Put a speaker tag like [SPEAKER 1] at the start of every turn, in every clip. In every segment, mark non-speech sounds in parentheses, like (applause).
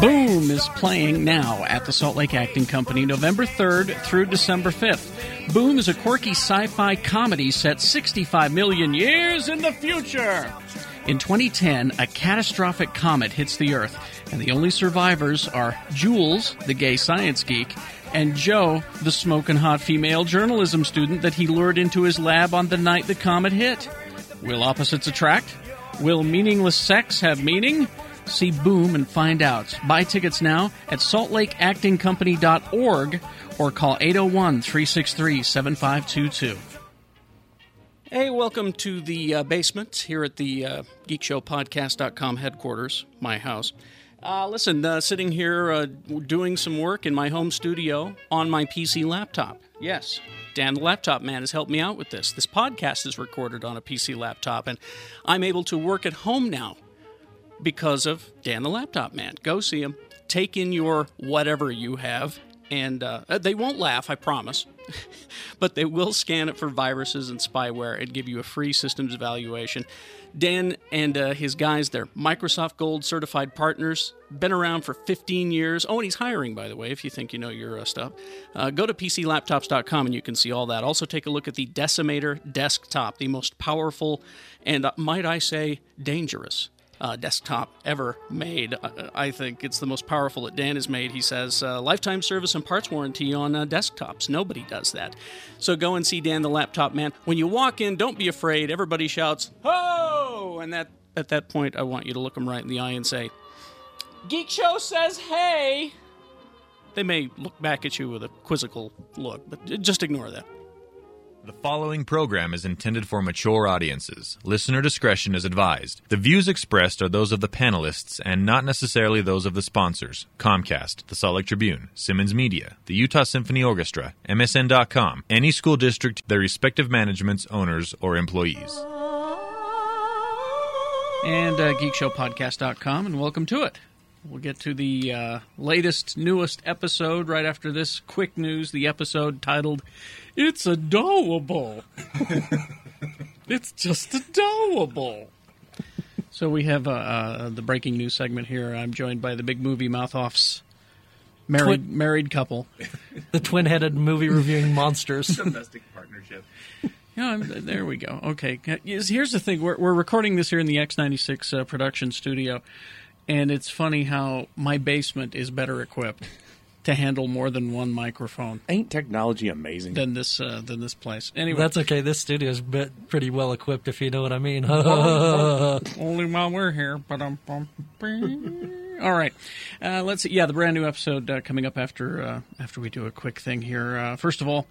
[SPEAKER 1] Boom is playing now at the Salt Lake Acting Company November 3rd through December 5th. Boom is a quirky sci fi comedy set 65 million years in the future. In 2010, a catastrophic comet hits the Earth, and the only survivors are Jules, the gay science geek, and Joe, the smoking hot female journalism student that he lured into his lab on the night the comet hit. Will opposites attract? Will meaningless sex have meaning? See Boom and find out. Buy tickets now at saltlakeactingcompany.org or call 801 363 7522. Hey, welcome to the uh, basement here at the uh, geekshowpodcast.com headquarters, my house. Uh, listen, uh, sitting here uh, doing some work in my home studio on my PC laptop. Yes, Dan the Laptop Man has helped me out with this. This podcast is recorded on a PC laptop, and I'm able to work at home now because of Dan the Laptop Man. Go see him. Take in your whatever you have, and uh, they won't laugh, I promise. (laughs) but they will scan it for viruses and spyware and give you a free systems evaluation. Dan and uh, his guys, they're Microsoft Gold certified partners, been around for 15 years. Oh, and he's hiring, by the way, if you think you know your uh, stuff. Uh, go to PCLaptops.com and you can see all that. Also, take a look at the Decimator desktop, the most powerful and, uh, might I say, dangerous uh, desktop ever made. I, I think it's the most powerful that Dan has made. He says uh, lifetime service and parts warranty on uh, desktops. Nobody does that. So go and see Dan the Laptop Man. When you walk in, don't be afraid. Everybody shouts, "Ho!" And that at that point, I want you to look him right in the eye and say, "Geek Show says hey." They may look back at you with a quizzical look, but just ignore that.
[SPEAKER 2] The following program is intended for mature audiences. Listener discretion is advised. The views expressed are those of the panelists and not necessarily those of the sponsors Comcast, the Salt Lake Tribune, Simmons Media, the Utah Symphony Orchestra, MSN.com, any school district, their respective managements, owners, or employees.
[SPEAKER 1] and uh, geekshowpodcast.com and welcome to it we'll get to the uh, latest newest episode right after this quick news the episode titled it's adorable (laughs) it's just adorable so we have uh, uh, the breaking news segment here i'm joined by the big movie mouth offs married
[SPEAKER 3] Twin-
[SPEAKER 1] married couple
[SPEAKER 3] the twin-headed movie reviewing monsters. (laughs)
[SPEAKER 4] domestic partnership.
[SPEAKER 1] Yeah, I'm, there we go. Okay, Yes, here's the thing: we're, we're recording this here in the X96 uh, production studio, and it's funny how my basement is better equipped to handle more than one microphone
[SPEAKER 4] Ain't technology amazing?
[SPEAKER 1] than this uh, than this place. Anyway,
[SPEAKER 3] That's okay. This studio's bit pretty well equipped, if you know what I mean. (laughs)
[SPEAKER 1] only while we're here. But I'm all right. Uh, let's see. Yeah, the brand new episode uh, coming up after uh, after we do a quick thing here. Uh, first of all,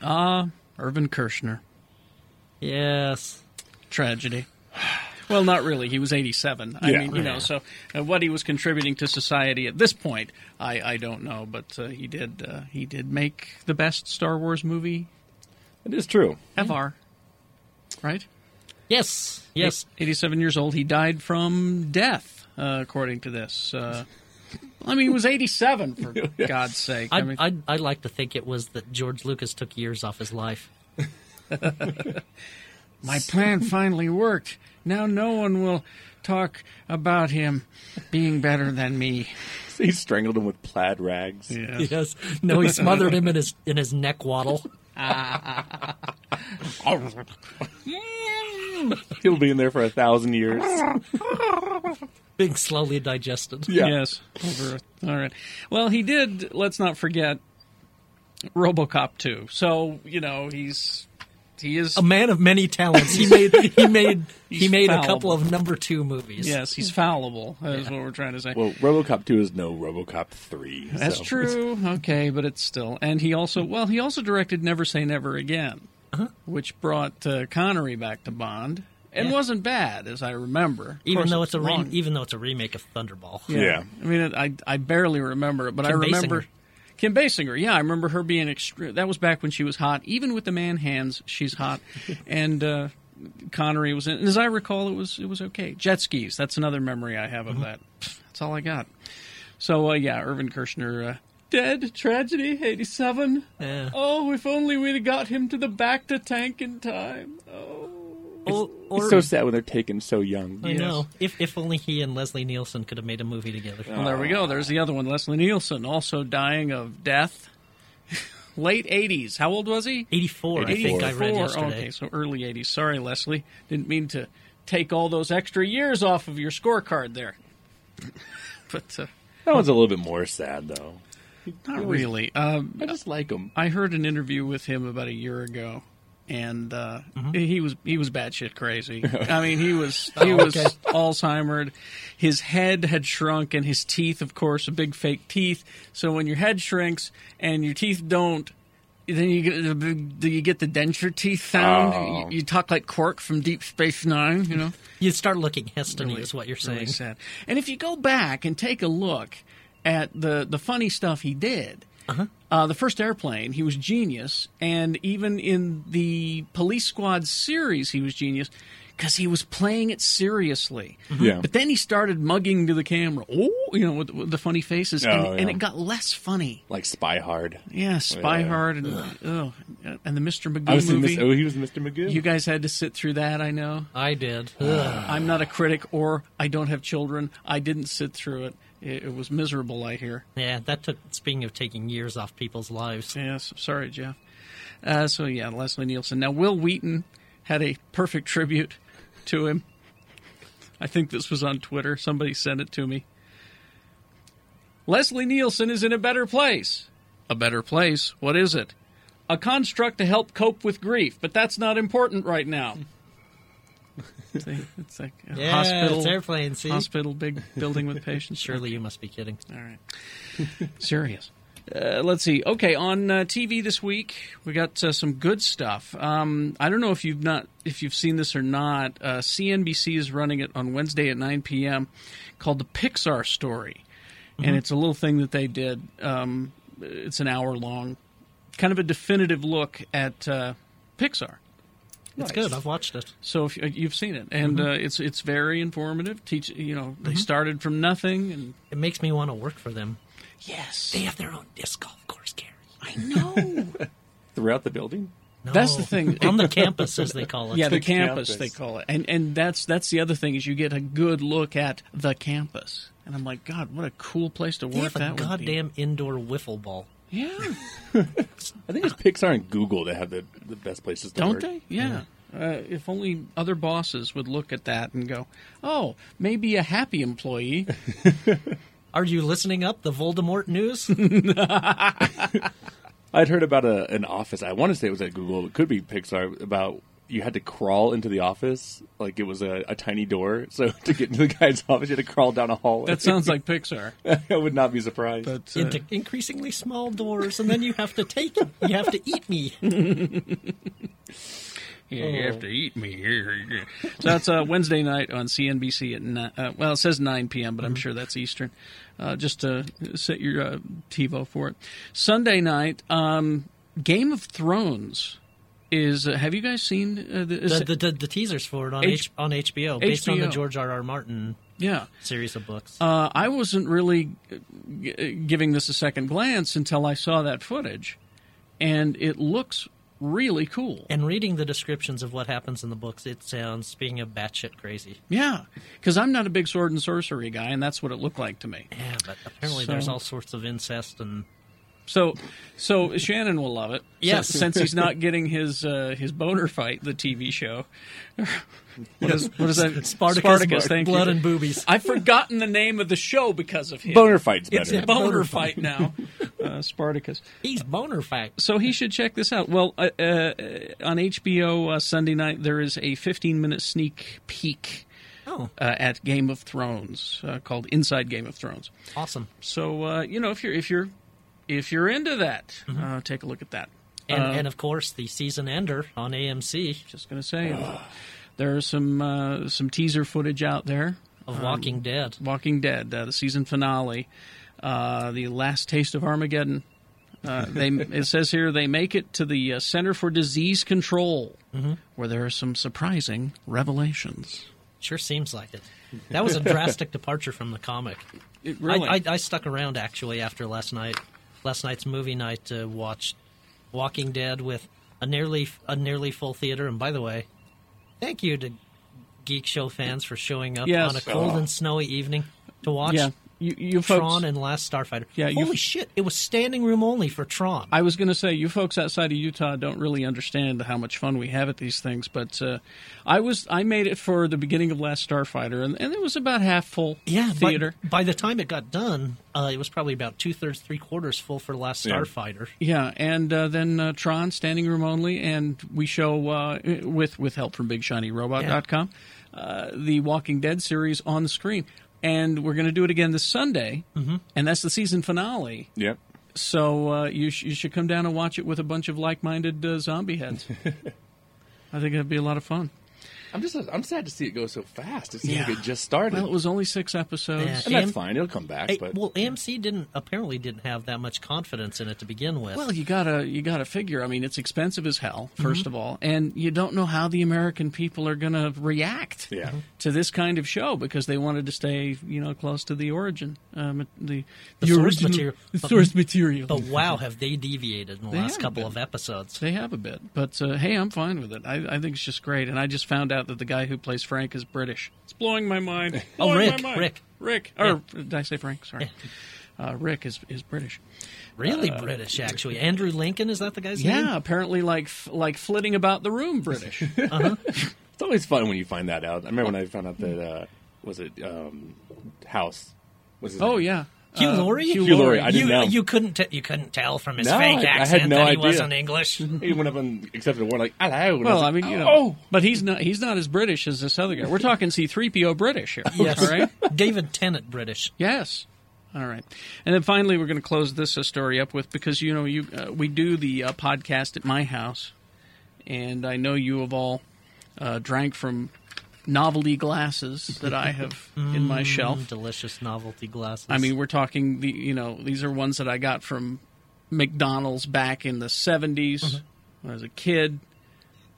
[SPEAKER 1] uh, Irvin Kershner.
[SPEAKER 3] yes.
[SPEAKER 1] tragedy. Well, not really. He was 87. I
[SPEAKER 4] Yeah.
[SPEAKER 1] mean, you know, so uh, what he was contributing to society at this point, I, I don't know, but uh, he did uh, he did make the best Star Wars movie
[SPEAKER 4] it is true.
[SPEAKER 1] ever. Right?
[SPEAKER 3] Yes. Yes.
[SPEAKER 1] 87 years old. He died from death, uh, according to this. Uh, I mean, he was 87 for God's sake. I,
[SPEAKER 3] I'd,
[SPEAKER 1] mean,
[SPEAKER 3] I'd, I'd like to think it was that George Lucas took years off his life.
[SPEAKER 1] My plan finally worked. Now no one will talk about him being better than me.
[SPEAKER 4] He strangled him with plaid rags.
[SPEAKER 3] Yes. No, he smothered him in his in his neck waddle.
[SPEAKER 4] He'll be in there for a thousand years.
[SPEAKER 3] Being slowly digested.
[SPEAKER 4] Yeah.
[SPEAKER 1] Yes. Over. All right. Well, he did. Let's not forget RoboCop 2. So you know he's he is.
[SPEAKER 3] A man of many talents. He made he made he
[SPEAKER 1] He's
[SPEAKER 3] made a
[SPEAKER 1] fallible.
[SPEAKER 3] couple of number two movies.
[SPEAKER 1] yes, he's fallible. Is what we're trying to say.
[SPEAKER 4] Well, RoboCop 2 is no RoboCop 3.
[SPEAKER 1] That's
[SPEAKER 4] so-
[SPEAKER 1] true. Okay, but it's still. And he also well he also directed Never Say Never Again,
[SPEAKER 3] Uh-huh.
[SPEAKER 1] which brought uh, Connery back to Bond and wasn't bad as I remember. Of
[SPEAKER 3] Even
[SPEAKER 1] course,
[SPEAKER 3] though
[SPEAKER 1] it's
[SPEAKER 3] it's a re-
[SPEAKER 1] long.
[SPEAKER 3] even though it's a remake of Thunderball.
[SPEAKER 4] Yeah.
[SPEAKER 1] I mean, it, I I barely remember it, but I
[SPEAKER 3] Kim
[SPEAKER 1] remember
[SPEAKER 3] Basinger.
[SPEAKER 1] Kim Basinger. Yeah, I remember her being extre That was back when she was hot. Even with the man hands, she's
[SPEAKER 3] (laughs)
[SPEAKER 1] hot. and uh, Connery was in. And as I recall, it was it was okay. Jet skis. That's another memory I have
[SPEAKER 3] Mm-hmm.
[SPEAKER 1] of that. Pfft, That's all I got. So uh, yeah, Irvin Kershner. Uh, Dead tragedy, eighty-seven.
[SPEAKER 3] Yeah.
[SPEAKER 1] Oh, if only we'd got him to the back to tank in time. Oh,
[SPEAKER 3] Or,
[SPEAKER 4] It's so sad when they're taken so young.
[SPEAKER 3] I know. If if only he and Leslie Nielsen could have made a movie together.
[SPEAKER 1] Well, there we go. There's the other one, Leslie Nielsen, also dying of death. (laughs) Late 80s. How old was he?
[SPEAKER 3] 84, I think I read
[SPEAKER 1] 84.
[SPEAKER 3] yesterday.
[SPEAKER 1] Okay, so early 80s. Sorry, Leslie. Didn't mean to take all those extra years off of your scorecard there. (laughs) but uh,
[SPEAKER 4] That one's a little bit more sad though.
[SPEAKER 1] not really. Um,
[SPEAKER 4] I just like them.
[SPEAKER 1] I heard an interview with him about a year ago, and uh, he was he was batshit crazy. I mean, he was he was
[SPEAKER 3] okay.
[SPEAKER 1] Alzheimer'd. His head had shrunk, and his teeth, of course, a big fake teeth. So when your head shrinks and your teeth don't. Then you get the big, do you get the denture teeth sound?
[SPEAKER 4] Oh.
[SPEAKER 1] You, you talk like Quark from Deep Space Nine, you know.
[SPEAKER 3] You start looking hastily, is what you're
[SPEAKER 1] Really
[SPEAKER 3] saying.
[SPEAKER 1] sad. And if you go back and take a look at the the funny stuff he did,
[SPEAKER 3] Uh-huh.
[SPEAKER 1] uh the first airplane, he was genius, and even in the Police Squad series, he was genius because he was playing it seriously.
[SPEAKER 3] Mm-hmm.
[SPEAKER 4] Yeah.
[SPEAKER 1] But then he started mugging to the camera. Oh, you know, with, with the funny faces, and,
[SPEAKER 4] Oh,
[SPEAKER 1] and
[SPEAKER 4] yeah.
[SPEAKER 1] it got less funny.
[SPEAKER 4] Like Spy Hard.
[SPEAKER 1] Yeah, Spy
[SPEAKER 4] Yeah.
[SPEAKER 1] Hard and oh, and the Mr.
[SPEAKER 4] I was
[SPEAKER 1] McGee
[SPEAKER 4] in
[SPEAKER 1] movie.
[SPEAKER 4] Mis- oh, he was Mr. McGill.
[SPEAKER 1] you guys had to sit through that, I know.
[SPEAKER 3] I did. Ugh.
[SPEAKER 1] I'm not a critic or I don't have children. I didn't sit through it. It, it was miserable, I hear.
[SPEAKER 3] yeah, that took. Speaking of taking years off people's lives,
[SPEAKER 1] Yes, sorry, Jeff. Uh, so, yeah, Leslie Nielsen. Now, Will Wheaton had a perfect tribute to him. I think this was on Twitter. Somebody sent it to me. Leslie Nielsen is in a better place. A better place? What is it? A construct to help cope with grief, but that's not important right
[SPEAKER 3] (laughs)
[SPEAKER 1] now. It's like- it's like a
[SPEAKER 3] yeah,
[SPEAKER 1] hospital.
[SPEAKER 3] it's airplane. See,
[SPEAKER 1] hospital, big building with patients.
[SPEAKER 3] surely you must be kidding.
[SPEAKER 1] All right. Serious. Uh, let's see. Okay, on uh, TV this week we got uh, some good stuff. Um, I don't know if you've not if you've seen this or not. Uh, CNBC is running it on Wednesday at 9 p.m. called the Pixar Story, and it's a little thing that they did. Um, it's an hour long, kind of a definitive look at uh, Pixar.
[SPEAKER 3] It's good. I've watched it.
[SPEAKER 1] So if you- you've seen it, and uh, it's it's very informative. Teach you know they started from nothing, and
[SPEAKER 3] It makes me want to work for them.
[SPEAKER 1] yes,
[SPEAKER 3] They have their own disc golf course, Gary.
[SPEAKER 1] I
[SPEAKER 3] (laughs)
[SPEAKER 1] know.
[SPEAKER 4] throughout the building?
[SPEAKER 3] No.
[SPEAKER 1] That's the thing.
[SPEAKER 3] on the campus, as they call it.
[SPEAKER 1] yeah, the
[SPEAKER 4] the
[SPEAKER 1] campus,
[SPEAKER 4] campus.
[SPEAKER 1] they call it, and and that's that's the other thing is you get a good look at the campus, and I'm like, God, what a cool place to
[SPEAKER 3] they
[SPEAKER 1] work
[SPEAKER 3] have a
[SPEAKER 1] that would be.
[SPEAKER 3] goddamn indoor wiffle ball. (laughs)
[SPEAKER 1] Yeah,
[SPEAKER 4] I think it's Pixar and Google that have the, the best places to
[SPEAKER 1] don't
[SPEAKER 4] work.
[SPEAKER 1] they? Yeah. Uh, if only other bosses would look at that and go, "Oh, maybe a happy employee."
[SPEAKER 3] Are you listening up? The
[SPEAKER 1] (laughs)
[SPEAKER 3] Voldemort news?
[SPEAKER 4] I'd heard about a, an office. I want to say it was at Google. It could be Pixar. About you had to crawl into the office like it was a, a tiny door. So (laughs) to get into the guy's office, you had to crawl down a hallway.
[SPEAKER 1] That sounds like
[SPEAKER 3] (laughs)
[SPEAKER 1] Pixar.
[SPEAKER 4] (laughs) I would not be surprised.
[SPEAKER 1] But uh,
[SPEAKER 3] Into increasingly small doors, and then you have to take. You have to eat me.
[SPEAKER 1] Yeah, you
[SPEAKER 3] Oh.
[SPEAKER 1] have to eat me. (laughs) so that's uh, Wednesday night on CNBC at ni- uh, well, it says 9 p.m., but I'm
[SPEAKER 3] Mm-hmm.
[SPEAKER 1] sure that's Eastern. Uh, just to set your uh, TiVo for it. Sunday night, um, Game of Thrones is. Uh, have you guys seen uh, the, is
[SPEAKER 3] The,
[SPEAKER 1] it-
[SPEAKER 3] the, the, the teasers for it on,
[SPEAKER 1] H-
[SPEAKER 3] H- on HBO, based on the
[SPEAKER 1] HBO.
[SPEAKER 3] George R. R. Martin
[SPEAKER 1] Yeah,
[SPEAKER 3] series of books.
[SPEAKER 1] uh, I wasn't really uh, g- giving this a second glance until I saw that footage, and it looks really cool.
[SPEAKER 3] and reading the descriptions of what happens in the books, it sounds, speaking of batshit crazy.
[SPEAKER 1] Yeah, because I'm not a big sword and sorcery guy, and that's what it looked like to me.
[SPEAKER 3] Yeah, but apparently
[SPEAKER 1] So-
[SPEAKER 3] there's all sorts of incest and.
[SPEAKER 1] So, so Shannon will love it.
[SPEAKER 3] Yes.
[SPEAKER 1] Si- since he's not getting his uh, his boner fight, the TV
[SPEAKER 3] (laughs)
[SPEAKER 1] show. what is what is that?
[SPEAKER 3] Spartacus,
[SPEAKER 1] thank
[SPEAKER 3] blood
[SPEAKER 1] you.
[SPEAKER 3] and boobies. (laughs)
[SPEAKER 1] I've forgotten the name of the show because of him.
[SPEAKER 4] Boner fights
[SPEAKER 1] It's
[SPEAKER 4] better.
[SPEAKER 1] a boner fight
[SPEAKER 3] (laughs)
[SPEAKER 1] now. Uh, Spartacus.
[SPEAKER 3] He's boner facts.
[SPEAKER 1] So he should check this out. Well, uh, uh, uh, on HBO uh, Sunday night there is a 15 minute sneak peek
[SPEAKER 3] Oh,
[SPEAKER 1] uh, at Game of Thrones uh, called Inside Game of Thrones.
[SPEAKER 3] awesome.
[SPEAKER 1] So uh, you know if you're if you're if you're into that,
[SPEAKER 3] Mm-hmm.
[SPEAKER 1] uh, take a look at that.
[SPEAKER 3] And,
[SPEAKER 1] Uh,
[SPEAKER 3] and of course, the season ender on AMC
[SPEAKER 1] Just gonna say, there are some uh, some teaser footage out there.
[SPEAKER 3] of Walking Dead.
[SPEAKER 1] Walking Dead, uh, the season finale, uh, the last taste of Armageddon. Uh, they (laughs) it says here they make it to the uh, Center for Disease Control,
[SPEAKER 3] Mm-hmm.
[SPEAKER 1] where there are some surprising revelations.
[SPEAKER 3] Sure seems like it. That was a drastic (laughs) departure from the comic.
[SPEAKER 1] It
[SPEAKER 3] I, I, I stuck around actually after last night, last night's movie night to watch Walking Dead with a nearly a nearly full theater. And by the way, Thank you to Geek Show fans for showing up
[SPEAKER 1] Yes.
[SPEAKER 3] on a cold and snowy evening to watch
[SPEAKER 1] Oh. Yeah, you, you folks.
[SPEAKER 3] Tron and Last Starfighter.
[SPEAKER 1] Yeah, you-
[SPEAKER 3] Holy shit, it was standing room only for Tron.
[SPEAKER 1] I was going to say, you folks outside of Utah don't really understand how much fun we have at these things, but uh, I was I made it for the beginning of Last Starfighter, and, and it was about half full
[SPEAKER 3] yeah, by-
[SPEAKER 1] theater.
[SPEAKER 3] By, the time it got done, uh, it was probably about two thirds, three quarters full for Last
[SPEAKER 4] Yeah.
[SPEAKER 3] Starfighter.
[SPEAKER 1] Yeah, and uh, then uh, Tron standing room only, and we show uh, with with help from BigShinyRobot.com uh, the Walking Dead series on the screen, and we're going to do it again this Sunday, and that's the season finale.
[SPEAKER 4] Yep.
[SPEAKER 1] So uh, you sh- you should come down and watch it with a bunch of like minded uh, zombie heads. I think it'd be a lot of fun.
[SPEAKER 4] I'm just I'm sad to see it go so fast. It seems
[SPEAKER 1] Yeah.
[SPEAKER 4] like it just started.
[SPEAKER 1] Well, it was only six episodes.
[SPEAKER 3] Yeah.
[SPEAKER 4] and that's
[SPEAKER 3] Am-
[SPEAKER 4] fine. It'll come back.
[SPEAKER 3] Hey,
[SPEAKER 4] but
[SPEAKER 3] well, AMC didn't apparently didn't have that much confidence in it to begin with.
[SPEAKER 1] Well, you gotta you gotta figure. I mean, it's expensive as hell, 1st of all, and you don't know how the American people are gonna react
[SPEAKER 4] Yeah. Mhm.
[SPEAKER 1] to this kind of show because they wanted to stay, you know, close to the origin, um, the the,
[SPEAKER 3] source
[SPEAKER 1] original-
[SPEAKER 3] material.
[SPEAKER 1] the
[SPEAKER 3] But-
[SPEAKER 1] source material.
[SPEAKER 3] but wow, have they deviated in the
[SPEAKER 1] They
[SPEAKER 3] last
[SPEAKER 1] have
[SPEAKER 3] couple
[SPEAKER 1] been.
[SPEAKER 3] of episodes?
[SPEAKER 1] They have a bit, but uh, hey, I'm fine with it. I, I think it's just great, and I just found out that the guy who plays Frank is British. It's blowing my (laughs) mind.
[SPEAKER 3] Oh,
[SPEAKER 1] Blowing
[SPEAKER 3] Rick,
[SPEAKER 1] my mind.
[SPEAKER 3] Rick.
[SPEAKER 1] Rick, or did I say Frank? (laughs) Sorry, uh, Rick is is British.
[SPEAKER 3] Really British, actually. Andrew Lincoln is that the guy's name?
[SPEAKER 1] Uh, Yeah, apparently, like f- like flitting about the room, (laughs) British.
[SPEAKER 4] it's always fun when you find that out. I
[SPEAKER 1] Oh.
[SPEAKER 4] remember when I found out that uh, was it um, House was his
[SPEAKER 1] oh
[SPEAKER 4] name?
[SPEAKER 1] yeah,
[SPEAKER 3] Hugh Laurie.
[SPEAKER 4] Hugh Laurie. I
[SPEAKER 3] you,
[SPEAKER 4] didn't know.
[SPEAKER 3] you couldn't t- you couldn't tell from his
[SPEAKER 4] No,
[SPEAKER 3] fake
[SPEAKER 4] I- I had
[SPEAKER 3] accent
[SPEAKER 4] no
[SPEAKER 3] that he
[SPEAKER 4] idea.
[SPEAKER 3] wasn't
[SPEAKER 1] (laughs)
[SPEAKER 3] English.
[SPEAKER 4] He went up and accepted a word like hello. And
[SPEAKER 1] Well,
[SPEAKER 4] was
[SPEAKER 1] I
[SPEAKER 4] like,
[SPEAKER 1] mean, you know,
[SPEAKER 4] oh,
[SPEAKER 1] but he's not he's not as British as this other guy. We're talking C3PO British
[SPEAKER 4] (laughs)
[SPEAKER 1] here.
[SPEAKER 3] Yes.
[SPEAKER 1] All right?
[SPEAKER 3] David Tennant, British.
[SPEAKER 1] Yes. All right. And then finally we're going to close this uh, story up with because you know you uh, we do the uh, podcast at my house and I know you have all uh, drank from novelty glasses that I have in
[SPEAKER 4] Mm.
[SPEAKER 1] my shelf.
[SPEAKER 3] Delicious novelty glasses.
[SPEAKER 1] I mean, we're talking the you know these are ones that I got from McDonald's back in the 70s when I was a kid,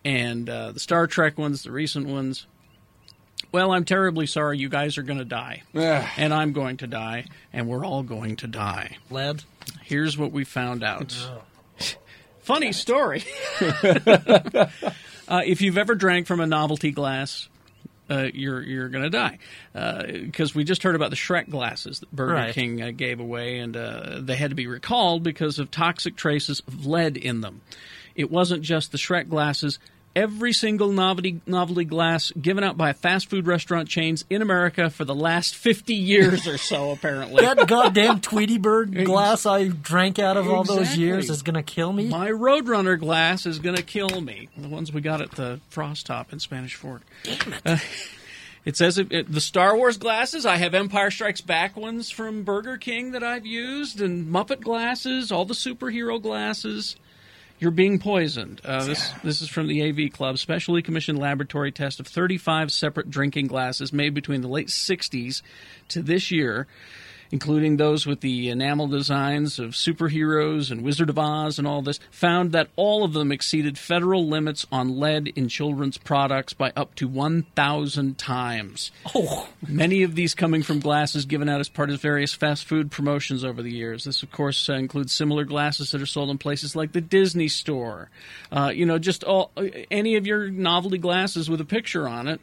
[SPEAKER 1] and uh, the Star Trek ones, the recent ones. Well, I'm terribly sorry. You guys are going to die, and I'm going to die, and we're all going to die.
[SPEAKER 3] lead.
[SPEAKER 1] Here's what we found out. Funny story. (laughs) uh, if you've ever drank from a novelty glass, uh, you're you're going to die because we just heard about the Shrek glasses that Burger
[SPEAKER 3] Right.
[SPEAKER 1] King uh, gave away, and uh, they had to be recalled because of toxic traces of lead in them. It wasn't just the Shrek glasses. Every single novelty novelty glass given out by fast food restaurant chains in America for the last fifty years or so, apparently.
[SPEAKER 3] That goddamn Tweety Bird glass I drank out of all those
[SPEAKER 1] Exactly.
[SPEAKER 3] years is gonna kill me.
[SPEAKER 1] My Roadrunner glass is going to kill me. The ones we got at the Frost Top in Spanish Fork. Damn it. it says it, it- the Star Wars glasses. I have Empire Strikes Back ones from Burger King that I've used, and Muppet glasses, all the superhero glasses. You're being poisoned. Uh, this this is from the AV Club, specially commissioned laboratory test of 35 separate drinking glasses made between the late 60s to this year, including those with the enamel designs of superheroes and Wizard of Oz and all this, found that all of them exceeded federal limits on lead in children's products by up to 1,000 times.
[SPEAKER 3] Oh,
[SPEAKER 1] Many of these coming from glasses given out as part of various fast food promotions over the years. This, of course, uh, includes similar glasses that are sold in places like the Disney Store. Uh, you know, just all uh, any of your novelty glasses with a picture on it,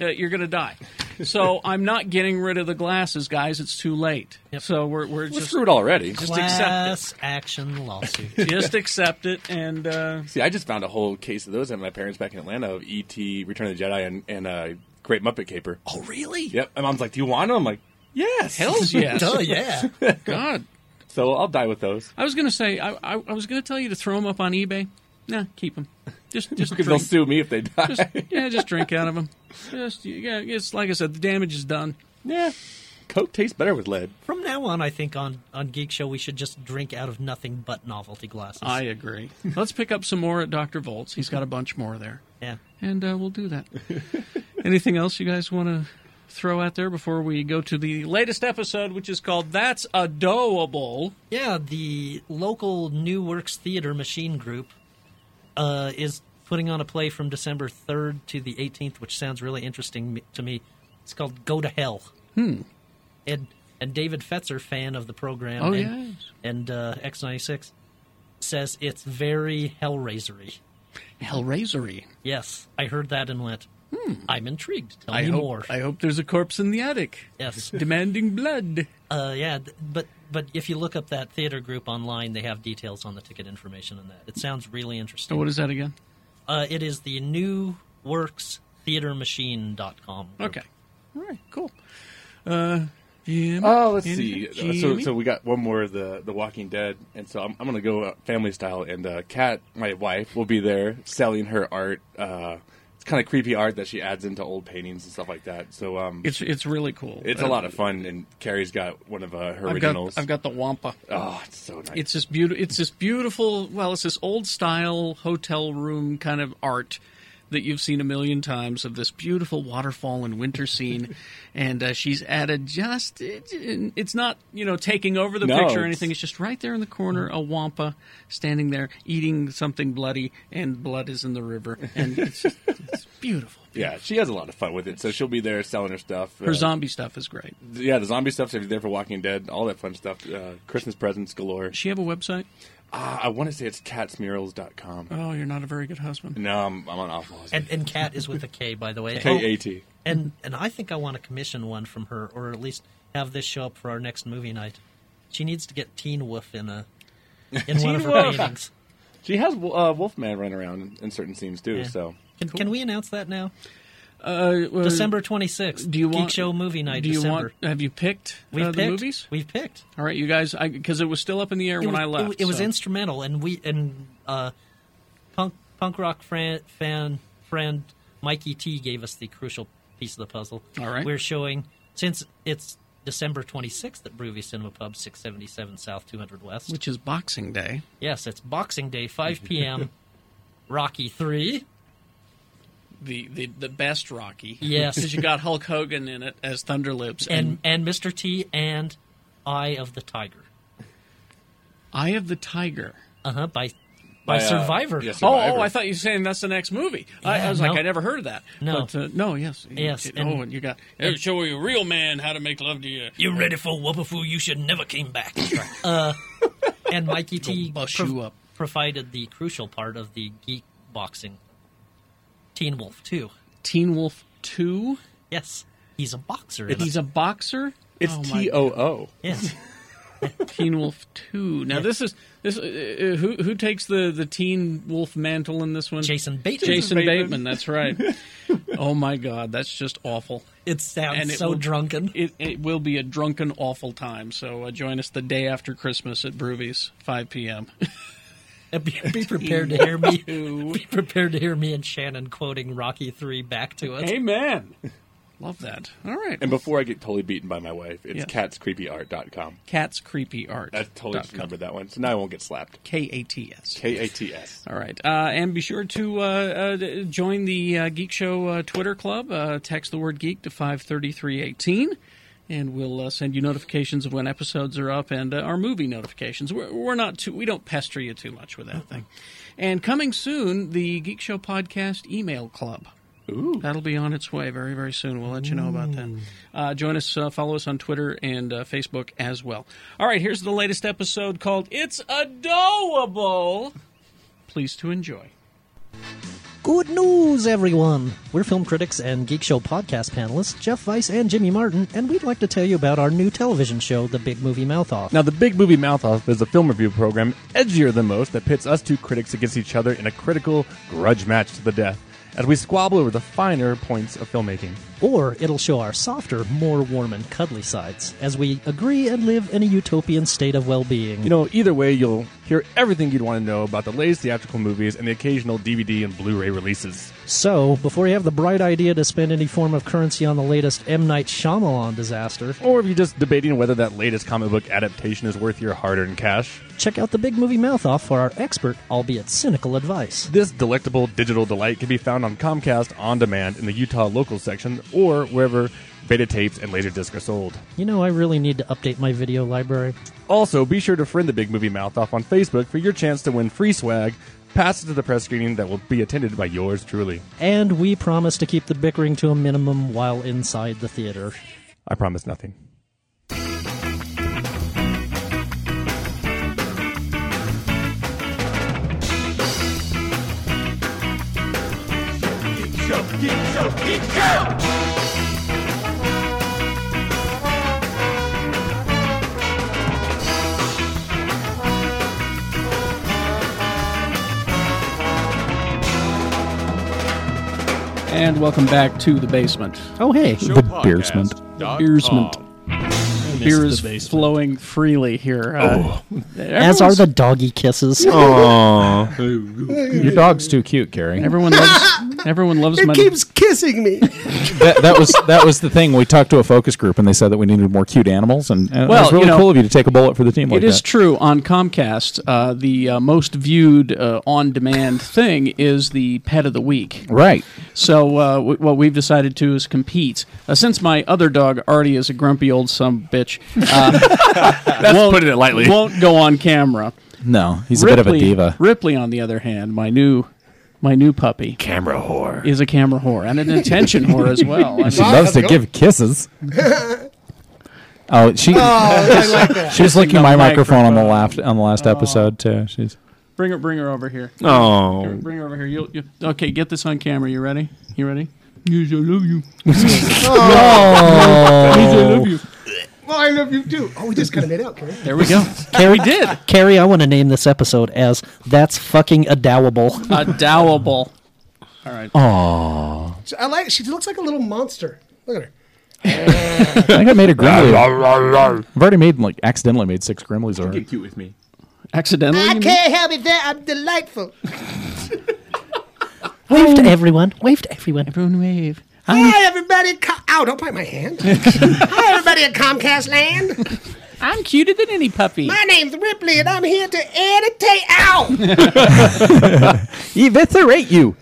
[SPEAKER 1] uh, you're going to (laughs) die. So I'm not getting rid of the glasses, guys. It's too late. So we're we're
[SPEAKER 4] we're
[SPEAKER 1] just
[SPEAKER 4] screwed already.
[SPEAKER 1] accept it.
[SPEAKER 3] class action lawsuit.
[SPEAKER 1] just accept it and. Uh,
[SPEAKER 4] See, I just found a whole case of those at my parents back in Atlanta of E.T., Return of the Jedi, and, and uh, Great Muppet Caper.
[SPEAKER 1] (laughs) oh really?
[SPEAKER 4] Yep. My mom's like, "Do you want them?" I'm like, "Yes."
[SPEAKER 1] Hell's (laughs) yes.
[SPEAKER 3] Duh, yeah.
[SPEAKER 1] God.
[SPEAKER 4] (laughs) So I'll die with those
[SPEAKER 1] I was going to say I, I, I was going to tell you to throw them up on eBay. Nah, keep them. Just (laughs) just
[SPEAKER 4] because they'll
[SPEAKER 1] drink-
[SPEAKER 4] sue me if they die. (laughs)
[SPEAKER 1] Just- (laughs) yeah, just drink out of them. Just yeah, it's like I said, the damage is done.
[SPEAKER 4] yeah. Coke tastes better with lead.
[SPEAKER 3] From now on, I think on on Geek Show we should just drink out of nothing but novelty glasses.
[SPEAKER 1] I agree. Let's pick up some more at Doctor Volt's. He's got a bunch more there,
[SPEAKER 3] yeah.
[SPEAKER 1] and uh, we'll do that. (laughs) Anything else you guys want to throw out there before we go to the latest episode, which is called "That's Adorable"?
[SPEAKER 3] Yeah, the local New Works Theater Machine Group uh, is putting on a play from December 3rd to the 18th, which sounds really interesting m- to me. It's called Go to Hell. Hmm. And, and David Fetzer, fan of the program,
[SPEAKER 1] Oh,
[SPEAKER 3] and,
[SPEAKER 1] yes.
[SPEAKER 3] and uh, X96, says it's very Hellraisery.
[SPEAKER 1] Hellraisery.
[SPEAKER 3] Yes, I heard that and went, I'm intrigued. Tell
[SPEAKER 5] I
[SPEAKER 3] me
[SPEAKER 5] hope,
[SPEAKER 3] more.
[SPEAKER 5] I hope there's a corpse in the attic.
[SPEAKER 3] Yes.
[SPEAKER 5] Demanding blood.
[SPEAKER 3] Uh, yeah, th- but but if you look up that theater group online, they have details on the ticket information and that. It sounds really
[SPEAKER 1] So
[SPEAKER 3] interesting.
[SPEAKER 1] what is that again?
[SPEAKER 3] uh, it is the New Works Theater Machine.com. Group.
[SPEAKER 1] Okay.
[SPEAKER 5] All right, cool. Uh, Jim,
[SPEAKER 4] Oh, let's see.
[SPEAKER 5] anything?
[SPEAKER 4] Uh, so,
[SPEAKER 5] Jimmy?
[SPEAKER 4] so we got one more of the the Walking Dead, and so I'm, I'm gonna go uh, family style. And uh, Kat, my wife, will be there selling her art. Uh, it's kind of creepy art that she adds into old paintings and stuff like that. So, um, it's,
[SPEAKER 1] It's it's really cool.
[SPEAKER 4] a lot of fun. And Carrie's got one of uh, her
[SPEAKER 1] I've
[SPEAKER 4] originals.
[SPEAKER 1] got I've got the Wampa.
[SPEAKER 4] oh, it's so nice.
[SPEAKER 1] It's this beautiful. It's this beautiful. Well, it's this old style hotel room kind of art that you've seen a million times of this beautiful waterfall and winter
[SPEAKER 4] (laughs)
[SPEAKER 1] scene, and uh, she's added just. It, it's not you know taking over the
[SPEAKER 4] No,
[SPEAKER 1] picture or
[SPEAKER 4] it's-
[SPEAKER 1] anything. It's just right there in the corner, a wampa standing there eating something bloody, and blood is in the river, and it's, just- it's beautiful.
[SPEAKER 4] (laughs) yeah, she has a lot of fun with it. So she'll be there selling her stuff.
[SPEAKER 1] Her
[SPEAKER 4] uh,
[SPEAKER 1] zombie stuff is great. Does
[SPEAKER 4] yeah, the zombie stuff. So if you're there for Walking Dead, all that fun stuff. Uh, Christmas presents galore.
[SPEAKER 1] she have a website?
[SPEAKER 4] Uh, I want to say it's catsmurals.com.
[SPEAKER 1] Oh, you're not a very good husband.
[SPEAKER 4] No, I'm, I'm on awful.
[SPEAKER 3] And and cat is with a K, by the way.
[SPEAKER 4] K A T.
[SPEAKER 3] Oh, And and I think I want to commission one from her, or at least have this show up for our next movie night. She needs to get Teen Wolf in a in one of her
[SPEAKER 1] Wolf.
[SPEAKER 3] paintings.
[SPEAKER 4] She has uh, Wolfman run around in, in certain scenes too.
[SPEAKER 3] Yeah.
[SPEAKER 4] So
[SPEAKER 3] Can, can we announce that now?
[SPEAKER 1] Uh, well,
[SPEAKER 3] December twenty sixth.
[SPEAKER 1] Do you
[SPEAKER 3] Geek
[SPEAKER 1] want
[SPEAKER 3] Show movie night?
[SPEAKER 1] Do you
[SPEAKER 3] December.
[SPEAKER 1] want? Have you picked
[SPEAKER 3] We've
[SPEAKER 1] uh,
[SPEAKER 3] picked.
[SPEAKER 1] the movies?
[SPEAKER 3] We've picked.
[SPEAKER 1] All right, you guys, because it was still up in the air when
[SPEAKER 3] was,
[SPEAKER 1] I left.
[SPEAKER 3] It, was
[SPEAKER 1] so.
[SPEAKER 3] instrumental, and we and uh, punk punk rock fan, fan friend Mikey T gave us the crucial piece of the puzzle.
[SPEAKER 1] All right.
[SPEAKER 3] we're showing since it's December twenty sixth at Broovy Cinema Pub, six seventy seven South two hundred West.
[SPEAKER 1] which is Boxing Day.
[SPEAKER 3] yes, it's Boxing
[SPEAKER 1] (laughs)
[SPEAKER 3] Day, five p.m. Rocky three.
[SPEAKER 1] The the, the best Rocky. (laughs)
[SPEAKER 3] Yes.
[SPEAKER 1] because you got Hulk Hogan in it as Thunderlips
[SPEAKER 3] and and Mr. T and Eye of the Tiger.
[SPEAKER 1] Eye of the Tiger.
[SPEAKER 3] Uh huh. By by
[SPEAKER 4] By, uh,
[SPEAKER 3] Survivor.
[SPEAKER 4] yes,
[SPEAKER 1] Oh,
[SPEAKER 4] Survivor.
[SPEAKER 1] oh, I thought you were saying that's the next movie. I, I
[SPEAKER 3] Yeah,
[SPEAKER 1] was like,
[SPEAKER 3] no.
[SPEAKER 1] I never heard of that.
[SPEAKER 3] No.
[SPEAKER 1] but, uh, no, yes,
[SPEAKER 3] Yes,
[SPEAKER 1] It-
[SPEAKER 3] and-
[SPEAKER 1] oh, and you got it'll show you a real man how to make love to you.
[SPEAKER 3] You ready for Whoopafoo? You should never came back. (laughs) uh, and Mikey T
[SPEAKER 1] Gonna bust
[SPEAKER 3] prov-
[SPEAKER 1] you up.
[SPEAKER 3] provided the crucial part of the geek boxing. Teen Wolf 2.
[SPEAKER 1] Teen Wolf Two.
[SPEAKER 3] Yes, he's a boxer. in
[SPEAKER 1] He's
[SPEAKER 3] it.
[SPEAKER 1] a boxer.
[SPEAKER 4] it's
[SPEAKER 1] Oh, my
[SPEAKER 4] T O O.
[SPEAKER 3] yes.
[SPEAKER 1] Teen Wolf Two. Now this is this. Uh, uh, who who takes the the Teen Wolf mantle in this one?
[SPEAKER 3] Jason Bateman.
[SPEAKER 1] Jason
[SPEAKER 4] Bateman.
[SPEAKER 1] Bateman. That's
[SPEAKER 3] (laughs)
[SPEAKER 1] right. oh my God, that's just awful.
[SPEAKER 3] It sounds
[SPEAKER 1] And it
[SPEAKER 3] so
[SPEAKER 1] will- (laughs)
[SPEAKER 3] drunken.
[SPEAKER 1] It, it will be a drunken, awful time. So uh, join us the day after Christmas at Broovies, 5 p.m.
[SPEAKER 3] be, be prepared to hear
[SPEAKER 1] (laughs)
[SPEAKER 3] me. Be prepared to hear me and Shannon quoting Rocky 3 back to us.
[SPEAKER 1] Amen. (laughs) Love that. All right.
[SPEAKER 4] And before I get totally beaten by my wife, it's
[SPEAKER 1] Yeah.
[SPEAKER 4] catscreepyart.com.
[SPEAKER 1] Cats Creepy Art.
[SPEAKER 4] I totally just remembered that one, so now I won't get slapped.
[SPEAKER 1] K A T S.
[SPEAKER 4] K A
[SPEAKER 1] (laughs)
[SPEAKER 4] T S.
[SPEAKER 1] All right. Uh, and be sure to uh, uh, d- join the uh, Geek Show uh, Twitter club. Uh, text the word geek to 53318. And we'll uh, send you notifications of when episodes are up and uh, our movie notifications. We're, we're not too, we don't pester you too much with that thing. And coming soon, the Geek Show podcast email club. That'll be on its way very, very soon. We'll let you know about that. Uh, join us, uh, follow us on Twitter and uh, Facebook as well. All right, here's the latest episode called It's Adorable. Please to enjoy.
[SPEAKER 6] Good news, everyone! We're film critics and Geek Show podcast panelists Jeff Weiss and Jimmy Martin, and we'd like to tell you about our new television show, The Big Movie Mouth Off.
[SPEAKER 4] Now, the Big Movie Mouth Off is a film review program edgier than most that pits us two critics against each other in a critical grudge match to the death as we squabble over the finer points of filmmaking.
[SPEAKER 6] Or it'll show our softer, more warm and cuddly sides as we agree and live in a utopian state of well being.
[SPEAKER 4] You know, either way, you'll hear everything you'd want to know about the latest theatrical movies and the occasional DVD and Blu ray releases.
[SPEAKER 6] so, before you have the bright idea to spend any form of currency on the latest M. Night Shyamalan disaster,
[SPEAKER 4] Or if you're just debating whether that latest comic book adaptation is worth your hard earned cash,
[SPEAKER 6] check out The Big Movie Mouth Off for our expert, albeit cynical, advice.
[SPEAKER 4] this delectable digital delight can be found on Comcast On Demand in the Utah local section or wherever beta tapes and Laserdisc are sold.
[SPEAKER 6] You know, I really need to update my video library.
[SPEAKER 4] Also, be sure to friend the Big Movie Mouth Off on Facebook for your chance to win free swag, passes to the press screening that will be attended by yours truly.
[SPEAKER 6] And we promise to keep the bickering to a minimum while inside the theater.
[SPEAKER 4] I promise nothing.
[SPEAKER 1] And welcome back to the basement.
[SPEAKER 6] Oh, hey.
[SPEAKER 7] The Beersment.
[SPEAKER 1] Beersment. Beer is
[SPEAKER 7] the basement. Oh.
[SPEAKER 1] flowing freely here. Uh,
[SPEAKER 6] As are the doggy kisses.
[SPEAKER 7] Your dog's too cute, Gary.
[SPEAKER 1] (laughs) everyone loves everyone loves my
[SPEAKER 8] It keeps kissing me.
[SPEAKER 7] (laughs) that, that was that was the thing. We talked to a focus group, and they said that we needed more cute animals, and, and it
[SPEAKER 1] Well,
[SPEAKER 7] was
[SPEAKER 1] you
[SPEAKER 7] really
[SPEAKER 1] know,
[SPEAKER 7] cool of you to take a bullet for the team like
[SPEAKER 1] It is
[SPEAKER 7] that.
[SPEAKER 1] true on Comcast. Uh, the uh, most viewed uh, on-demand thing is the pet of the week.
[SPEAKER 7] right.
[SPEAKER 1] So uh, w- what we've decided to is compete. Uh, since my other dog Artie is a grumpy old some bitch, (laughs) uh, won't-
[SPEAKER 4] putting it lightly.
[SPEAKER 1] won't go on camera.
[SPEAKER 7] No, he's a bit of a diva.
[SPEAKER 1] Ripley, on the other hand, my new my new puppy camera whore is a camera whore and an attention whore (laughs) as well. I mean,
[SPEAKER 7] She loves
[SPEAKER 8] how's
[SPEAKER 7] to
[SPEAKER 8] it going?
[SPEAKER 7] give
[SPEAKER 8] (laughs)
[SPEAKER 7] kisses. oh, she
[SPEAKER 8] I
[SPEAKER 7] (laughs)
[SPEAKER 8] like that.
[SPEAKER 7] she was licking
[SPEAKER 1] the Oh.
[SPEAKER 7] my microphone on the last on the last episode too. She's
[SPEAKER 1] bring her, bring her over here.
[SPEAKER 2] Oh.
[SPEAKER 1] Bring her over here. You'll, you okay, get this on camera. You ready? You ready? Yes, I love (laughs) you. Yes, I love you.
[SPEAKER 8] Well, I love you too. Oh, we just kind of made out, Carrie.
[SPEAKER 1] There we go.
[SPEAKER 6] Carrie
[SPEAKER 1] did.
[SPEAKER 6] Carrie, I want to name this episode as "That's Fucking Adowable."
[SPEAKER 1] A dowable. All right.
[SPEAKER 8] So I like. She looks like a little monster. Look at her.
[SPEAKER 7] I think I made a
[SPEAKER 8] (laughs)
[SPEAKER 7] Grimly. I've already made like accidentally made six Grimleys already.
[SPEAKER 4] Get cute with me.
[SPEAKER 8] Ah,
[SPEAKER 1] Accidentally. you mean?
[SPEAKER 8] help it. That I'm delightful.
[SPEAKER 6] Wave to everyone. Wave to everyone.
[SPEAKER 1] Everyone wave.
[SPEAKER 8] Hi, everybody. Co- Ow, don't bite my (laughs) hand. Hi, everybody at Comcast Land.
[SPEAKER 1] I'm cuter than any puppy.
[SPEAKER 8] My name's Ripley, and I'm here to entertain. Ow!
[SPEAKER 7] Eviscerate you.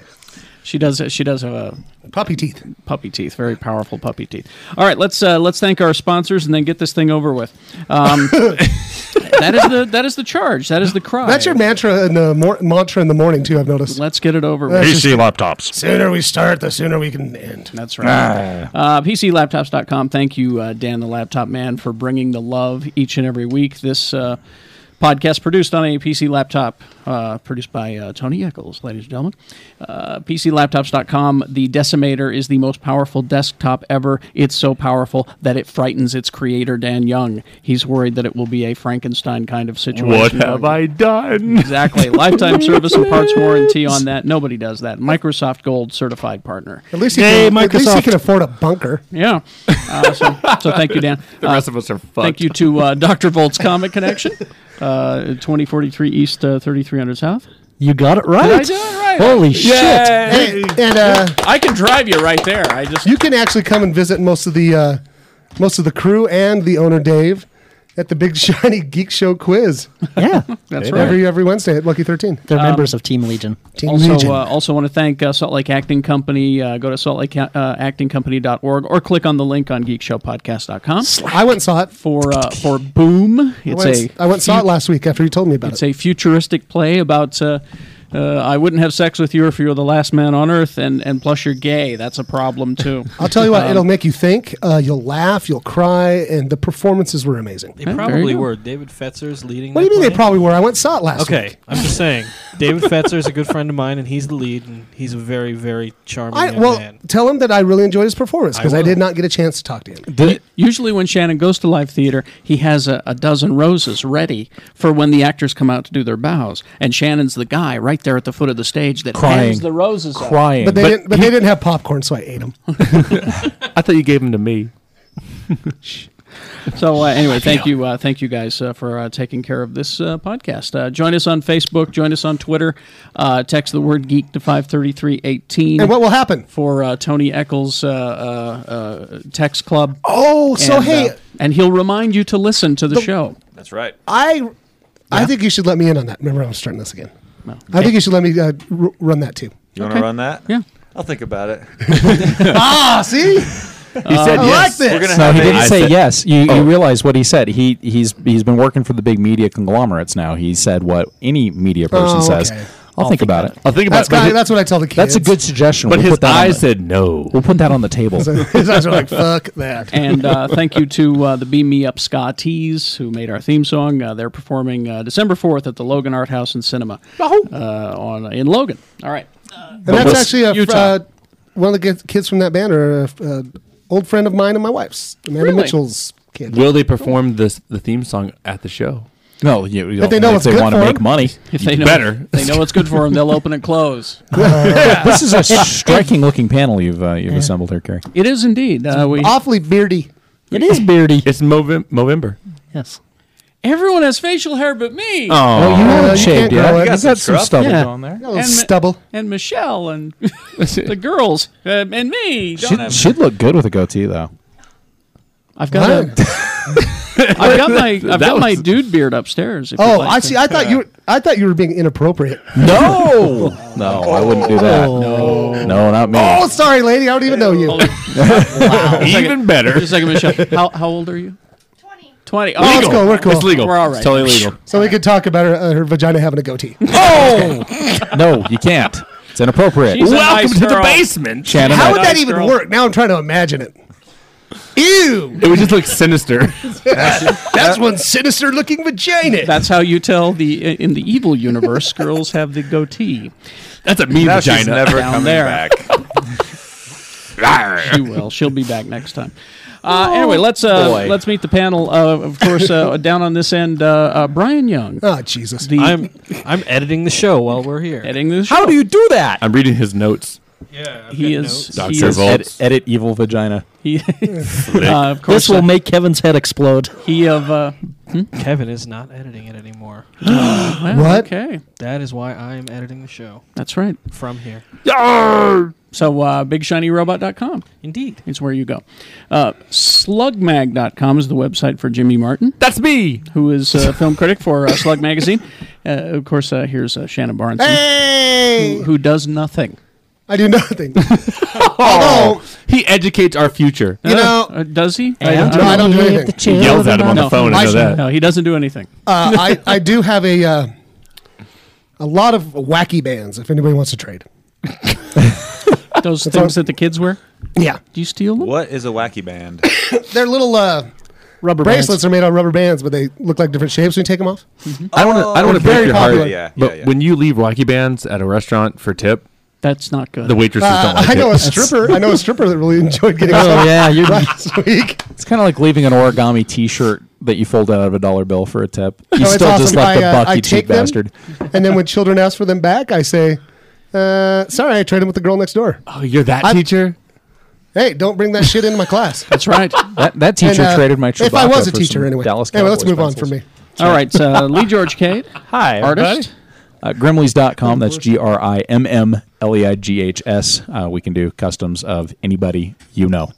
[SPEAKER 1] She does. She does have a
[SPEAKER 8] Puppy teeth.
[SPEAKER 1] puppy teeth, very powerful puppy teeth. All right, let's uh, let's thank our sponsors and then get this thing over with.
[SPEAKER 8] (laughs)
[SPEAKER 1] Um, that is the that is the charge. That is the cry.
[SPEAKER 8] That's your mantra in the mor- mantra in the morning too. I've noticed.
[SPEAKER 1] Let's get it over with.
[SPEAKER 2] laptops.
[SPEAKER 8] sooner we start, the sooner we can end.
[SPEAKER 1] That's
[SPEAKER 2] Ah.
[SPEAKER 1] right. Uh, PCLaptops.com. Thank you, uh, Dan the Laptop Man, for bringing the love each and every week. This uh, podcast produced on a PC laptop, uh, produced by uh, Tony Eccles, ladies and gentlemen. Uh, PCLaptops.com. The Decimator is the most powerful desktop ever. It's so powerful that it frightens its creator, Dan Young. He's worried that it will be a Frankenstein kind of situation.
[SPEAKER 2] What have I done?
[SPEAKER 1] (laughs) Exactly. Lifetime service and parts warranty on that. Nobody does that. Microsoft Gold certified partner.
[SPEAKER 8] At least he
[SPEAKER 2] Yay,
[SPEAKER 8] can, at least he
[SPEAKER 2] Microsoft.
[SPEAKER 8] can afford a bunker.
[SPEAKER 1] Yeah. Uh, so, so (laughs) thank you, Dan. Uh,
[SPEAKER 2] The rest of us are fucked.
[SPEAKER 1] Thank you to uh, Dr. Volt's Comic Connection, uh, 2043 East, uh, 3300 South.
[SPEAKER 6] You got it right.
[SPEAKER 1] I do it right?
[SPEAKER 6] Holy shit!
[SPEAKER 8] Hey, and uh,
[SPEAKER 1] I can drive you right there. I just
[SPEAKER 8] you can actually come and visit most of the uh, most of the crew and the owner Dave at the Big (laughs) Shiny Geek Show quiz
[SPEAKER 6] Yeah,
[SPEAKER 1] that's right.
[SPEAKER 8] every every Wednesday at Lucky Thirteen.
[SPEAKER 1] Um,
[SPEAKER 6] they're members of Team Legion.
[SPEAKER 8] Team
[SPEAKER 1] Also,
[SPEAKER 8] Legion.
[SPEAKER 1] uh, also want to thank uh, Salt Lake Acting Company. Uh, go to saltlakeactingcompany.org or click on the link on geekshowpodcast.com
[SPEAKER 8] I went and saw it.
[SPEAKER 1] for uh, for Boom.
[SPEAKER 8] I
[SPEAKER 1] It's uh,
[SPEAKER 8] went,
[SPEAKER 1] a
[SPEAKER 8] I went and saw it last week after you told me about
[SPEAKER 1] It's
[SPEAKER 8] it.
[SPEAKER 1] a futuristic play about uh, uh, I wouldn't have sex with you if you were the last man on earth, and, and plus you're gay. That's a um, problem (laughs) too.
[SPEAKER 8] i I'll tell you what, it'll make you think. Uh, you'll laugh, you'll cry, and the performances were amazing.
[SPEAKER 7] They
[SPEAKER 1] Yeah, there you
[SPEAKER 7] probably
[SPEAKER 1] go.
[SPEAKER 7] were.
[SPEAKER 9] Or David Fetzer's leading.
[SPEAKER 8] What do
[SPEAKER 9] that
[SPEAKER 8] you mean they
[SPEAKER 9] play?
[SPEAKER 8] probably were? I went and saw it last week.
[SPEAKER 9] Okay, I'm just saying. David Fetzer is a good friend of mine, and he's the lead, and he's a very, very charming
[SPEAKER 8] I,
[SPEAKER 9] young
[SPEAKER 8] well,
[SPEAKER 9] man.
[SPEAKER 8] tell him that I really enjoyed his performance because I,
[SPEAKER 9] will.
[SPEAKER 8] did not get a chance to talk to him.
[SPEAKER 7] Did,
[SPEAKER 1] Usually, when Shannon goes to live theater, he has a, a dozen roses ready for when the actors come out to do their bows, and Shannon's the guy right there at the foot of the stage that hands
[SPEAKER 7] Crying.
[SPEAKER 1] the roses. up.
[SPEAKER 7] crying.
[SPEAKER 8] But they didn't. But they didn't have popcorn, so I
[SPEAKER 1] (laughs)
[SPEAKER 8] ate them.
[SPEAKER 5] I thought you gave them to me.
[SPEAKER 1] So uh, anyway, thank you, uh, thank you guys uh, for uh, taking care of this uh, podcast. Uh, join us on Facebook. Join us on Twitter. Uh, text the word geek to five thirty three eighteen.
[SPEAKER 8] and what will happen?
[SPEAKER 1] for uh, Tony Eccles' uh, uh, uh, text club.
[SPEAKER 8] Oh, so
[SPEAKER 1] and,
[SPEAKER 8] hey,
[SPEAKER 1] uh, and he'll remind you to listen to the, show.
[SPEAKER 2] That's right.
[SPEAKER 8] I, I think you should let me in on that. Remember, I'm starting this again. I think you should let me uh, r- run that too.
[SPEAKER 2] You want to run that?
[SPEAKER 1] Yeah.
[SPEAKER 2] I'll think about (laughs) it.
[SPEAKER 8] Ah, see,
[SPEAKER 2] He said
[SPEAKER 8] I like this.
[SPEAKER 2] We're gonna
[SPEAKER 7] No,
[SPEAKER 2] have
[SPEAKER 7] he
[SPEAKER 2] a-
[SPEAKER 7] didn't
[SPEAKER 2] I
[SPEAKER 7] say
[SPEAKER 2] said-
[SPEAKER 7] yes. You, you realize what he said. He he's he's been working for the big media conglomerates now. He said what any media person
[SPEAKER 8] Oh,
[SPEAKER 7] says.
[SPEAKER 8] okay.
[SPEAKER 7] I'll, think, about it.
[SPEAKER 5] I'll think about
[SPEAKER 8] that's
[SPEAKER 5] it. but
[SPEAKER 8] kind
[SPEAKER 5] hi-
[SPEAKER 8] of, that's what I tell the kids.
[SPEAKER 7] That's a
[SPEAKER 8] (laughs)
[SPEAKER 7] good suggestion.
[SPEAKER 5] But
[SPEAKER 7] we'll
[SPEAKER 5] his
[SPEAKER 7] put that on
[SPEAKER 5] eyes
[SPEAKER 7] the-
[SPEAKER 5] said no.
[SPEAKER 7] we'll put that on the table.
[SPEAKER 8] His eyes are like fuck
[SPEAKER 7] (laughs)
[SPEAKER 8] that.
[SPEAKER 1] And uh, thank you to uh, the Beam Me Up Scotties who made our theme song. Uh, they're performing uh, December fourth at the Logan Art House and Cinema uh, on in Logan. All right.
[SPEAKER 8] And that's actually a fr-
[SPEAKER 1] Utah.
[SPEAKER 8] uh, one of the kids- kids from that band are a, a old friend of mine and my wife's, Amanda
[SPEAKER 1] Really?
[SPEAKER 8] Mitchell's kid.
[SPEAKER 10] Will they perform this, the theme song at the show?
[SPEAKER 7] No, you, you
[SPEAKER 8] If they know
[SPEAKER 7] if
[SPEAKER 8] it's
[SPEAKER 7] they
[SPEAKER 8] good
[SPEAKER 7] want to
[SPEAKER 8] for
[SPEAKER 7] make
[SPEAKER 8] 'em. (laughs)
[SPEAKER 7] money.
[SPEAKER 10] You
[SPEAKER 1] If they know,
[SPEAKER 10] better.
[SPEAKER 1] if they know what's good for them, they'll open
[SPEAKER 10] (laughs)
[SPEAKER 1] and close.
[SPEAKER 7] this
[SPEAKER 8] (laughs)
[SPEAKER 7] is a striking looking panel you've uh, you've assembled here, Gary.
[SPEAKER 1] It is indeed. Uh, we,
[SPEAKER 8] Awfully beardy.
[SPEAKER 7] It is beardy.
[SPEAKER 10] It's Movem- Movember.
[SPEAKER 6] Yes.
[SPEAKER 1] everyone has facial hair but me.
[SPEAKER 7] Oh, you
[SPEAKER 8] Uh, you
[SPEAKER 7] haven't
[SPEAKER 8] can't
[SPEAKER 7] shaved
[SPEAKER 8] grow
[SPEAKER 7] yet.
[SPEAKER 8] it.
[SPEAKER 7] You
[SPEAKER 8] You
[SPEAKER 7] got
[SPEAKER 8] got
[SPEAKER 7] some stubble
[SPEAKER 6] Yeah.
[SPEAKER 7] on there.
[SPEAKER 8] Got a little
[SPEAKER 1] And Ma-
[SPEAKER 8] stubble.
[SPEAKER 1] and
[SPEAKER 10] (laughs)
[SPEAKER 1] Michelle and the girls uh, and me. Don't
[SPEAKER 7] She'd,
[SPEAKER 1] have-
[SPEAKER 7] she'd look good with a goatee, though.
[SPEAKER 1] I've got a, (laughs) I've
[SPEAKER 10] (laughs)
[SPEAKER 1] got my I've got my
[SPEAKER 10] was-
[SPEAKER 1] dude beard upstairs. if you'd
[SPEAKER 8] Oh,
[SPEAKER 1] like
[SPEAKER 8] I
[SPEAKER 1] to.
[SPEAKER 8] see. I thought you were. I thought you were being inappropriate.
[SPEAKER 7] No, no, I wouldn't do that. No, no, not me.
[SPEAKER 8] Oh, sorry, lady. I don't even know you.
[SPEAKER 1] Hold on.
[SPEAKER 10] Even better.
[SPEAKER 1] Just a
[SPEAKER 10] (laughs)
[SPEAKER 1] second, Michelle. How how old are you?
[SPEAKER 11] Twenty.
[SPEAKER 1] Twenty.
[SPEAKER 8] Oh,
[SPEAKER 1] Oh,
[SPEAKER 8] let's go. We're cool.
[SPEAKER 10] It's legal.
[SPEAKER 1] We're all
[SPEAKER 10] It's
[SPEAKER 1] right.
[SPEAKER 10] totally legal.
[SPEAKER 8] So we could talk about her, uh, her vagina having a goatee.
[SPEAKER 7] No, you can't. It's inappropriate.
[SPEAKER 1] She's a
[SPEAKER 10] Welcome
[SPEAKER 1] nice
[SPEAKER 10] to the
[SPEAKER 1] girl.
[SPEAKER 10] basement.
[SPEAKER 7] Shannon,
[SPEAKER 8] How would
[SPEAKER 7] I,
[SPEAKER 8] that even
[SPEAKER 1] girl.
[SPEAKER 8] work? Now I'm trying to imagine it. Ew!
[SPEAKER 10] It would just look sinister.
[SPEAKER 8] That's one sinister looking vagina.
[SPEAKER 1] (laughs) That's how you tell the in the evil universe, girls have the goatee.
[SPEAKER 10] That's a mean
[SPEAKER 2] Now
[SPEAKER 10] vagina.
[SPEAKER 2] she's never
[SPEAKER 1] Down
[SPEAKER 2] coming
[SPEAKER 1] there.
[SPEAKER 2] back.
[SPEAKER 1] She will. She'll be back next time. Uh, anyway, let's uh,
[SPEAKER 7] boy.
[SPEAKER 1] let's meet the panel. Uh, of course, uh, down on this end, uh, uh, Brian Young,
[SPEAKER 8] oh, Jesus.
[SPEAKER 1] the
[SPEAKER 9] I'm I'm editing the show while we're here.
[SPEAKER 1] editing this.
[SPEAKER 7] how do you do that?
[SPEAKER 10] I'm reading his notes.
[SPEAKER 9] Yeah,
[SPEAKER 1] He is.
[SPEAKER 10] Dr.
[SPEAKER 1] He is.
[SPEAKER 10] Vol-
[SPEAKER 7] Ed, edit evil vagina.
[SPEAKER 1] He, (laughs) uh, of course,
[SPEAKER 6] This will
[SPEAKER 1] uh,
[SPEAKER 6] make Kevin's head explode.
[SPEAKER 1] he of. Uh,
[SPEAKER 9] Kevin is not editing it anymore.
[SPEAKER 1] well,
[SPEAKER 8] What?
[SPEAKER 1] Okay,
[SPEAKER 9] That is why I am editing the show
[SPEAKER 1] that's right.
[SPEAKER 9] from here.
[SPEAKER 1] So, uh, BigShinyRobot.com.
[SPEAKER 9] Indeed.
[SPEAKER 1] It's where you go. Uh, slugmag.com is the website for Jimmy Martin,
[SPEAKER 10] That's me.
[SPEAKER 1] who is a film critic for uh, Slug Magazine. Uh, of course, uh, here's uh, Shannon Barnes,
[SPEAKER 8] Hey!
[SPEAKER 1] who does nothing.
[SPEAKER 8] I do nothing.
[SPEAKER 10] Oh, he educates our future.
[SPEAKER 8] You know,
[SPEAKER 1] Uh, does he?
[SPEAKER 6] And
[SPEAKER 8] I don't do
[SPEAKER 6] leave
[SPEAKER 8] anything.
[SPEAKER 6] the
[SPEAKER 10] He yells at him on
[SPEAKER 6] (laughs)
[SPEAKER 1] No.
[SPEAKER 10] the phone. I know that.
[SPEAKER 1] No, he doesn't do anything.
[SPEAKER 8] uh, I, I do have a, uh, a lot of wacky bands if anybody wants to trade.
[SPEAKER 1] Those things that the kids wear.
[SPEAKER 8] Yeah.
[SPEAKER 1] Do you steal them?
[SPEAKER 2] What is a wacky band?
[SPEAKER 8] They're little uh,
[SPEAKER 1] Rubber
[SPEAKER 8] bracelets are made out of rubber bands, but they look like different shapes when you take them off.
[SPEAKER 10] I don't. wanna- I don't want to break
[SPEAKER 8] very
[SPEAKER 10] your heart.
[SPEAKER 8] popular.
[SPEAKER 2] Yeah,
[SPEAKER 10] but
[SPEAKER 2] yeah, yeah.
[SPEAKER 10] when you leave Wacky Bands at a restaurant for tip,
[SPEAKER 1] That's not good.
[SPEAKER 10] the waitresses
[SPEAKER 8] Uh,
[SPEAKER 10] don't like
[SPEAKER 8] I know
[SPEAKER 10] it.
[SPEAKER 8] a stripper. I know a stripper that really enjoyed getting
[SPEAKER 7] Oh
[SPEAKER 8] off
[SPEAKER 7] yeah, you're,
[SPEAKER 8] (laughs) last week.
[SPEAKER 7] it's kind of like leaving an origami T-shirt that you fold out of a dollar bill for a tip. You
[SPEAKER 8] it's
[SPEAKER 7] still just
[SPEAKER 8] awesome.
[SPEAKER 7] left
[SPEAKER 8] I,
[SPEAKER 7] a
[SPEAKER 8] uh,
[SPEAKER 7] buck,
[SPEAKER 8] I
[SPEAKER 7] you cheap
[SPEAKER 8] take them.
[SPEAKER 7] bastard.
[SPEAKER 8] And then when children ask for them back, I say, uh, sorry, I traded with the girl next door.
[SPEAKER 10] Oh, you're that
[SPEAKER 8] I-
[SPEAKER 10] teacher.
[SPEAKER 8] Hey, don't bring that shit into
[SPEAKER 7] (laughs)
[SPEAKER 8] my class.
[SPEAKER 1] That's
[SPEAKER 10] (laughs)
[SPEAKER 1] right.
[SPEAKER 7] That, that teacher
[SPEAKER 8] And, uh,
[SPEAKER 7] traded my Chewbacca
[SPEAKER 8] If I was a
[SPEAKER 7] for
[SPEAKER 8] teacher,
[SPEAKER 7] some
[SPEAKER 8] anyway.
[SPEAKER 7] Dallas
[SPEAKER 8] anyway, let's
[SPEAKER 7] Cowboys
[SPEAKER 8] move on
[SPEAKER 7] pencils.
[SPEAKER 8] from me.
[SPEAKER 1] All right. Uh, Lee George Cade,
[SPEAKER 7] Hi,
[SPEAKER 1] artist.
[SPEAKER 7] Uh, Grimleys.com, that's G R I M M L E I G H S. Uh, we can do customs of anybody you know.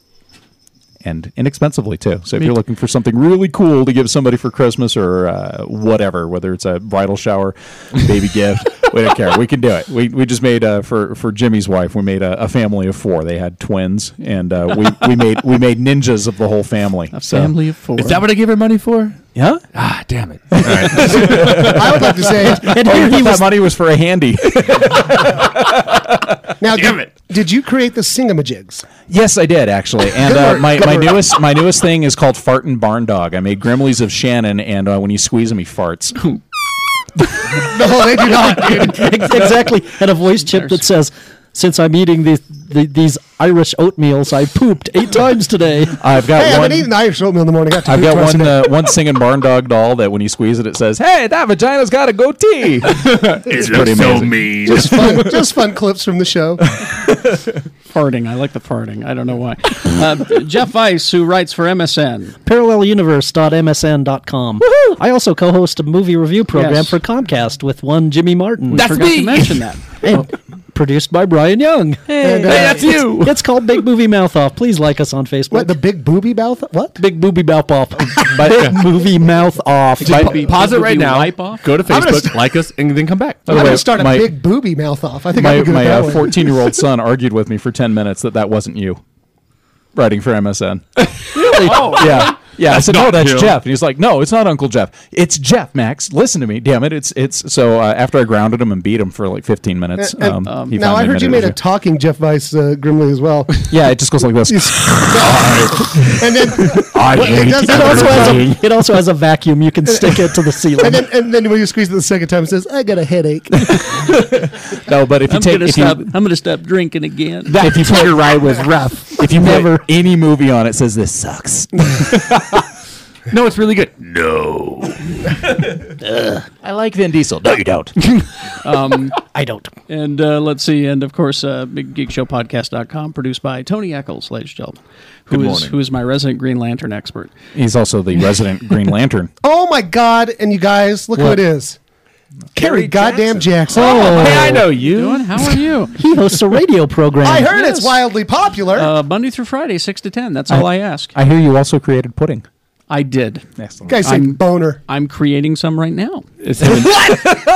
[SPEAKER 7] And inexpensively, too. So if you're looking for something really cool to give somebody for Christmas or uh, whatever, whether it's a bridal shower,
[SPEAKER 8] (laughs)
[SPEAKER 7] baby gift, we don't care. We can do it. We, we just made, uh, for, for Jimmy's wife, we made a, a family of four. They had twins, and uh, we, we, made, we made ninjas of the whole family.
[SPEAKER 1] A family of four.
[SPEAKER 10] Is that what I gave her money for?
[SPEAKER 7] Yeah?
[SPEAKER 10] Ah, damn it.
[SPEAKER 8] (laughs) I would like to say
[SPEAKER 7] (laughs) And that money was for a handy.
[SPEAKER 8] now, did, did you create the singamajigs?
[SPEAKER 7] (laughs) Yes, I did actually, and uh, my, my newest my newest thing is called Fart and Barn Dog. I made Gremlins of Shannon, and uh, when you squeeze him, he farts.
[SPEAKER 8] No, they do not. dude. (laughs)
[SPEAKER 6] Ex- exactly. And a voice chip that says, since I'm eating these, the, these Irish oatmeals, I pooped
[SPEAKER 8] (laughs)
[SPEAKER 6] eight times today.
[SPEAKER 7] I've got
[SPEAKER 8] Hey, I've
[SPEAKER 7] one.
[SPEAKER 8] been eating Irish oatmeal in the morning. I have to
[SPEAKER 7] I've got
[SPEAKER 8] poop (laughs) twice a
[SPEAKER 7] one
[SPEAKER 8] day.
[SPEAKER 7] uh, one singing barn dog doll that when you squeeze it, it says, "Hey, that vagina's got a goatee."
[SPEAKER 10] It's
[SPEAKER 7] pretty amazing.
[SPEAKER 10] mean.
[SPEAKER 8] Just fun, just fun clips from
[SPEAKER 7] (laughs)
[SPEAKER 8] the show.
[SPEAKER 1] farting? I like the farting. I don't know why. Uh, Jeff Weiss, who writes for MSN.
[SPEAKER 6] paralleluniverse.msn.com. I also co-host a movie review program
[SPEAKER 1] Yes.
[SPEAKER 6] for Comcast with one Jimmy Martin.
[SPEAKER 1] I forgot to mention
[SPEAKER 10] (laughs)
[SPEAKER 1] that.
[SPEAKER 6] and produced by Brian Young.
[SPEAKER 8] And, uh,
[SPEAKER 10] that's you.
[SPEAKER 6] It's called Big Movie Mouth Off. Please like us on Facebook.
[SPEAKER 8] what the big booby mouth? What?
[SPEAKER 6] Big Booby Mouth Off. Big Movie Mouth Off.
[SPEAKER 1] Be-
[SPEAKER 10] Pause it
[SPEAKER 1] would
[SPEAKER 10] right
[SPEAKER 1] be
[SPEAKER 10] now.
[SPEAKER 1] wipe off?
[SPEAKER 10] Go to
[SPEAKER 8] I'm gonna
[SPEAKER 10] Facebook,
[SPEAKER 8] st-
[SPEAKER 10] like us, and then come back.
[SPEAKER 7] By the
[SPEAKER 8] I'm
[SPEAKER 7] way,
[SPEAKER 8] gonna start a
[SPEAKER 7] my-
[SPEAKER 8] big booby mouth off. I think
[SPEAKER 7] my
[SPEAKER 8] I'm good
[SPEAKER 7] my
[SPEAKER 8] at that
[SPEAKER 7] uh,
[SPEAKER 8] one.
[SPEAKER 7] 14 year
[SPEAKER 8] (laughs)
[SPEAKER 7] old son argued
[SPEAKER 8] (laughs) Oh.
[SPEAKER 7] with me for 10 minutes that that wasn't you writing for MSN. really? Yeah. Yeah, I said, no,
[SPEAKER 10] not
[SPEAKER 7] that's
[SPEAKER 10] you."
[SPEAKER 7] Jeff. And he's like, no, it's not Uncle Jeff. It's Jeff, Max. Listen to me. Damn it. It's, it's. So uh, after I grounded him and beat him for like 15 minutes,
[SPEAKER 8] And- and-
[SPEAKER 7] um, he
[SPEAKER 8] Uh, now I
[SPEAKER 7] finally
[SPEAKER 8] heard you made
[SPEAKER 7] admitted
[SPEAKER 8] a
[SPEAKER 7] it was
[SPEAKER 8] talking Jeff Weiss uh, Grimley
[SPEAKER 7] (laughs)
[SPEAKER 8] as well.
[SPEAKER 7] you. Yeah, it just goes like
[SPEAKER 8] (laughs)
[SPEAKER 7] this.
[SPEAKER 8] and then
[SPEAKER 7] I
[SPEAKER 8] Well, it
[SPEAKER 7] hate
[SPEAKER 8] does-
[SPEAKER 6] It
[SPEAKER 7] (laughs)
[SPEAKER 6] also, has
[SPEAKER 7] everything.
[SPEAKER 6] a, it also has a vacuum. You can stick it to the ceiling.
[SPEAKER 8] and then and then when you squeeze it the second time, it says, "I got a headache."
[SPEAKER 7] No, but if you
[SPEAKER 1] I'm
[SPEAKER 7] take
[SPEAKER 1] gonna
[SPEAKER 7] if you-
[SPEAKER 1] stop. I'm gonna stop drinking again.
[SPEAKER 7] That- if you put your ride
[SPEAKER 6] was rough.
[SPEAKER 7] (laughs) if you never any movie on it says this sucks. (laughs) no, it's really good.
[SPEAKER 6] (laughs)
[SPEAKER 7] No. I like Vin Diesel. No, you (laughs) don't.
[SPEAKER 1] Um,
[SPEAKER 6] I don't.
[SPEAKER 1] And uh, let's see. And of course, uh, BigGeekShowPodcast.com, produced by Tony Eccles, ladies and gentlemen, who
[SPEAKER 7] Good
[SPEAKER 1] is-
[SPEAKER 7] morning.
[SPEAKER 1] who is my resident Green Lantern expert.
[SPEAKER 7] He's also the resident Green (laughs) Lantern.
[SPEAKER 8] oh my God! And you guys, look who
[SPEAKER 7] What?
[SPEAKER 8] it is. Carrie goddamn Jackson.
[SPEAKER 7] Oh,
[SPEAKER 8] Oh,
[SPEAKER 7] hey, I know you.
[SPEAKER 1] Doing? How are you?
[SPEAKER 6] He hosts a radio program.
[SPEAKER 8] I heard
[SPEAKER 1] Yes.
[SPEAKER 8] it's wildly
[SPEAKER 1] (laughs)
[SPEAKER 8] popular.
[SPEAKER 1] Uh, Monday through Friday, six to ten. That's all I, ask.
[SPEAKER 7] I hear you also created pudding.
[SPEAKER 1] I did.
[SPEAKER 7] Excellent.
[SPEAKER 8] guys say
[SPEAKER 1] I'm-
[SPEAKER 8] boner.
[SPEAKER 1] I'm creating some right now.
[SPEAKER 7] (laughs)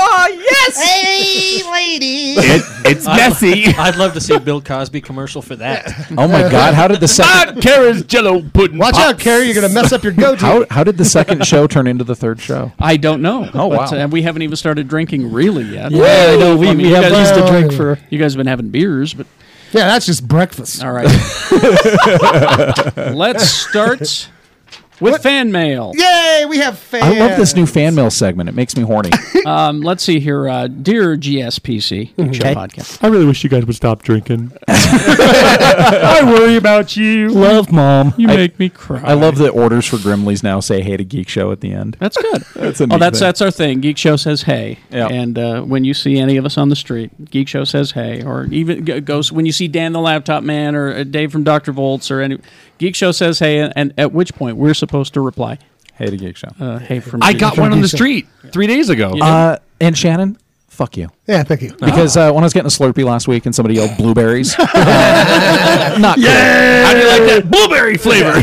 [SPEAKER 7] Oh,
[SPEAKER 10] it's messy.
[SPEAKER 9] I'd love to see a Bill Cosby commercial for that.
[SPEAKER 7] Oh my God! How did the second
[SPEAKER 10] Not Kara's Jello pudding.
[SPEAKER 8] Watch out, Carrie! You're gonna mess (laughs) up your goatee.
[SPEAKER 7] how, how did
[SPEAKER 1] (laughs)
[SPEAKER 7] the second show turn into the third show?
[SPEAKER 1] I don't know.
[SPEAKER 7] Oh,
[SPEAKER 1] But,
[SPEAKER 7] wow.
[SPEAKER 1] uh, we haven't even started drinking really yet.
[SPEAKER 6] Yeah, I know. We,
[SPEAKER 1] I mean,
[SPEAKER 6] we
[SPEAKER 1] you
[SPEAKER 6] have
[SPEAKER 1] guys-
[SPEAKER 6] these to
[SPEAKER 8] Well,
[SPEAKER 6] drink
[SPEAKER 8] yeah.
[SPEAKER 6] for.
[SPEAKER 1] You guys have been having beers, but
[SPEAKER 8] yeah, that's just breakfast.
[SPEAKER 1] all right. Let's start with fan mail.
[SPEAKER 8] Yay! We have fans.
[SPEAKER 7] I love this new fan mail segment. It makes me horny.
[SPEAKER 1] Um, let's see here, uh, dear GSPC Geek Show
[SPEAKER 6] Okay.
[SPEAKER 1] podcast.
[SPEAKER 5] I really wish you guys would stop drinking.
[SPEAKER 7] I worry about you.
[SPEAKER 6] Love, mom.
[SPEAKER 1] You make me cry.
[SPEAKER 7] (laughs) I love that orders for Grimleys now say "Hey to Geek Show" at the end.
[SPEAKER 1] That's good.
[SPEAKER 7] (laughs) That's a
[SPEAKER 1] oh,
[SPEAKER 7] neat
[SPEAKER 1] that's
[SPEAKER 7] thing.
[SPEAKER 1] that's our thing. Geek Show says hey,
[SPEAKER 7] Yeah.
[SPEAKER 1] and uh, when you see any of us on the street, Geek Show says hey, or even g- goes when you see Dan the Laptop Man or uh, Dave from Doctor Volts or any Geek Show says hey, and, and at which point we're supposed to reply
[SPEAKER 7] Hey to Geek Show.
[SPEAKER 1] uh, hey from
[SPEAKER 10] I
[SPEAKER 1] Geek
[SPEAKER 10] got
[SPEAKER 1] Show.
[SPEAKER 10] one on the street three days ago.
[SPEAKER 7] Uh, and Shannon, fuck you.
[SPEAKER 8] Yeah, thank you.
[SPEAKER 1] Oh. Ah,
[SPEAKER 7] Because uh, when I was getting a Slurpee last week and somebody yelled
[SPEAKER 1] (laughs)
[SPEAKER 7] blueberries, (laughs) uh, not yeah.
[SPEAKER 10] How do you like that blueberry flavor?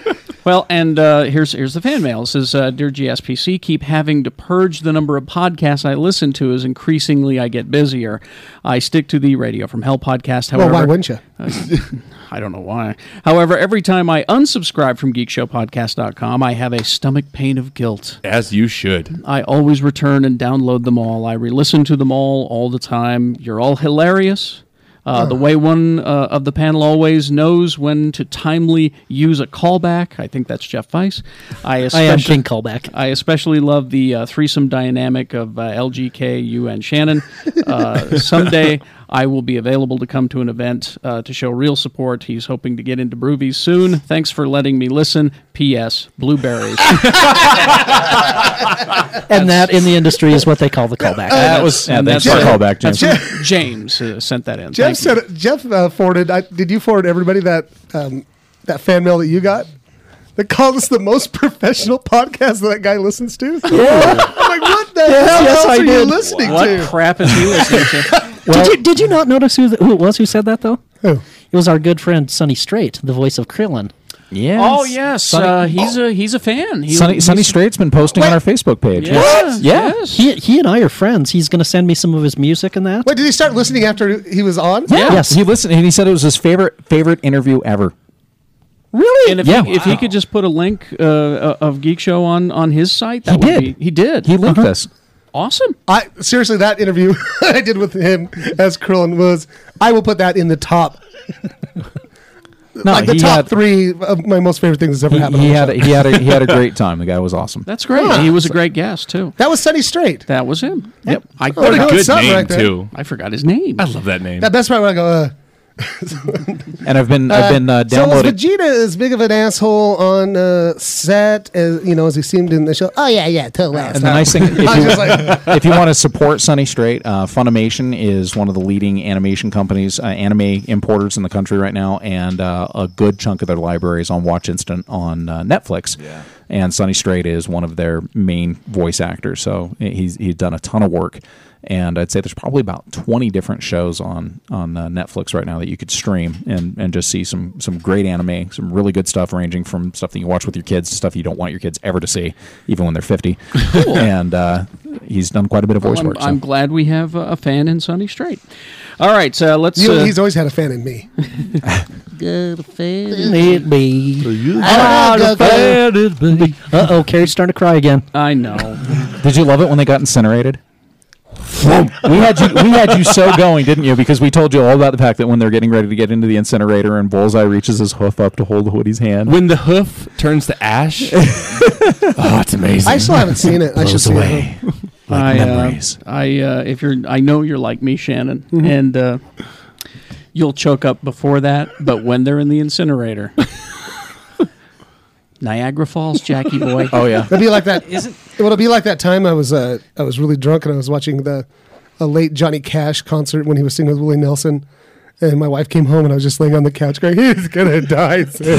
[SPEAKER 5] (laughs)
[SPEAKER 1] Well, and uh, here's here's the fan mail. It says, uh, "Dear GSPC, keep having to purge the number of podcasts I listen to as increasingly I get busier. I stick to the Radio from Hell podcast.
[SPEAKER 8] Well,
[SPEAKER 1] However,
[SPEAKER 8] why wouldn't you?
[SPEAKER 1] I don't know why. However, every time I unsubscribe from geekshowpodcast.com, I have a stomach pain of guilt.
[SPEAKER 10] As you should.
[SPEAKER 1] I always return and download them all. I re listen to them all all the time. You're all hilarious. Uh, The way one uh, of the panel always knows when to timely use a callback. I think that's Jeff Weiss. I,
[SPEAKER 6] I am
[SPEAKER 1] especially,
[SPEAKER 6] King Callback.
[SPEAKER 1] I especially love the uh, threesome dynamic of uh, LGK, you, and
[SPEAKER 6] (laughs)
[SPEAKER 1] Shannon. Uh, someday I will be available to come to an event uh, to show real support. He's hoping to get into Broovies soon. Thanks for letting me listen. P.S.
[SPEAKER 7] (laughs)
[SPEAKER 1] Blueberries.
[SPEAKER 6] And that in the industry is what they call the callback.
[SPEAKER 7] that was yeah,
[SPEAKER 1] and
[SPEAKER 7] thanks for
[SPEAKER 1] that's-
[SPEAKER 7] the callback,
[SPEAKER 1] That's
[SPEAKER 7] James.
[SPEAKER 1] from James uh, sent that in.
[SPEAKER 8] Jeff
[SPEAKER 1] Thank you.
[SPEAKER 8] said Jeff uh, forwarded. I, did you forward everybody that um, that fan mail that you got? That calls us the most (laughs) professional podcast that, that guy listens (laughs) to. I'm like, what the hell
[SPEAKER 6] yes,
[SPEAKER 8] else
[SPEAKER 6] I
[SPEAKER 8] are you
[SPEAKER 6] did.
[SPEAKER 8] listening
[SPEAKER 1] "What
[SPEAKER 8] to?
[SPEAKER 1] crap is he listening
[SPEAKER 8] (laughs)
[SPEAKER 1] to?"
[SPEAKER 6] did, you, did you not notice who, the, who it was who said that, though?
[SPEAKER 8] Who?
[SPEAKER 6] It was our good friend Sonny Strait, the voice of Krillin.
[SPEAKER 7] Yes.
[SPEAKER 1] Oh yes,
[SPEAKER 7] Sunny,
[SPEAKER 1] uh, he's a he's a fan. He,
[SPEAKER 7] Sunny,
[SPEAKER 1] he's-
[SPEAKER 7] Sunny Straight's been posting on our Facebook page.
[SPEAKER 1] Yeah,
[SPEAKER 7] Yeah.
[SPEAKER 1] Yes.
[SPEAKER 6] He, he and I are friends. He's going to send me some of his music and that.
[SPEAKER 8] Wait, did he start listening after he was on?
[SPEAKER 7] Yeah.
[SPEAKER 6] Yes.
[SPEAKER 7] He listened and he said it was his favorite favorite interview ever.
[SPEAKER 6] Really?
[SPEAKER 1] And if,
[SPEAKER 7] Yeah.
[SPEAKER 1] he, if he could just put a link uh, uh, of Geek Show on, on his site, that
[SPEAKER 7] He
[SPEAKER 1] would
[SPEAKER 7] did.
[SPEAKER 1] be he did.
[SPEAKER 7] He linked us.
[SPEAKER 1] awesome.
[SPEAKER 8] I seriously, that interview (laughs) I did with him as Krillin was. I will put that in the top,
[SPEAKER 7] No,
[SPEAKER 8] like the
[SPEAKER 7] he
[SPEAKER 8] top
[SPEAKER 7] had,
[SPEAKER 8] three of my most favorite things that's ever
[SPEAKER 7] He,
[SPEAKER 8] happened.
[SPEAKER 7] he
[SPEAKER 8] on the
[SPEAKER 7] had
[SPEAKER 8] show.
[SPEAKER 7] a, he had a, he had a
[SPEAKER 8] (laughs)
[SPEAKER 7] great time. The guy was awesome.
[SPEAKER 1] That's great. He was a great guest too.
[SPEAKER 8] that was Sunny Straight.
[SPEAKER 1] That was him. Yep. I
[SPEAKER 8] What a
[SPEAKER 1] forgot,
[SPEAKER 8] good
[SPEAKER 10] Good
[SPEAKER 8] something
[SPEAKER 10] name,
[SPEAKER 8] like that.
[SPEAKER 10] too.
[SPEAKER 1] I forgot his name.
[SPEAKER 10] I love that name.
[SPEAKER 8] That best part when I go. Uh,
[SPEAKER 7] And I've been I've been uh,
[SPEAKER 8] So
[SPEAKER 7] downloading.
[SPEAKER 8] was Vegeta as big of an asshole on uh, set as you know as he seemed in the show? Oh yeah, yeah, totally.
[SPEAKER 7] and the nice thing, if
[SPEAKER 8] (laughs) I was
[SPEAKER 7] you,
[SPEAKER 8] just
[SPEAKER 7] (laughs) (laughs)
[SPEAKER 8] like,
[SPEAKER 7] if you want to support Sunny Straight, uh, Funimation is one of the leading animation companies, uh, anime importers in the country right now, and uh, a good chunk of their library is on Watch Instant on uh, Netflix. Yeah. And Sunny Straight is one of their main voice actors, so he's he's done a ton of work. And I'd say there's probably about 20 different shows on on uh, Netflix right now that you could stream and, and just see some some great anime, some really good stuff, ranging from stuff that you watch with your kids to stuff you don't want your kids ever to see, even when they're 50. And uh, he's done quite a bit of voice
[SPEAKER 1] Well, I'm,
[SPEAKER 7] work. so-
[SPEAKER 1] I'm glad we have a a fan in Sunny Straight. All right, so let's.
[SPEAKER 8] You know,
[SPEAKER 1] uh,
[SPEAKER 8] he's always had a fan in me.
[SPEAKER 6] Got a fan in me.
[SPEAKER 8] Ah,
[SPEAKER 6] Got a
[SPEAKER 8] got
[SPEAKER 6] fan in me. Uh oh, Carrie's starting to cry again.
[SPEAKER 1] I know.
[SPEAKER 7] Did you love it when they got incinerated? we had you we had you so going, didn't you? Because we told you all about the fact that when they're getting ready to get into the incinerator and Bullseye reaches his hoof up to hold Hoodie's hand.
[SPEAKER 10] When the hoof turns to
[SPEAKER 7] (laughs)
[SPEAKER 10] ash. oh, it's amazing.
[SPEAKER 8] I still haven't seen it. I should
[SPEAKER 10] Blows
[SPEAKER 8] see it.
[SPEAKER 10] away. Like
[SPEAKER 1] I, uh,
[SPEAKER 10] memories.
[SPEAKER 1] I uh, if you're, I know you're like me, Shannon, and uh, you'll choke up before that. But when they're in the incinerator, (laughs) Niagara Falls, Jackie boy.
[SPEAKER 7] oh yeah.
[SPEAKER 8] It'll be like that.
[SPEAKER 3] Isn't-
[SPEAKER 8] Well, it'll be like that time I was uh, I was really drunk and I was watching the a late Johnny Cash concert when he was singing with Willie Nelson. And my wife came home and I was just laying on the couch going, (laughs) "He's gonna die, soon.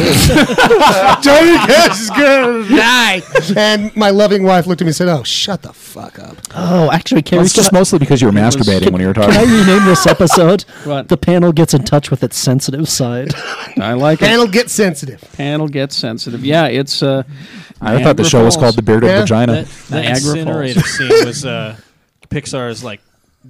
[SPEAKER 8] Johnny Cash is gonna die." And my loving wife looked at me and said, "Oh, shut the fuck up."
[SPEAKER 6] Oh, actually,
[SPEAKER 7] Well,
[SPEAKER 6] Carrie's
[SPEAKER 7] it's
[SPEAKER 6] (laughs)
[SPEAKER 7] just
[SPEAKER 6] not-
[SPEAKER 7] mostly because you were masturbating when you were
[SPEAKER 6] Can
[SPEAKER 10] (laughs)
[SPEAKER 6] I
[SPEAKER 7] talking.
[SPEAKER 6] rename this episode?
[SPEAKER 1] What?
[SPEAKER 6] The panel gets in touch with its sensitive side.
[SPEAKER 1] I like
[SPEAKER 8] And
[SPEAKER 1] it.
[SPEAKER 8] it'll get sensitive.
[SPEAKER 1] Panel gets sensitive. Yeah, it's. Uh,
[SPEAKER 7] I thought the
[SPEAKER 1] Niagara
[SPEAKER 7] show was
[SPEAKER 1] Falls.
[SPEAKER 7] called The Bearded (laughs)
[SPEAKER 8] Yeah.
[SPEAKER 7] Vagina.
[SPEAKER 9] That, that
[SPEAKER 1] Niagara Falls.
[SPEAKER 9] incinerator scene was uh, Pixar's like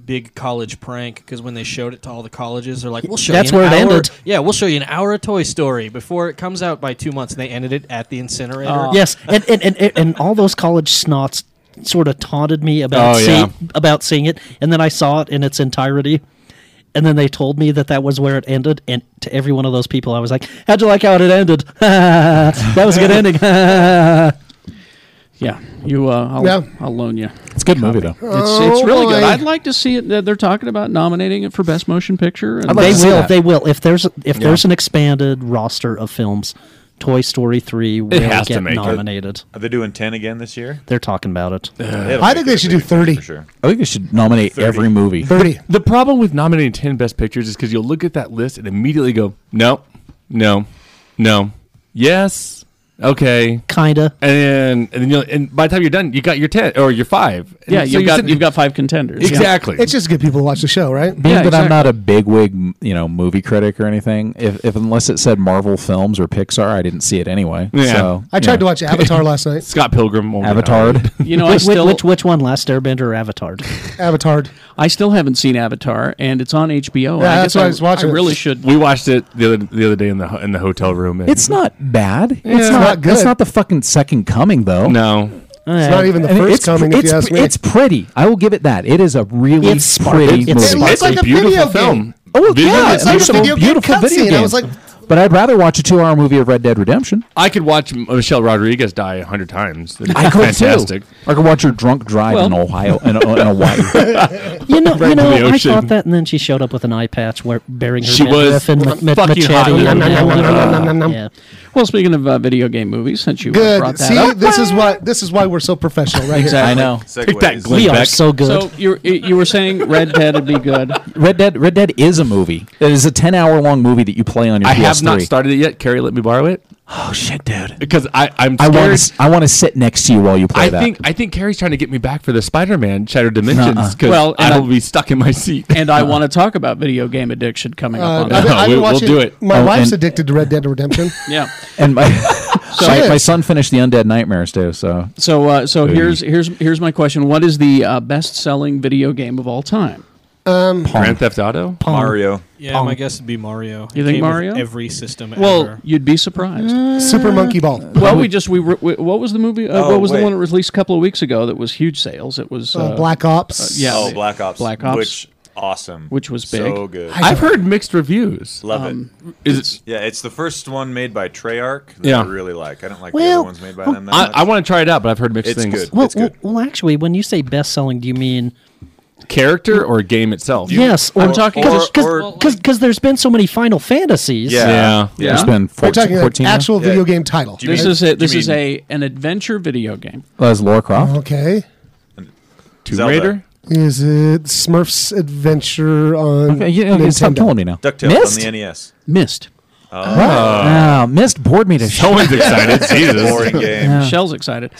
[SPEAKER 9] big college prank because when they showed it to all the colleges, they're like, "We'll show
[SPEAKER 6] That's
[SPEAKER 9] you
[SPEAKER 6] where
[SPEAKER 9] an
[SPEAKER 6] it
[SPEAKER 9] hour,
[SPEAKER 6] ended.
[SPEAKER 9] Yeah, we'll show you an hour of Toy Story before it comes out by two months." And they ended it at the incinerator.
[SPEAKER 6] yes, and and, and and and all those college snots sort of taunted me about
[SPEAKER 10] Oh,
[SPEAKER 6] see- about seeing it, and then I saw it in its entirety, and then they told me that that was where it ended, and to every one of those people, I was like, "How'd you like how it ended? (laughs) that was a good ending." (laughs)
[SPEAKER 1] yeah, you. Uh, I'll,
[SPEAKER 8] Yeah.
[SPEAKER 1] I'll loan you.
[SPEAKER 7] It's a good movie though.
[SPEAKER 1] It's, it's really good.
[SPEAKER 8] boy.
[SPEAKER 1] I'd like to see it. They're talking about nominating it for best motion picture. And
[SPEAKER 6] they will. They will. If there's if there's an expanded roster of films, Toy Story three will
[SPEAKER 2] has to
[SPEAKER 6] get
[SPEAKER 2] make it.
[SPEAKER 6] nominated.
[SPEAKER 2] Are they doing ten again this year?
[SPEAKER 6] They're talking about it.
[SPEAKER 8] I think they should do thirty.
[SPEAKER 2] For sure.
[SPEAKER 7] I think they should nominate every movie.
[SPEAKER 8] Thirty.
[SPEAKER 10] The problem with nominating 10 best pictures is because you'll look at that list and immediately go, no, no, no, yes, okay.
[SPEAKER 6] Kinda.
[SPEAKER 10] And then, and then you'll, and by the time you're done, you got your 10 or your five. And
[SPEAKER 1] Yeah,
[SPEAKER 10] so
[SPEAKER 1] you've
[SPEAKER 10] you're
[SPEAKER 1] got
[SPEAKER 10] sitting-
[SPEAKER 1] you've got five contenders. Yeah.
[SPEAKER 10] Exactly.
[SPEAKER 8] It's just to get people to watch the show, right?
[SPEAKER 7] Being
[SPEAKER 1] Yeah,
[SPEAKER 7] that
[SPEAKER 1] exactly.
[SPEAKER 7] I'm not a bigwig, m- you know, movie critic or anything, if, if unless it said Marvel Films or Pixar, I didn't see it anyway.
[SPEAKER 10] Yeah.
[SPEAKER 7] So
[SPEAKER 8] I tried to watch Avatar last night.
[SPEAKER 10] Scott Pilgrim. won't be
[SPEAKER 7] Avatar.
[SPEAKER 1] You know, I
[SPEAKER 6] Which,
[SPEAKER 1] still
[SPEAKER 6] which which one? Last Airbender or Avatar? Eh.
[SPEAKER 8] Avatar.
[SPEAKER 1] I still haven't seen Avatar, and it's on HBO. and
[SPEAKER 8] Yeah,
[SPEAKER 1] I guess
[SPEAKER 8] that's what I was watching.
[SPEAKER 1] I really should.
[SPEAKER 10] We watched it the other, the other day in the ho- in the hotel room. and-
[SPEAKER 7] (laughs) It's not bad.
[SPEAKER 8] It's
[SPEAKER 7] it's not,
[SPEAKER 8] not good.
[SPEAKER 7] It's not the fucking second coming though.
[SPEAKER 10] no.
[SPEAKER 8] It's not even the
[SPEAKER 7] I mean,
[SPEAKER 8] first
[SPEAKER 7] it's,
[SPEAKER 8] coming,
[SPEAKER 7] it's,
[SPEAKER 8] if you ask me.
[SPEAKER 7] it's pretty. I will give it that. It is a really
[SPEAKER 6] It's sparkly.
[SPEAKER 7] pretty
[SPEAKER 6] It's
[SPEAKER 7] movie.
[SPEAKER 8] it looks
[SPEAKER 10] It's
[SPEAKER 8] like
[SPEAKER 10] a
[SPEAKER 8] a
[SPEAKER 10] beautiful
[SPEAKER 8] video
[SPEAKER 10] film.
[SPEAKER 8] Game.
[SPEAKER 7] oh yeah,
[SPEAKER 8] it's like a video game cutscene. I was like-
[SPEAKER 7] but I'd rather watch a two-hour movie of Red Dead Redemption.
[SPEAKER 10] I could watch M- Michelle Rodriguez die a hundred times. It'd be
[SPEAKER 7] I could
[SPEAKER 10] fantastic.
[SPEAKER 7] too. I could watch her drunk drive in Ohio in, in Hawaii.
[SPEAKER 6] You know, you know,
[SPEAKER 10] the
[SPEAKER 6] I
[SPEAKER 10] ocean.
[SPEAKER 6] thought that, and then she showed up with an eye patch where bearing her
[SPEAKER 10] She was
[SPEAKER 6] midriff and ma- ma-
[SPEAKER 10] fucking hot.
[SPEAKER 6] machete.
[SPEAKER 10] Nom,
[SPEAKER 6] and-
[SPEAKER 10] nom, nom, nom, nom, nom, nom, nom.
[SPEAKER 6] Yeah.
[SPEAKER 1] Well, speaking of uh, video game movies, since you uh, brought
[SPEAKER 8] Good.
[SPEAKER 1] that
[SPEAKER 8] See,
[SPEAKER 1] up,
[SPEAKER 8] this is why this is why we're so professional, right? here.
[SPEAKER 7] I know.
[SPEAKER 10] Take that, Glenn
[SPEAKER 6] We are
[SPEAKER 10] Beck.
[SPEAKER 6] so good.
[SPEAKER 1] so you you were saying Red Dead would be good.
[SPEAKER 7] Red Dead Red Dead is a movie. It is a ten-hour-long movie that you play on your
[SPEAKER 10] I
[SPEAKER 7] PS3.
[SPEAKER 10] have not started it yet. Carrie, let me borrow it
[SPEAKER 7] Oh shit, dude!
[SPEAKER 10] because I I'm
[SPEAKER 7] I
[SPEAKER 10] scared. I,
[SPEAKER 7] want to I want to sit next to you while you play that.
[SPEAKER 10] think I think Carrie's trying to get me back for the Spider-Man Shattered Dimensions
[SPEAKER 7] Nuh-uh.
[SPEAKER 10] because
[SPEAKER 1] Well, and
[SPEAKER 10] I will
[SPEAKER 1] I-
[SPEAKER 10] be stuck in my seat.
[SPEAKER 1] And I want to talk about video game addiction coming
[SPEAKER 8] Uh,
[SPEAKER 1] up on
[SPEAKER 8] I've
[SPEAKER 1] that.
[SPEAKER 8] been- (laughs)
[SPEAKER 10] No,
[SPEAKER 8] I've been
[SPEAKER 10] we- we'll
[SPEAKER 8] watching-
[SPEAKER 10] do it.
[SPEAKER 8] My
[SPEAKER 7] Oh, and-
[SPEAKER 8] wife's addicted to Red Dead Redemption.
[SPEAKER 1] Yeah.
[SPEAKER 7] and my my,
[SPEAKER 8] Shit.
[SPEAKER 7] my son finished the Undead Nightmares too. So
[SPEAKER 1] So uh, so here's here's here's my question. What is the uh, best selling video game of all time?
[SPEAKER 10] Grand Theft Auto.
[SPEAKER 2] Mario.
[SPEAKER 9] Yeah, my guess would be Mario. It
[SPEAKER 1] You think
[SPEAKER 9] came with
[SPEAKER 1] Mario?
[SPEAKER 9] Every system.
[SPEAKER 1] Well,
[SPEAKER 9] ever.
[SPEAKER 1] you'd be surprised.
[SPEAKER 8] Super Monkey Ball.
[SPEAKER 1] well, we just we, re- we what was the movie? Uh,
[SPEAKER 2] Oh,
[SPEAKER 1] what was the
[SPEAKER 2] wait.
[SPEAKER 1] one that was released a couple of weeks ago that was huge sales? It was
[SPEAKER 8] Uh,
[SPEAKER 1] uh,
[SPEAKER 8] Black Ops.
[SPEAKER 1] yeah.
[SPEAKER 2] Oh, Black Ops.
[SPEAKER 1] Black Ops.
[SPEAKER 2] Which awesome.
[SPEAKER 1] Which was
[SPEAKER 2] So
[SPEAKER 1] big.
[SPEAKER 2] good.
[SPEAKER 10] I've heard mixed reviews.
[SPEAKER 2] Love it.
[SPEAKER 10] Is it?
[SPEAKER 2] Yeah, it's the first one made by Treyarch that
[SPEAKER 10] Yeah.
[SPEAKER 2] I really like. I don't like the
[SPEAKER 6] Well,
[SPEAKER 2] other ones made by them. That
[SPEAKER 10] I,
[SPEAKER 2] much.
[SPEAKER 10] I want to try it out, but I've heard mixed
[SPEAKER 2] It's
[SPEAKER 10] things.
[SPEAKER 2] good.
[SPEAKER 6] well,
[SPEAKER 2] it's
[SPEAKER 6] well,
[SPEAKER 2] good.
[SPEAKER 6] well, actually, when you say best selling, do you mean
[SPEAKER 10] Character or game itself?
[SPEAKER 6] yes? Or,
[SPEAKER 2] I'm talking- or- or-
[SPEAKER 6] because there's been so many Final Fantasies.
[SPEAKER 2] Yeah.
[SPEAKER 10] Yeah.
[SPEAKER 1] Yeah.
[SPEAKER 7] it's been
[SPEAKER 8] We're talking
[SPEAKER 7] 14,
[SPEAKER 8] like
[SPEAKER 7] 14 now?
[SPEAKER 8] actual
[SPEAKER 2] Yeah.
[SPEAKER 8] video game title.
[SPEAKER 2] Do you
[SPEAKER 1] This
[SPEAKER 2] mean-
[SPEAKER 1] is a, this
[SPEAKER 2] you
[SPEAKER 1] is
[SPEAKER 2] mean
[SPEAKER 1] a an adventure video game.
[SPEAKER 7] That was Oh, Laura Croft.
[SPEAKER 8] Okay.
[SPEAKER 10] Tomb
[SPEAKER 2] Zelda.
[SPEAKER 10] Raider.
[SPEAKER 8] Is it Smurfs Adventure on
[SPEAKER 7] Okay, you, you- stop
[SPEAKER 8] Nintendo?
[SPEAKER 7] telling me now.
[SPEAKER 2] DuckTales
[SPEAKER 11] E
[SPEAKER 7] Missed?
[SPEAKER 2] on the NES.
[SPEAKER 1] Missed.
[SPEAKER 10] Uh,
[SPEAKER 7] Wow, missed bored me to
[SPEAKER 10] Someone's
[SPEAKER 2] (laughs)
[SPEAKER 7] shit.
[SPEAKER 10] excited. Jesus.
[SPEAKER 11] Boring game.
[SPEAKER 7] Yeah.
[SPEAKER 1] Shell's excited.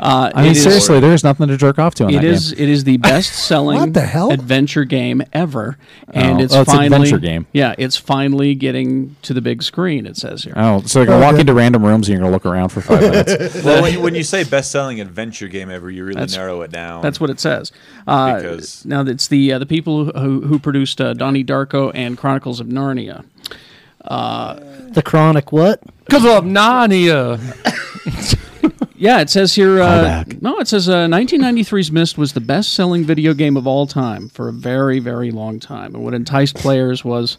[SPEAKER 1] Uh,
[SPEAKER 7] I mean,
[SPEAKER 1] it is-
[SPEAKER 7] seriously, there is nothing to jerk off to in
[SPEAKER 1] It
[SPEAKER 7] that
[SPEAKER 1] is.
[SPEAKER 7] game.
[SPEAKER 1] It is
[SPEAKER 7] (laughs)
[SPEAKER 1] the best-selling
[SPEAKER 7] What the hell?
[SPEAKER 1] adventure game ever, and
[SPEAKER 7] Oh,
[SPEAKER 1] it's
[SPEAKER 7] oh, it's an
[SPEAKER 1] finally
[SPEAKER 7] adventure game.
[SPEAKER 1] Yeah, it's finally getting to the big screen. It says here.
[SPEAKER 7] Oh, so you're gonna
[SPEAKER 8] Oh,
[SPEAKER 7] walk
[SPEAKER 8] okay.
[SPEAKER 7] into random rooms and you're gonna look around for five minutes.
[SPEAKER 11] well, when you, when you say best-selling adventure game ever, you really
[SPEAKER 1] That's-
[SPEAKER 11] narrow it down.
[SPEAKER 1] That's what it says. Uh,
[SPEAKER 11] Because-
[SPEAKER 1] now it's the uh, the people who who produced uh, Donnie Darko and Chronicles of Narnia.
[SPEAKER 6] The chronic what?
[SPEAKER 10] Because of Narnia.
[SPEAKER 1] (laughs) Yeah, it says here. Uh,
[SPEAKER 7] Callback.
[SPEAKER 1] no, it says uh, 1993's Myst was the best-selling video game of all time for a very, very long time, and what enticed players was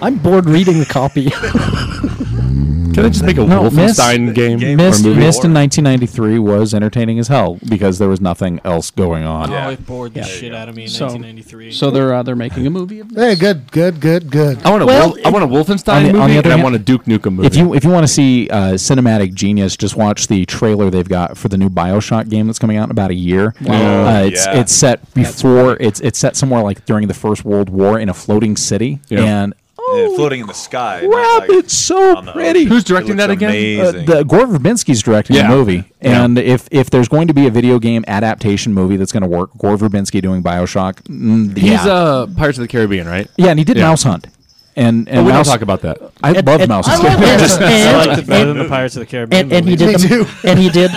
[SPEAKER 6] I'm bored reading the copy.
[SPEAKER 10] Can I just make a
[SPEAKER 7] No, miss-
[SPEAKER 10] Wolfenstein game?
[SPEAKER 11] (laughs) game
[SPEAKER 7] Mist,
[SPEAKER 10] or movie?
[SPEAKER 7] Mist in 1993 was entertaining as hell because there was nothing else going on.
[SPEAKER 9] Oh, it bored the shit out of me in
[SPEAKER 1] So-
[SPEAKER 9] 1993.
[SPEAKER 1] so they're uh, they're making a movie of this.
[SPEAKER 8] Hey, good, good, good, good.
[SPEAKER 4] Oh,
[SPEAKER 10] I want a
[SPEAKER 6] Well,
[SPEAKER 10] Wolf, I want a Wolfenstein
[SPEAKER 7] on the- on
[SPEAKER 10] movie,
[SPEAKER 7] the other
[SPEAKER 10] and
[SPEAKER 7] hand-
[SPEAKER 10] I want a Duke Nukem movie.
[SPEAKER 7] If you if you want to see uh, cinematic genius, just watch the trailer they've got for the new Bioshock game that's coming out in about a year.
[SPEAKER 10] Yeah.
[SPEAKER 7] Uh, it's
[SPEAKER 11] Yeah.
[SPEAKER 7] it's set before it's it's set somewhere like during the First World War in a floating city,
[SPEAKER 10] Yeah.
[SPEAKER 7] and
[SPEAKER 11] Yeah,
[SPEAKER 7] oh
[SPEAKER 11] floating in the sky. not
[SPEAKER 7] crap,
[SPEAKER 11] like
[SPEAKER 7] it's so
[SPEAKER 11] on the
[SPEAKER 7] pretty.
[SPEAKER 11] ocean.
[SPEAKER 10] Who's
[SPEAKER 11] It
[SPEAKER 10] directing
[SPEAKER 11] looks
[SPEAKER 10] that again?
[SPEAKER 7] Uh,
[SPEAKER 11] Amazing.
[SPEAKER 7] the Gore Verbinski's directing
[SPEAKER 10] Yeah.
[SPEAKER 7] the movie,
[SPEAKER 10] Yeah.
[SPEAKER 7] and if if there's going to be a video game adaptation movie that's going to work, Gore Verbinski doing Bioshock, mm,
[SPEAKER 10] He's
[SPEAKER 7] yeah,
[SPEAKER 10] uh, Pirates of the Caribbean, right?
[SPEAKER 7] yeah, and he did
[SPEAKER 10] yeah.
[SPEAKER 7] Mouse Hunt, and and
[SPEAKER 10] Oh, we don't
[SPEAKER 7] Mouse,
[SPEAKER 10] talk about that.
[SPEAKER 7] I love
[SPEAKER 6] and-
[SPEAKER 7] Mouse
[SPEAKER 6] I
[SPEAKER 7] Hunt.
[SPEAKER 6] love Mouse Hunt.
[SPEAKER 9] (laughs) I
[SPEAKER 6] And-
[SPEAKER 9] liked it better than the Pirates of the Caribbean.
[SPEAKER 6] and, and he
[SPEAKER 9] movie.
[SPEAKER 6] did
[SPEAKER 8] Me
[SPEAKER 6] the, and he did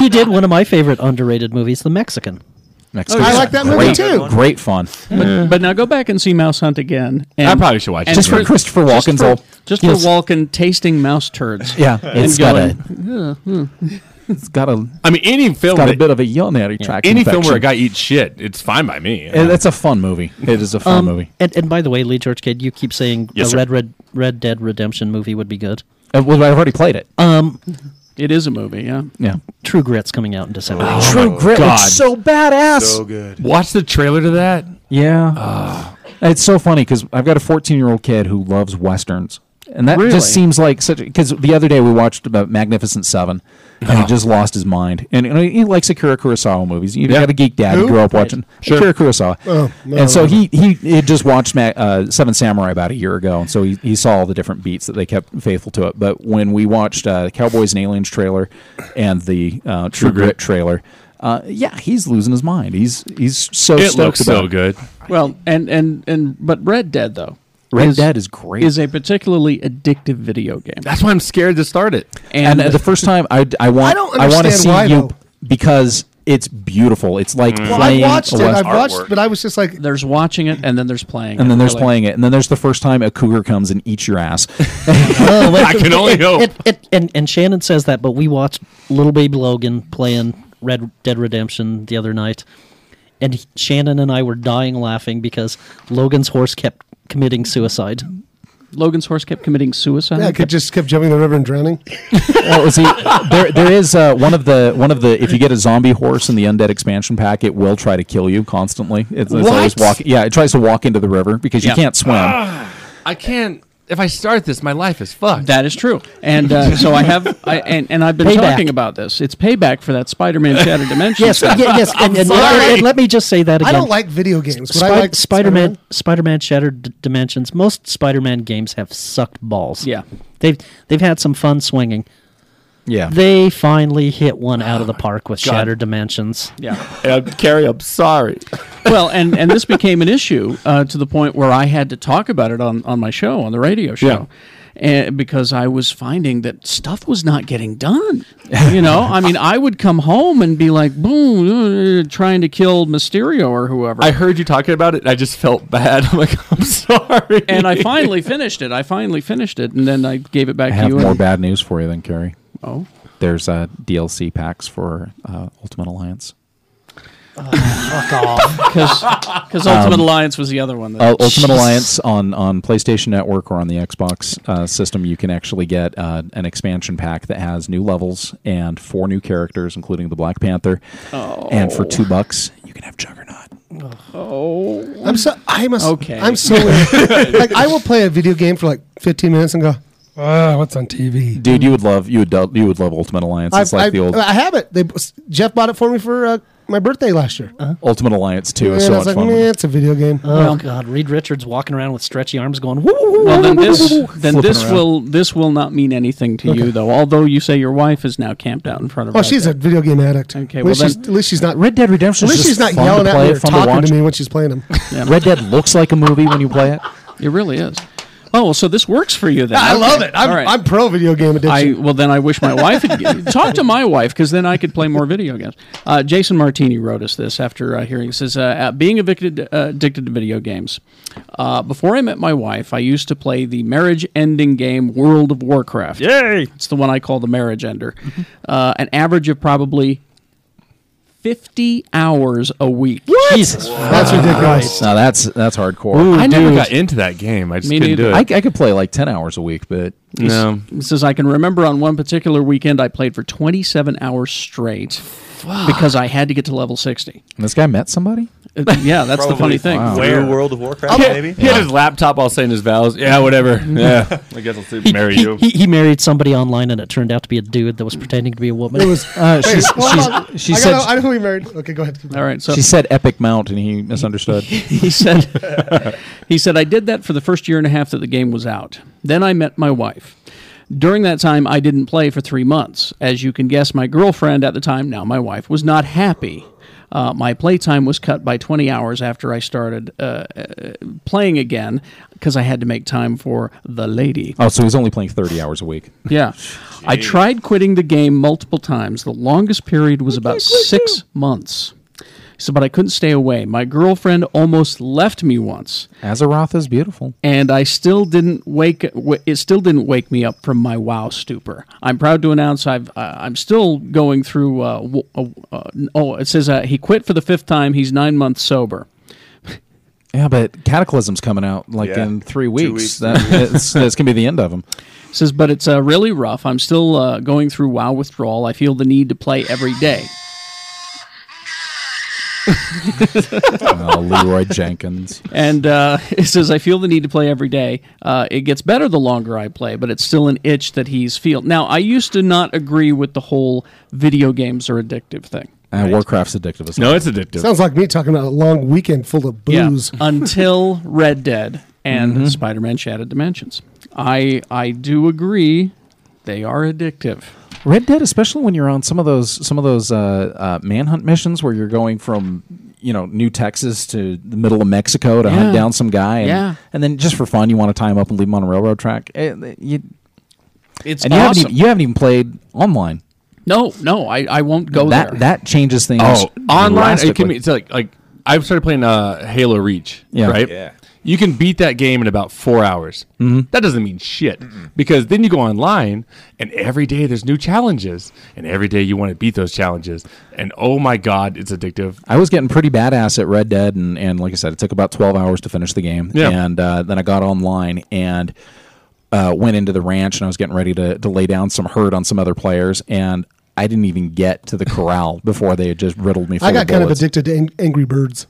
[SPEAKER 6] he did one of my favorite underrated movies, The Mexican.
[SPEAKER 7] Next
[SPEAKER 8] I
[SPEAKER 7] is
[SPEAKER 8] like that movie
[SPEAKER 7] great,
[SPEAKER 8] too.
[SPEAKER 7] Great fun. Mm.
[SPEAKER 1] But, but now go back and see Mouse Hunt again. And,
[SPEAKER 10] I probably should watch
[SPEAKER 1] and
[SPEAKER 10] it.
[SPEAKER 7] Just for Christopher
[SPEAKER 1] just
[SPEAKER 7] Walken's
[SPEAKER 1] for-
[SPEAKER 7] old.
[SPEAKER 1] Just
[SPEAKER 7] Yes.
[SPEAKER 1] for Walken tasting mouse turds.
[SPEAKER 7] Yeah, it's got
[SPEAKER 1] going,
[SPEAKER 7] a. (laughs) It's got a.
[SPEAKER 4] Oh,
[SPEAKER 10] I mean, any film,
[SPEAKER 7] It's got a
[SPEAKER 10] that-
[SPEAKER 7] bit of a urinary tract.
[SPEAKER 10] any film
[SPEAKER 7] infection.
[SPEAKER 10] where a guy eats shit, it's fine by me.
[SPEAKER 7] And It's a fun movie. It is a fun
[SPEAKER 6] Um,
[SPEAKER 7] movie.
[SPEAKER 6] And, and by the way, Lee George Kid, you keep saying
[SPEAKER 10] Yes,
[SPEAKER 6] the
[SPEAKER 10] sir.
[SPEAKER 6] Red Red Red Dead Redemption movie would be good.
[SPEAKER 7] Uh, well, I've already played it.
[SPEAKER 6] Um,
[SPEAKER 1] It is a movie, yeah.
[SPEAKER 7] Yeah.
[SPEAKER 6] True Grit's coming out in December.
[SPEAKER 10] Oh,
[SPEAKER 7] True Grit
[SPEAKER 10] God.
[SPEAKER 7] looks so badass.
[SPEAKER 11] so good.
[SPEAKER 10] Watch the trailer to that.
[SPEAKER 7] yeah. it's so funny because I've got a 14 year old kid who loves westerns. And that
[SPEAKER 1] Really?
[SPEAKER 7] just seems like such. Because the other day we watched about Magnificent Seven, and he just lost his mind. And, and he likes Akira Kurosawa movies. You have got a geek dad who grew up watching Akira Kurosawa,
[SPEAKER 8] no,
[SPEAKER 7] and so
[SPEAKER 8] no, no.
[SPEAKER 7] he he had just watched Ma- uh, Seven Samurai about a year ago, and so he, he saw all the different beats that they kept faithful to it. But when we watched uh, Cowboys and Aliens trailer and the uh, True, Grit, trailer, uh, yeah, he's losing his mind. He's he's so
[SPEAKER 10] It
[SPEAKER 7] stoked
[SPEAKER 10] looks
[SPEAKER 7] about
[SPEAKER 10] so
[SPEAKER 7] it.
[SPEAKER 10] good.
[SPEAKER 1] Well, and and and but Red Dead though.
[SPEAKER 7] Red Dead is great.
[SPEAKER 1] Is a particularly addictive video game.
[SPEAKER 10] That's why I'm scared to start it.
[SPEAKER 7] and, (laughs) the first time I, I want
[SPEAKER 8] I don't
[SPEAKER 7] I want to
[SPEAKER 8] understand
[SPEAKER 7] see
[SPEAKER 8] why,
[SPEAKER 7] you
[SPEAKER 8] though. Mm.
[SPEAKER 7] because it's beautiful. It's like
[SPEAKER 8] Well, I
[SPEAKER 7] playing
[SPEAKER 8] watched
[SPEAKER 7] a
[SPEAKER 8] it.
[SPEAKER 7] West-
[SPEAKER 8] I've watched,
[SPEAKER 11] artwork.
[SPEAKER 8] but I was just like,
[SPEAKER 1] there's watching it and then there's playing it,
[SPEAKER 7] and then there's
[SPEAKER 1] really.
[SPEAKER 7] playing it, and then there's the first time a cougar comes and eats your ass. (laughs)
[SPEAKER 6] Oh,
[SPEAKER 10] (laughs)
[SPEAKER 6] wait.
[SPEAKER 10] I can only
[SPEAKER 6] It-
[SPEAKER 10] hope.
[SPEAKER 6] it- it- and, and Shannon says that, but we watched Little Baby Logan playing Red Dead Redemption the other night, and he- Shannon and I were dying laughing because Logan's horse kept committing suicide.
[SPEAKER 1] Logan's horse kept committing suicide.
[SPEAKER 8] yeah, I could just kept jumping in the river and drowning.
[SPEAKER 7] well, see, there there is uh, one of the one of the if you get a zombie horse in the undead expansion pack, it will try to kill you constantly. It's, it's always
[SPEAKER 10] What?
[SPEAKER 7] walk. Yeah, it tries to walk into the river because you can't swim.
[SPEAKER 8] Ah!
[SPEAKER 10] I can't. If I start this, my life is fucked.
[SPEAKER 1] That is true, and uh, so I have, I, and, and I've been
[SPEAKER 6] Payback.
[SPEAKER 1] talking about this. It's payback for that Spider-Man
[SPEAKER 7] (laughs)
[SPEAKER 1] Shattered Dimension.
[SPEAKER 6] (laughs) Yes,
[SPEAKER 1] stuff.
[SPEAKER 6] ye- yes, and, and-
[SPEAKER 8] sorry.
[SPEAKER 6] and let me just say that again.
[SPEAKER 8] I don't like video games. But
[SPEAKER 6] Spi-
[SPEAKER 8] I like
[SPEAKER 6] Spider-Man. Spider-Man Shattered D- Dimensions. Most Spider-Man games have sucked balls.
[SPEAKER 1] Yeah.
[SPEAKER 6] they've they've had some fun swinging.
[SPEAKER 7] Yeah,
[SPEAKER 6] They finally hit one out of the park with Shattered Dimensions.
[SPEAKER 1] yeah.
[SPEAKER 8] uh,
[SPEAKER 10] Carrie, I'm sorry.
[SPEAKER 1] well, and, and this became an issue uh, to the point where I had to talk about it on, on my show, on the radio
[SPEAKER 10] Yeah.
[SPEAKER 1] show, and, because I was finding that stuff was not getting done. You know, I mean, I would come home and be like, boom, uh, trying to kill Mysterio or whoever.
[SPEAKER 10] I heard you talking about it. and I just felt bad. (laughs) I'm like, I'm sorry.
[SPEAKER 1] and I finally finished it. I finally finished it, and then I gave it back to
[SPEAKER 7] I have
[SPEAKER 1] you. (laughs)
[SPEAKER 7] more
[SPEAKER 1] and,
[SPEAKER 7] bad news for you than Carrie.
[SPEAKER 1] oh,
[SPEAKER 7] There's uh, DLC packs for uh, Ultimate Alliance.
[SPEAKER 1] because
[SPEAKER 10] Um,
[SPEAKER 1] Ultimate Alliance was the other one. That,
[SPEAKER 7] Uh,
[SPEAKER 1] (laughs)
[SPEAKER 7] Ultimate Alliance on, on PlayStation Network or on the Xbox uh, system, you can actually get uh, an expansion pack that has new levels and four new characters, including the Black Panther. Oh. And for two bucks, you can have Juggernaut.
[SPEAKER 1] Oh.
[SPEAKER 8] I'm so I must.
[SPEAKER 1] Okay.
[SPEAKER 8] I'm
[SPEAKER 2] (laughs)
[SPEAKER 8] so weird. like I will play a video game for like 15 minutes and go, ah, what's on TV?
[SPEAKER 7] Dude, you would love you would do- you would love Ultimate Alliance.
[SPEAKER 8] I,
[SPEAKER 7] It's like
[SPEAKER 8] I,
[SPEAKER 7] the old
[SPEAKER 8] I have it. They Jeff bought it for me for uh, my birthday last year. Uh-huh.
[SPEAKER 7] Ultimate Alliance 2
[SPEAKER 8] and
[SPEAKER 7] is so
[SPEAKER 8] I
[SPEAKER 7] much
[SPEAKER 8] was like,
[SPEAKER 7] fun.
[SPEAKER 8] "Meh, it's a video game.
[SPEAKER 6] Oh God, Reed Richards walking around with stretchy arms going. Woo,
[SPEAKER 8] Uh-huh.
[SPEAKER 1] Well,
[SPEAKER 8] (laughs)
[SPEAKER 1] then this then this will this will not mean anything to you
[SPEAKER 8] Okay.
[SPEAKER 1] though. Although you say your wife is now camped out in front of.
[SPEAKER 8] Oh, she's a video game addict. Okay, at
[SPEAKER 1] well
[SPEAKER 8] least, she's,
[SPEAKER 1] then-
[SPEAKER 8] at least she's not
[SPEAKER 7] Red Dead Redemption.
[SPEAKER 8] At least she's not yelling at me or talking to, me when she's playing them.
[SPEAKER 7] Red Dead looks like a movie when you play it.
[SPEAKER 1] It really is. Oh, well, so this works for you then.
[SPEAKER 8] I love (laughs)
[SPEAKER 1] Okay.
[SPEAKER 8] it. I'm,
[SPEAKER 1] All right.
[SPEAKER 8] I'm pro video game
[SPEAKER 1] I
[SPEAKER 8] addiction.
[SPEAKER 1] well then I wish
[SPEAKER 8] (laughs)
[SPEAKER 1] my wife had g- talk to my wife because then I could play more video games. Uh, Jason Martini wrote us this after uh, hearing it says uh, uh, being addicted uh, addicted to video games. Uh, before I met my wife, I used to play the marriage ending game World of Warcraft. Yay! It's the one I call the marriage ender. Uh, an average of probably. 50 hours a week. What?
[SPEAKER 6] Jesus.
[SPEAKER 1] uh,
[SPEAKER 8] That's ridiculous.
[SPEAKER 7] Now that's that's hardcore.
[SPEAKER 1] Ooh, I never dude. got
[SPEAKER 10] into that game. I
[SPEAKER 1] just Me couldn't do neither.
[SPEAKER 7] I, could play like ten hours a week, but
[SPEAKER 10] No.
[SPEAKER 1] It says I can remember on one particular weekend I played for 27 hours straight because I had to get to level 60.
[SPEAKER 7] And this guy met somebody.
[SPEAKER 1] Uh, yeah, that's the funny thing.
[SPEAKER 11] Wow.
[SPEAKER 1] Where-
[SPEAKER 11] Through World of Warcraft,
[SPEAKER 10] He-
[SPEAKER 11] maybe.
[SPEAKER 10] He had his laptop all saying his vows. Yeah, whatever.
[SPEAKER 7] (laughs)
[SPEAKER 10] Yeah. I guess I'll sleep- marry
[SPEAKER 6] he,
[SPEAKER 10] you.
[SPEAKER 6] He, he married somebody online, and it turned out to be a dude that was pretending to be a woman. (laughs)
[SPEAKER 8] It was.
[SPEAKER 7] Uh,
[SPEAKER 8] (laughs)
[SPEAKER 7] she's,
[SPEAKER 8] Wait, hold on.
[SPEAKER 7] she's, she
[SPEAKER 8] I,
[SPEAKER 7] said
[SPEAKER 8] gotta- I know who he married. Okay, go ahead.
[SPEAKER 1] All right, so
[SPEAKER 7] she said epic mount, and he
[SPEAKER 1] (laughs)
[SPEAKER 7] misunderstood.
[SPEAKER 1] he said he said I did that for the first year and a half that the game was out. Then I met my wife. During that time, I didn't play for three months. As you can guess, my girlfriend at the time, now my wife, was not happy. Uh, my playtime was cut by 20 hours after I started uh, uh, playing again because I had to make time for the
[SPEAKER 7] (laughs)
[SPEAKER 1] lady.
[SPEAKER 7] (laughs) oh, so he's only playing thirty hours a week.
[SPEAKER 1] Yeah. I tried quitting the game multiple times. The longest period was about six months. So, but I couldn't stay away. My girlfriend almost left me once,
[SPEAKER 7] Azeroth is beautiful.
[SPEAKER 1] and I still didn't wake. wa- It still didn't wake me up from my wow stupor. I'm proud to announce I've. Uh, I'm still going through. Uh, w- uh, uh, oh, it says uh, he quit for the fifth time. He's nine months sober.
[SPEAKER 7] Yeah, but Cataclysm's coming out like
[SPEAKER 11] Yeah.
[SPEAKER 7] in three
[SPEAKER 11] Two
[SPEAKER 7] weeks.
[SPEAKER 11] weeks.
[SPEAKER 7] That, it's, that's gonna be the end of
[SPEAKER 11] (laughs)
[SPEAKER 7] him.
[SPEAKER 1] says, but it's uh, really rough. I'm still uh, going through WoW withdrawal. I feel the need to play every day.
[SPEAKER 7] Oh, Leroy Jenkins.
[SPEAKER 1] And uh, (laughs) it says, I feel the need to play every day. Uh, it gets better the longer I play, but it's still an itch that he's feel. Now, I used to not agree with the whole video games are addictive thing.
[SPEAKER 7] Ah, Warcraft's addictive as
[SPEAKER 10] No, it's addictive.
[SPEAKER 8] Sounds like me talking about a long weekend full
[SPEAKER 7] (laughs)
[SPEAKER 8] of booze.
[SPEAKER 1] Yeah, until Red Dead and
[SPEAKER 7] Mm-hmm.
[SPEAKER 1] Spider-Man Shattered Dimensions. I I do agree they are addictive.
[SPEAKER 7] Red Dead, especially when you're on some of those some of those uh, uh, manhunt missions where you're going from you know New Texas to the middle of Mexico to
[SPEAKER 1] Yeah.
[SPEAKER 7] hunt down some guy, and,
[SPEAKER 1] Yeah.
[SPEAKER 7] and then just for fun you want to tie him up and leave him on a railroad track. Eh, eh, you-
[SPEAKER 1] It's
[SPEAKER 7] and you haven't
[SPEAKER 1] awesome.
[SPEAKER 7] even, you haven't even played online.
[SPEAKER 1] no, no, I, I won't go
[SPEAKER 7] that
[SPEAKER 1] Oh, there.
[SPEAKER 7] that changes things.
[SPEAKER 10] Oh, online? Are you
[SPEAKER 7] drastically.
[SPEAKER 10] kidding me? It's like like I've started playing uh, Halo Reach.
[SPEAKER 7] Yeah.
[SPEAKER 10] Right.
[SPEAKER 11] Yeah.
[SPEAKER 10] You can beat that game in about four hours. Mm-hmm. That doesn't mean shit because then you go online and every day there's new challenges and every day you want to beat those challenges and oh my god, it's addictive.
[SPEAKER 7] I was getting pretty badass at Red Dead, and, and like I said, it took about 12 hours to finish the game.
[SPEAKER 10] Yeah.
[SPEAKER 7] And uh, then I got online and uh, went into the ranch, and I was getting ready to, to lay down some herd on some other players, and I didn't even get to the corral (laughs) before they had just riddled me full
[SPEAKER 8] I got
[SPEAKER 7] of
[SPEAKER 8] kind of
[SPEAKER 7] bullets.
[SPEAKER 8] addicted to ang- Angry Birds.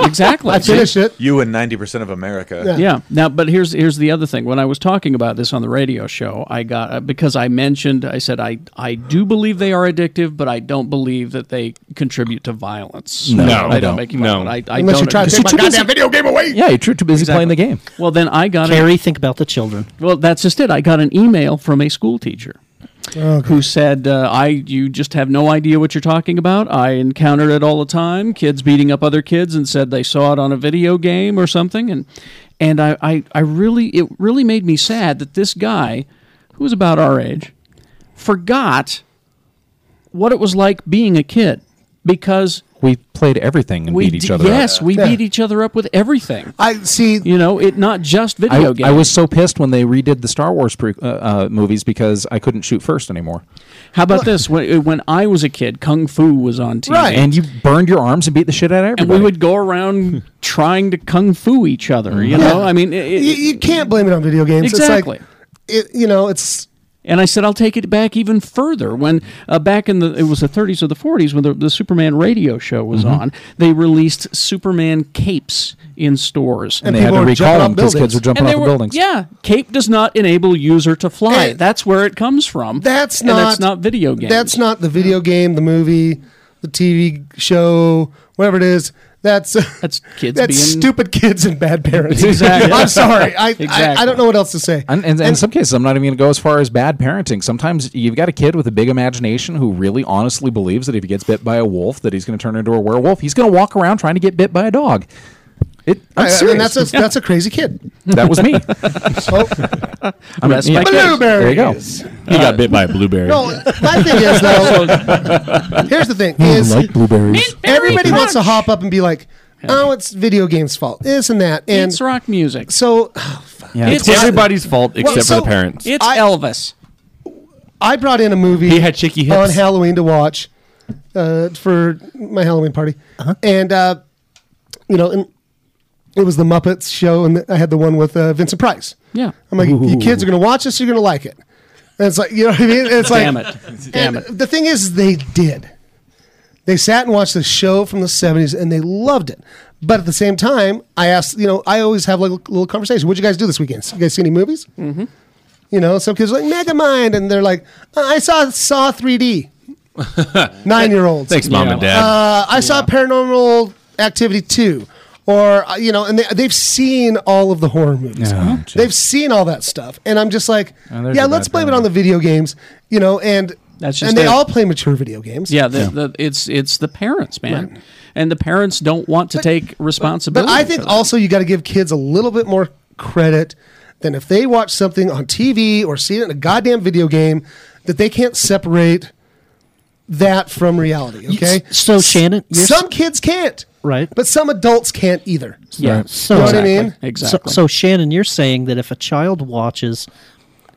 [SPEAKER 1] exactly.
[SPEAKER 8] I finished it.
[SPEAKER 11] You and ninety percent of America.
[SPEAKER 8] Yeah.
[SPEAKER 1] Yeah. Now, but here's here's the other thing. When I was talking about this on the radio show, I got uh, because I mentioned I said I I do believe they are addictive, but I don't believe that they contribute to violence.
[SPEAKER 7] No,
[SPEAKER 1] I
[SPEAKER 7] I
[SPEAKER 1] don't
[SPEAKER 7] don't.
[SPEAKER 1] make you
[SPEAKER 10] No.
[SPEAKER 1] violent. I, I
[SPEAKER 8] Unless
[SPEAKER 1] don't
[SPEAKER 8] you try to
[SPEAKER 1] agree.
[SPEAKER 8] take my
[SPEAKER 7] too busy-
[SPEAKER 8] goddamn video game away.
[SPEAKER 7] Yeah, you're too, too busy playing the game.
[SPEAKER 1] Well, then I got an,
[SPEAKER 6] Carrie, think about the children.
[SPEAKER 1] well. That's just it. I got an email from a school teacher. Who said uh, I? You just have no idea what you're talking about. I encountered it all the time. Kids beating up other kids, and said they saw it on a video game or something. And and I, I, I really it really made me sad that this guy, who was about our age, forgot what it was like being a kid because
[SPEAKER 7] We played everything and
[SPEAKER 1] we
[SPEAKER 7] beat each
[SPEAKER 1] d-
[SPEAKER 7] other. up.
[SPEAKER 1] yes we
[SPEAKER 8] Yeah.
[SPEAKER 1] beat each other up with everything.
[SPEAKER 8] I see.
[SPEAKER 1] You know, it not just
[SPEAKER 7] I,
[SPEAKER 1] video games.
[SPEAKER 7] I was so pissed when they redid the Star Wars pre- uh, uh, movies because I couldn't shoot first anymore.
[SPEAKER 1] How about this? When, uh, when I was a kid, Kung Fu was on TV.
[SPEAKER 8] Right.
[SPEAKER 7] And you burned your arms and beat the shit out of
[SPEAKER 1] And
[SPEAKER 7] everybody.
[SPEAKER 1] we would go
[SPEAKER 8] (laughs)
[SPEAKER 1] around trying to Kung Fu each other, you know? I mean, it,
[SPEAKER 8] You, you can't blame it on video games.
[SPEAKER 1] Exactly.
[SPEAKER 8] It's like, it, you know, it's
[SPEAKER 1] and I said, I'll take it back even further. When uh, back in the, it was the 30s or the 40s when the, the Superman radio show was
[SPEAKER 8] Mm-hmm.
[SPEAKER 1] on, they released Superman capes in stores.
[SPEAKER 7] and
[SPEAKER 8] And
[SPEAKER 7] they had
[SPEAKER 8] people
[SPEAKER 7] to
[SPEAKER 8] were
[SPEAKER 7] recall
[SPEAKER 8] jumping off
[SPEAKER 7] them because kids
[SPEAKER 8] buildings.
[SPEAKER 7] were jumping
[SPEAKER 1] And
[SPEAKER 7] off
[SPEAKER 1] they
[SPEAKER 7] the
[SPEAKER 1] were-
[SPEAKER 7] buildings.
[SPEAKER 1] Yeah, cape does not enable user to fly.
[SPEAKER 8] And
[SPEAKER 1] that's where it comes from.
[SPEAKER 8] that's
[SPEAKER 1] And
[SPEAKER 8] not
[SPEAKER 1] that's not video games.
[SPEAKER 8] That's not the video game, the movie, the TV show, whatever it is. That's that's
[SPEAKER 1] kids.
[SPEAKER 8] That's
[SPEAKER 7] being-
[SPEAKER 8] stupid kids and bad parents.
[SPEAKER 7] Exactly.
[SPEAKER 8] (laughs) I'm sorry. I, I I
[SPEAKER 7] Exactly.
[SPEAKER 8] don't know what else to say.
[SPEAKER 7] And, and, in some cases, I'm not even going to go as far as bad parenting. Sometimes you've got a kid with a big imagination who really honestly believes that if he gets bit by a wolf, that he's going to turn into a werewolf. He's going to walk around trying to get bit by a dog. It, I'm
[SPEAKER 8] I- I mean,
[SPEAKER 7] serious.
[SPEAKER 8] that's a, that's a
[SPEAKER 7] (laughs)
[SPEAKER 8] crazy kid.
[SPEAKER 7] That
[SPEAKER 8] (laughs)
[SPEAKER 7] was me.
[SPEAKER 8] Oh.
[SPEAKER 7] I mean,
[SPEAKER 8] Rest
[SPEAKER 7] yeah.
[SPEAKER 8] my case.
[SPEAKER 7] There you go.
[SPEAKER 8] Blueberries.
[SPEAKER 7] He got bit by a blueberry.
[SPEAKER 8] No, my thing is though. here's the thing:
[SPEAKER 7] Hmm,
[SPEAKER 8] is
[SPEAKER 7] blueberries.
[SPEAKER 8] everybody wants to hop up and be like, "Oh, it's video games' fault, this and that." And
[SPEAKER 1] It's rock music.
[SPEAKER 8] So
[SPEAKER 10] Yeah, it's everybody's fault except for the parents.
[SPEAKER 1] It's Elvis.
[SPEAKER 8] I brought in a movie.
[SPEAKER 10] He had shaky hips.
[SPEAKER 8] on Halloween to watch uh, for my Halloween party, and uh, you know, and it was the Muppets show, and I had the one with uh, Vincent Price.
[SPEAKER 1] Yeah.
[SPEAKER 8] I'm like, you kids are gonna watch this, you're gonna like it. And it's like, you know what I mean? It's like,
[SPEAKER 1] Damn it. Damn
[SPEAKER 8] and The thing is, they did. They sat and watched the show from the 70s and they loved it. But at the same time, I asked, you know, I always have like a little conversation. What'd you guys do this weekend? You guys see any movies? Mm-hmm. You know, some kids are like Megamind, and they're like, I saw Saw 3D. Nine year olds.
[SPEAKER 10] Thanks, Mom and Dad.
[SPEAKER 8] Uh, I saw Paranormal Activity 2. Or, uh, you know, and they, they've seen all of the horror movies.
[SPEAKER 7] Oh,
[SPEAKER 8] they've seen all that stuff. And I'm just like,
[SPEAKER 1] Oh, there's
[SPEAKER 8] yeah,
[SPEAKER 1] a
[SPEAKER 8] let's
[SPEAKER 1] bad
[SPEAKER 8] blame it on the video games, you know, and
[SPEAKER 1] That's just
[SPEAKER 8] and they
[SPEAKER 1] it.
[SPEAKER 8] all play mature video games.
[SPEAKER 1] Yeah, the, The, it's it's the parents, man, and the parents don't want to take responsibility.
[SPEAKER 8] But I think
[SPEAKER 1] for that.
[SPEAKER 8] also you got to give kids a little bit more credit than if they watch something on TV or see it in a goddamn video game that they can't separate that from reality. Okay,
[SPEAKER 6] So Shannon, you're-
[SPEAKER 8] some kids can't,
[SPEAKER 6] right?
[SPEAKER 8] But some adults can't either.
[SPEAKER 6] So
[SPEAKER 8] you know what I mean?
[SPEAKER 6] So, so Shannon, you're saying that if a child watches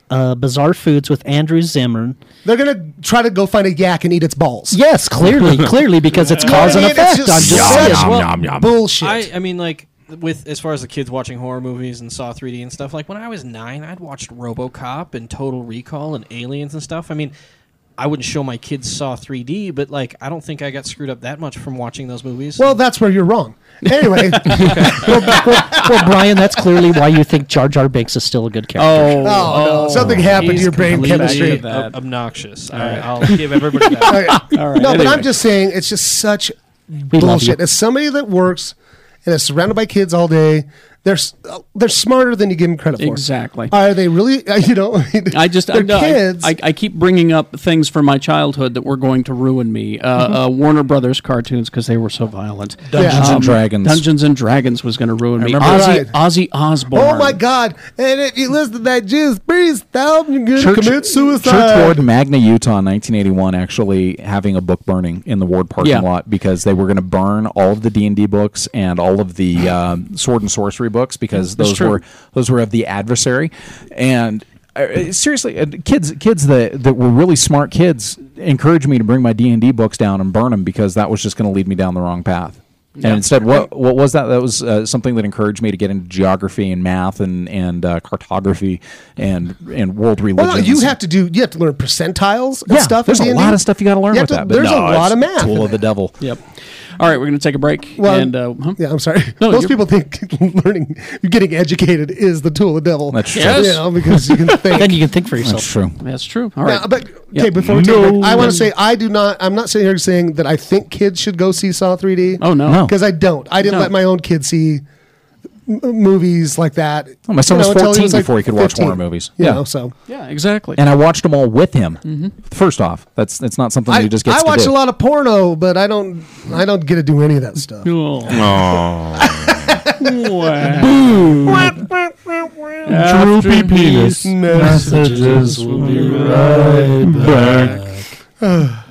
[SPEAKER 6] uh, Bizarre Foods with Andrew Zimmern,
[SPEAKER 8] they're gonna try to go find a yak and eat its balls.
[SPEAKER 6] Yes,
[SPEAKER 7] (laughs)
[SPEAKER 6] clearly, clearly, because it's
[SPEAKER 8] You know what
[SPEAKER 6] cause and
[SPEAKER 8] I mean? It's
[SPEAKER 6] effect.
[SPEAKER 8] just
[SPEAKER 6] I'm just
[SPEAKER 8] such
[SPEAKER 6] saying.
[SPEAKER 8] Yum, yum, yum. bullshit.
[SPEAKER 9] I, I mean, like with as far as the kids watching horror movies and Saw 3D and stuff. Like when I was nine, I'd watched RoboCop and Total Recall and Aliens and stuff. I mean, I wouldn't show my kids Saw 3D, but like I don't think I got screwed up that much from watching those movies.
[SPEAKER 8] Well, that's where you're wrong. Anyway,
[SPEAKER 6] (laughs) well, Brian, that's clearly why you think Jar Jar Binks is still a good character.
[SPEAKER 8] Oh, no. Something happened to your brain
[SPEAKER 9] completely
[SPEAKER 8] chemistry.
[SPEAKER 9] ob- obnoxious. All right, I'll give
[SPEAKER 7] (laughs)
[SPEAKER 9] everybody that.
[SPEAKER 8] Okay. No, but I'm just saying it's just such
[SPEAKER 9] love
[SPEAKER 8] bullshit.
[SPEAKER 9] you.
[SPEAKER 8] As somebody that works and is surrounded by kids all day, they're s- uh, they're smarter than you give them credit for.
[SPEAKER 1] Exactly.
[SPEAKER 8] Are they really? (laughs) You know, I, mean,
[SPEAKER 1] I just I,
[SPEAKER 8] they're
[SPEAKER 1] know, I-
[SPEAKER 8] kids.
[SPEAKER 1] I, I keep bringing up things from my childhood that were going to ruin me.
[SPEAKER 8] Mm-hmm.
[SPEAKER 1] Uh, uh, Warner Brothers cartoons because they were so violent. Um,
[SPEAKER 7] Dungeons and Dragons.
[SPEAKER 1] Dungeons and Dragons was going to ruin me.
[SPEAKER 7] remember-
[SPEAKER 1] Ozzy,
[SPEAKER 7] Alright.
[SPEAKER 1] Ozzy Osbourne.
[SPEAKER 8] Oh my God! And if you listen to that Jews priest album, you're gonna commit suicide.
[SPEAKER 7] Church Ward, Magna, Utah, in 1981, actually having a book burning in the Ward parking
[SPEAKER 8] Yeah.
[SPEAKER 7] lot because they were going to burn all of the D and D books and all of
[SPEAKER 8] (sighs)
[SPEAKER 7] the um, sword and sorcery books because
[SPEAKER 1] That's
[SPEAKER 7] those
[SPEAKER 1] true.
[SPEAKER 7] were those were of the adversary, and. uh, Seriously, uh, kids, kids that, that were really smart kids encouraged me to bring my D and D books down and burn them because that was just going to lead me down the wrong path.
[SPEAKER 1] Yeah.
[SPEAKER 7] And instead, what what was that? That was uh, something that encouraged me to get into geography and math and and uh, cartography and and world
[SPEAKER 8] Well,
[SPEAKER 7] religions.
[SPEAKER 8] no, you have to do. You have to learn percentiles and
[SPEAKER 7] Yeah,
[SPEAKER 8] stuff.
[SPEAKER 7] there's
[SPEAKER 8] in
[SPEAKER 7] a
[SPEAKER 8] D&D.
[SPEAKER 7] lot of stuff you got to learn
[SPEAKER 8] You
[SPEAKER 7] with
[SPEAKER 8] have
[SPEAKER 7] that.
[SPEAKER 8] to-
[SPEAKER 7] But
[SPEAKER 8] There's
[SPEAKER 7] no,
[SPEAKER 8] a lot
[SPEAKER 7] it's
[SPEAKER 8] of math.
[SPEAKER 7] Tool
[SPEAKER 8] in
[SPEAKER 7] of the devil.
[SPEAKER 1] Yep. All right, we're going to take a break.
[SPEAKER 8] Well,
[SPEAKER 1] and uh, huh?
[SPEAKER 8] Yeah, I'm sorry.
[SPEAKER 1] No,
[SPEAKER 8] Most
[SPEAKER 1] you're-
[SPEAKER 8] people think (laughs) learning, getting educated is the tool of the devil.
[SPEAKER 1] That's true. Yes.
[SPEAKER 8] You know, because you can think.
[SPEAKER 6] Then you can think for yourself.
[SPEAKER 7] true.
[SPEAKER 1] That's true. All
[SPEAKER 8] Now,
[SPEAKER 1] right,
[SPEAKER 8] but
[SPEAKER 1] Yeah.
[SPEAKER 8] okay, before we take a break, I want to say I do not. I'm not sitting here saying that I think kids should go see Saw 3D.
[SPEAKER 1] Oh, no. No.
[SPEAKER 8] because I don't. I didn't
[SPEAKER 1] No.
[SPEAKER 8] let my own kids see m- movies like that.
[SPEAKER 7] Oh, my son
[SPEAKER 8] you
[SPEAKER 7] was
[SPEAKER 8] know, until
[SPEAKER 7] 14
[SPEAKER 8] like,
[SPEAKER 7] before he could watch
[SPEAKER 8] 15,
[SPEAKER 7] horror movies.
[SPEAKER 8] You
[SPEAKER 7] Yeah.
[SPEAKER 8] know, so
[SPEAKER 1] yeah, exactly.
[SPEAKER 7] And I watched them all with him.
[SPEAKER 12] Mm-hmm.
[SPEAKER 7] First off, that's that's not something
[SPEAKER 8] I,
[SPEAKER 7] you just gets
[SPEAKER 8] I watch
[SPEAKER 7] to
[SPEAKER 8] a
[SPEAKER 7] do.
[SPEAKER 8] lot of porno, but I don't. I don't get to do any of
[SPEAKER 1] (laughs)
[SPEAKER 8] that stuff.
[SPEAKER 5] Droopy penis.
[SPEAKER 8] Messages
[SPEAKER 5] will be right back.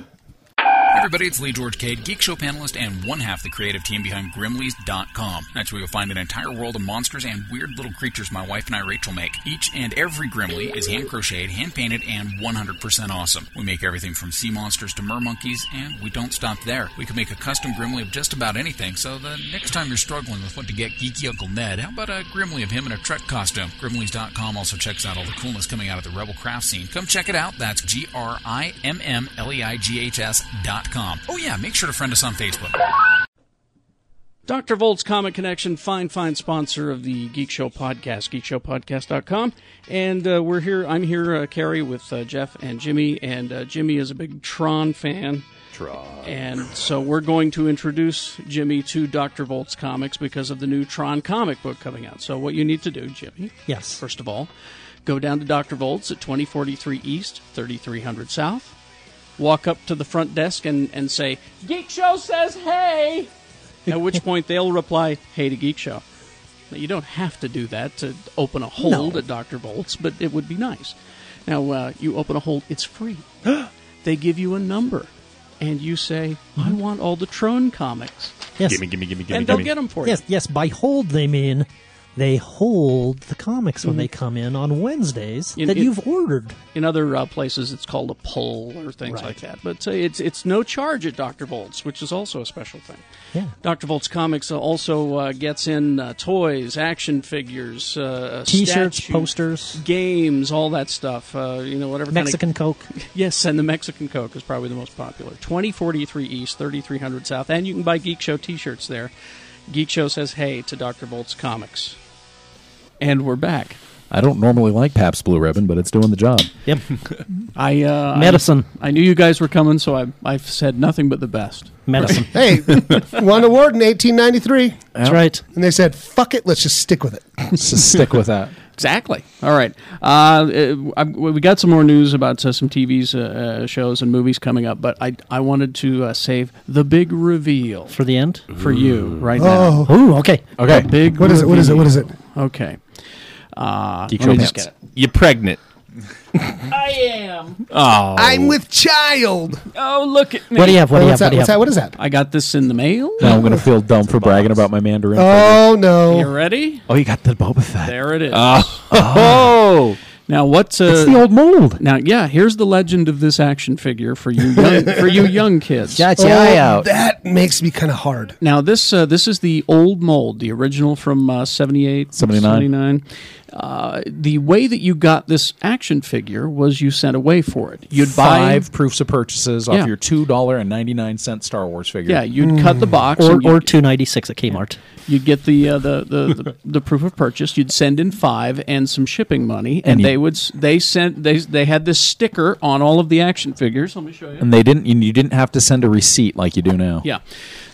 [SPEAKER 12] Everybody, it's Lee George Cade, Geek Show panelist and one half the creative team behind Grimleys.com. That's where you'll find an entire world of monsters and weird little creatures my wife and I, Rachel, make. Each and every Grimley is hand crocheted, hand painted, and 100% awesome. We make everything from sea monsters to mer monkeys, and we don't stop there. We can make a custom Grimley of just about anything, so the next time you're struggling with what to get geeky Uncle Ned, how about a Grimley of him in a Trek costume? Grimleys.com also checks out all the coolness coming out of the Rebel craft scene. Come check it out. That's G R I M M L E I G H S dot com. Oh, yeah, make sure to friend us on Facebook.
[SPEAKER 1] Dr. Volt's Comic Connection, fine, fine sponsor of the Geek Show podcast, geekshowpodcast.com. And uh, we're here, I'm here, uh, Carrie, with uh, Jeff and Jimmy. And uh, Jimmy is a big Tron fan.
[SPEAKER 13] Tron.
[SPEAKER 11] And so we're going to introduce Jimmy to Dr. Volt's comics because of the new Tron comic book coming out. So what you need to do, Jimmy,
[SPEAKER 3] yes.
[SPEAKER 11] First of all, go down to Dr. Volt's at 2043 East, 3300 South. Walk up to the front desk and, and say, Geek Show says hey! at which point they'll reply, Hey to Geek Show. Now, you don't have to do that to open a hold at Dr. Volt's, but it would be nice. Now, uh, you open a hold, it's free. they give you a number, and you say, I want all the Tron comics.
[SPEAKER 3] Yes.
[SPEAKER 11] Gimme, gimme, gimme, gimme, And they'll gimme. get 'em for you.
[SPEAKER 3] Yes, yes. By hold, they mean they hold the comics when
[SPEAKER 11] Mhm.
[SPEAKER 3] they come in on Wednesdays
[SPEAKER 11] In-
[SPEAKER 3] that
[SPEAKER 11] in-
[SPEAKER 3] you've ordered.
[SPEAKER 11] In other uh, places, it's called a pull or things like that. But uh, it's it's no charge at Dr. Volt's, which is also a special thing.
[SPEAKER 3] Yeah.
[SPEAKER 11] Dr. Volt's Comics also uh, gets in uh, toys, action figures, uh,
[SPEAKER 3] T-shirts,
[SPEAKER 11] statues,
[SPEAKER 3] posters.
[SPEAKER 11] games, all that stuff. Uh, you know, whatever
[SPEAKER 3] Mexican
[SPEAKER 11] kind of,
[SPEAKER 3] Coke.
[SPEAKER 11] Yes, and the Mexican Coke is probably the most popular. 2043 East, 3300 South, and you can buy Geek Show T-shirts there. Geek Show says hey to Dr. Volt's Comics, and we're back.
[SPEAKER 7] I don't normally like Pabst Blue Ribbon, but it's doing the job. (laughs)
[SPEAKER 3] Yep.
[SPEAKER 1] I uh, I-
[SPEAKER 3] Medicine.
[SPEAKER 1] I, knew you guys were coming, so I I've said nothing but the best.
[SPEAKER 7] (laughs)
[SPEAKER 3] Medicine.
[SPEAKER 8] hey, won award in 1893.
[SPEAKER 1] That's right.
[SPEAKER 8] And they said, "Fuck it, let's just stick with it."
[SPEAKER 1] stick with that. Exactly. All right. Uh, it- I, we got some more news about uh, some TV's uh, uh, shows and movies coming up, but I I wanted to uh, save the big reveal
[SPEAKER 3] for the end
[SPEAKER 1] for you right
[SPEAKER 8] Oh.
[SPEAKER 1] now.
[SPEAKER 3] Ooh, okay.
[SPEAKER 8] Okay.
[SPEAKER 1] The big.
[SPEAKER 8] What is it? What is it? What is
[SPEAKER 1] reveal. Okay. Uh,
[SPEAKER 4] Geek
[SPEAKER 1] let me
[SPEAKER 4] Show
[SPEAKER 1] just
[SPEAKER 4] Pants.
[SPEAKER 1] get it.
[SPEAKER 4] You're pregnant.
[SPEAKER 1] I am.
[SPEAKER 4] Oh.
[SPEAKER 8] I'm with child.
[SPEAKER 1] Oh, look at me.
[SPEAKER 7] What do you Oh. have? What do you What's have? What that? do you What's have? that?
[SPEAKER 8] What is that?
[SPEAKER 1] I got this in the mail.
[SPEAKER 7] Now I'm going to feel dumb for bragging about my Mandarin.
[SPEAKER 8] Oh no!
[SPEAKER 1] You ready?
[SPEAKER 7] Oh, you got the Boba Fett.
[SPEAKER 1] There it is.
[SPEAKER 7] Oh.
[SPEAKER 1] Oh. Now what's uh,
[SPEAKER 7] It's the old mold?
[SPEAKER 1] Now, yeah, here's the legend of this action figure for you
[SPEAKER 7] (laughs)
[SPEAKER 1] young, for you young kids.
[SPEAKER 8] That makes me kind of hard.
[SPEAKER 1] Now this uh, this is the old mold, the original from uh, 78,
[SPEAKER 7] 79.
[SPEAKER 1] 79. Uh, the way that you got this action figure was you sent away for it. You'd buy
[SPEAKER 7] five proofs of purchases off
[SPEAKER 1] Yeah.
[SPEAKER 7] your two dollar and ninety nine cent Star Wars figure. Mm.
[SPEAKER 1] Yeah, you'd cut the box
[SPEAKER 3] or,
[SPEAKER 1] and you'd-
[SPEAKER 3] or two ninety six at Kmart.
[SPEAKER 1] You'd get the, uh, the, the,
[SPEAKER 7] (laughs)
[SPEAKER 1] the the proof of purchase. You'd send in five and some shipping money, and,
[SPEAKER 7] And you-
[SPEAKER 1] they would s- they sent they they had this sticker on all of the action figures. Let me show you.
[SPEAKER 7] and they didn't. And you didn't have to send a receipt like you do now.
[SPEAKER 1] Yeah,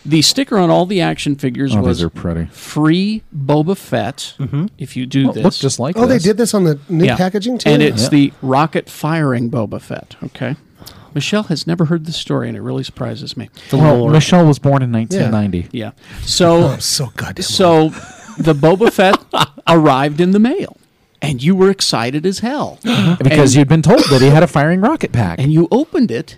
[SPEAKER 1] the sticker on all the action figures
[SPEAKER 7] Oh,
[SPEAKER 1] was
[SPEAKER 7] these are pretty. Mm-hmm.
[SPEAKER 1] free Boba Fett. If you do
[SPEAKER 7] Well,
[SPEAKER 1] this,
[SPEAKER 7] look just like
[SPEAKER 8] Oh, they did this on the new
[SPEAKER 1] Yeah.
[SPEAKER 8] packaging too.
[SPEAKER 1] and it's
[SPEAKER 8] Yeah.
[SPEAKER 1] the rocket firing Boba Fett. Okay, Michelle has never heard this story, and it really surprises me.
[SPEAKER 7] Well, Michelle was born in 1990.
[SPEAKER 1] Yeah. So
[SPEAKER 7] (laughs) Oh, I'm
[SPEAKER 8] so goddamn.
[SPEAKER 1] So the Boba
[SPEAKER 7] (laughs)
[SPEAKER 1] Fett arrived in the mail, and you were excited as hell
[SPEAKER 7] (gasps) Because
[SPEAKER 1] And-
[SPEAKER 7] you'd been told that he had a firing rocket pack.
[SPEAKER 1] and you opened it,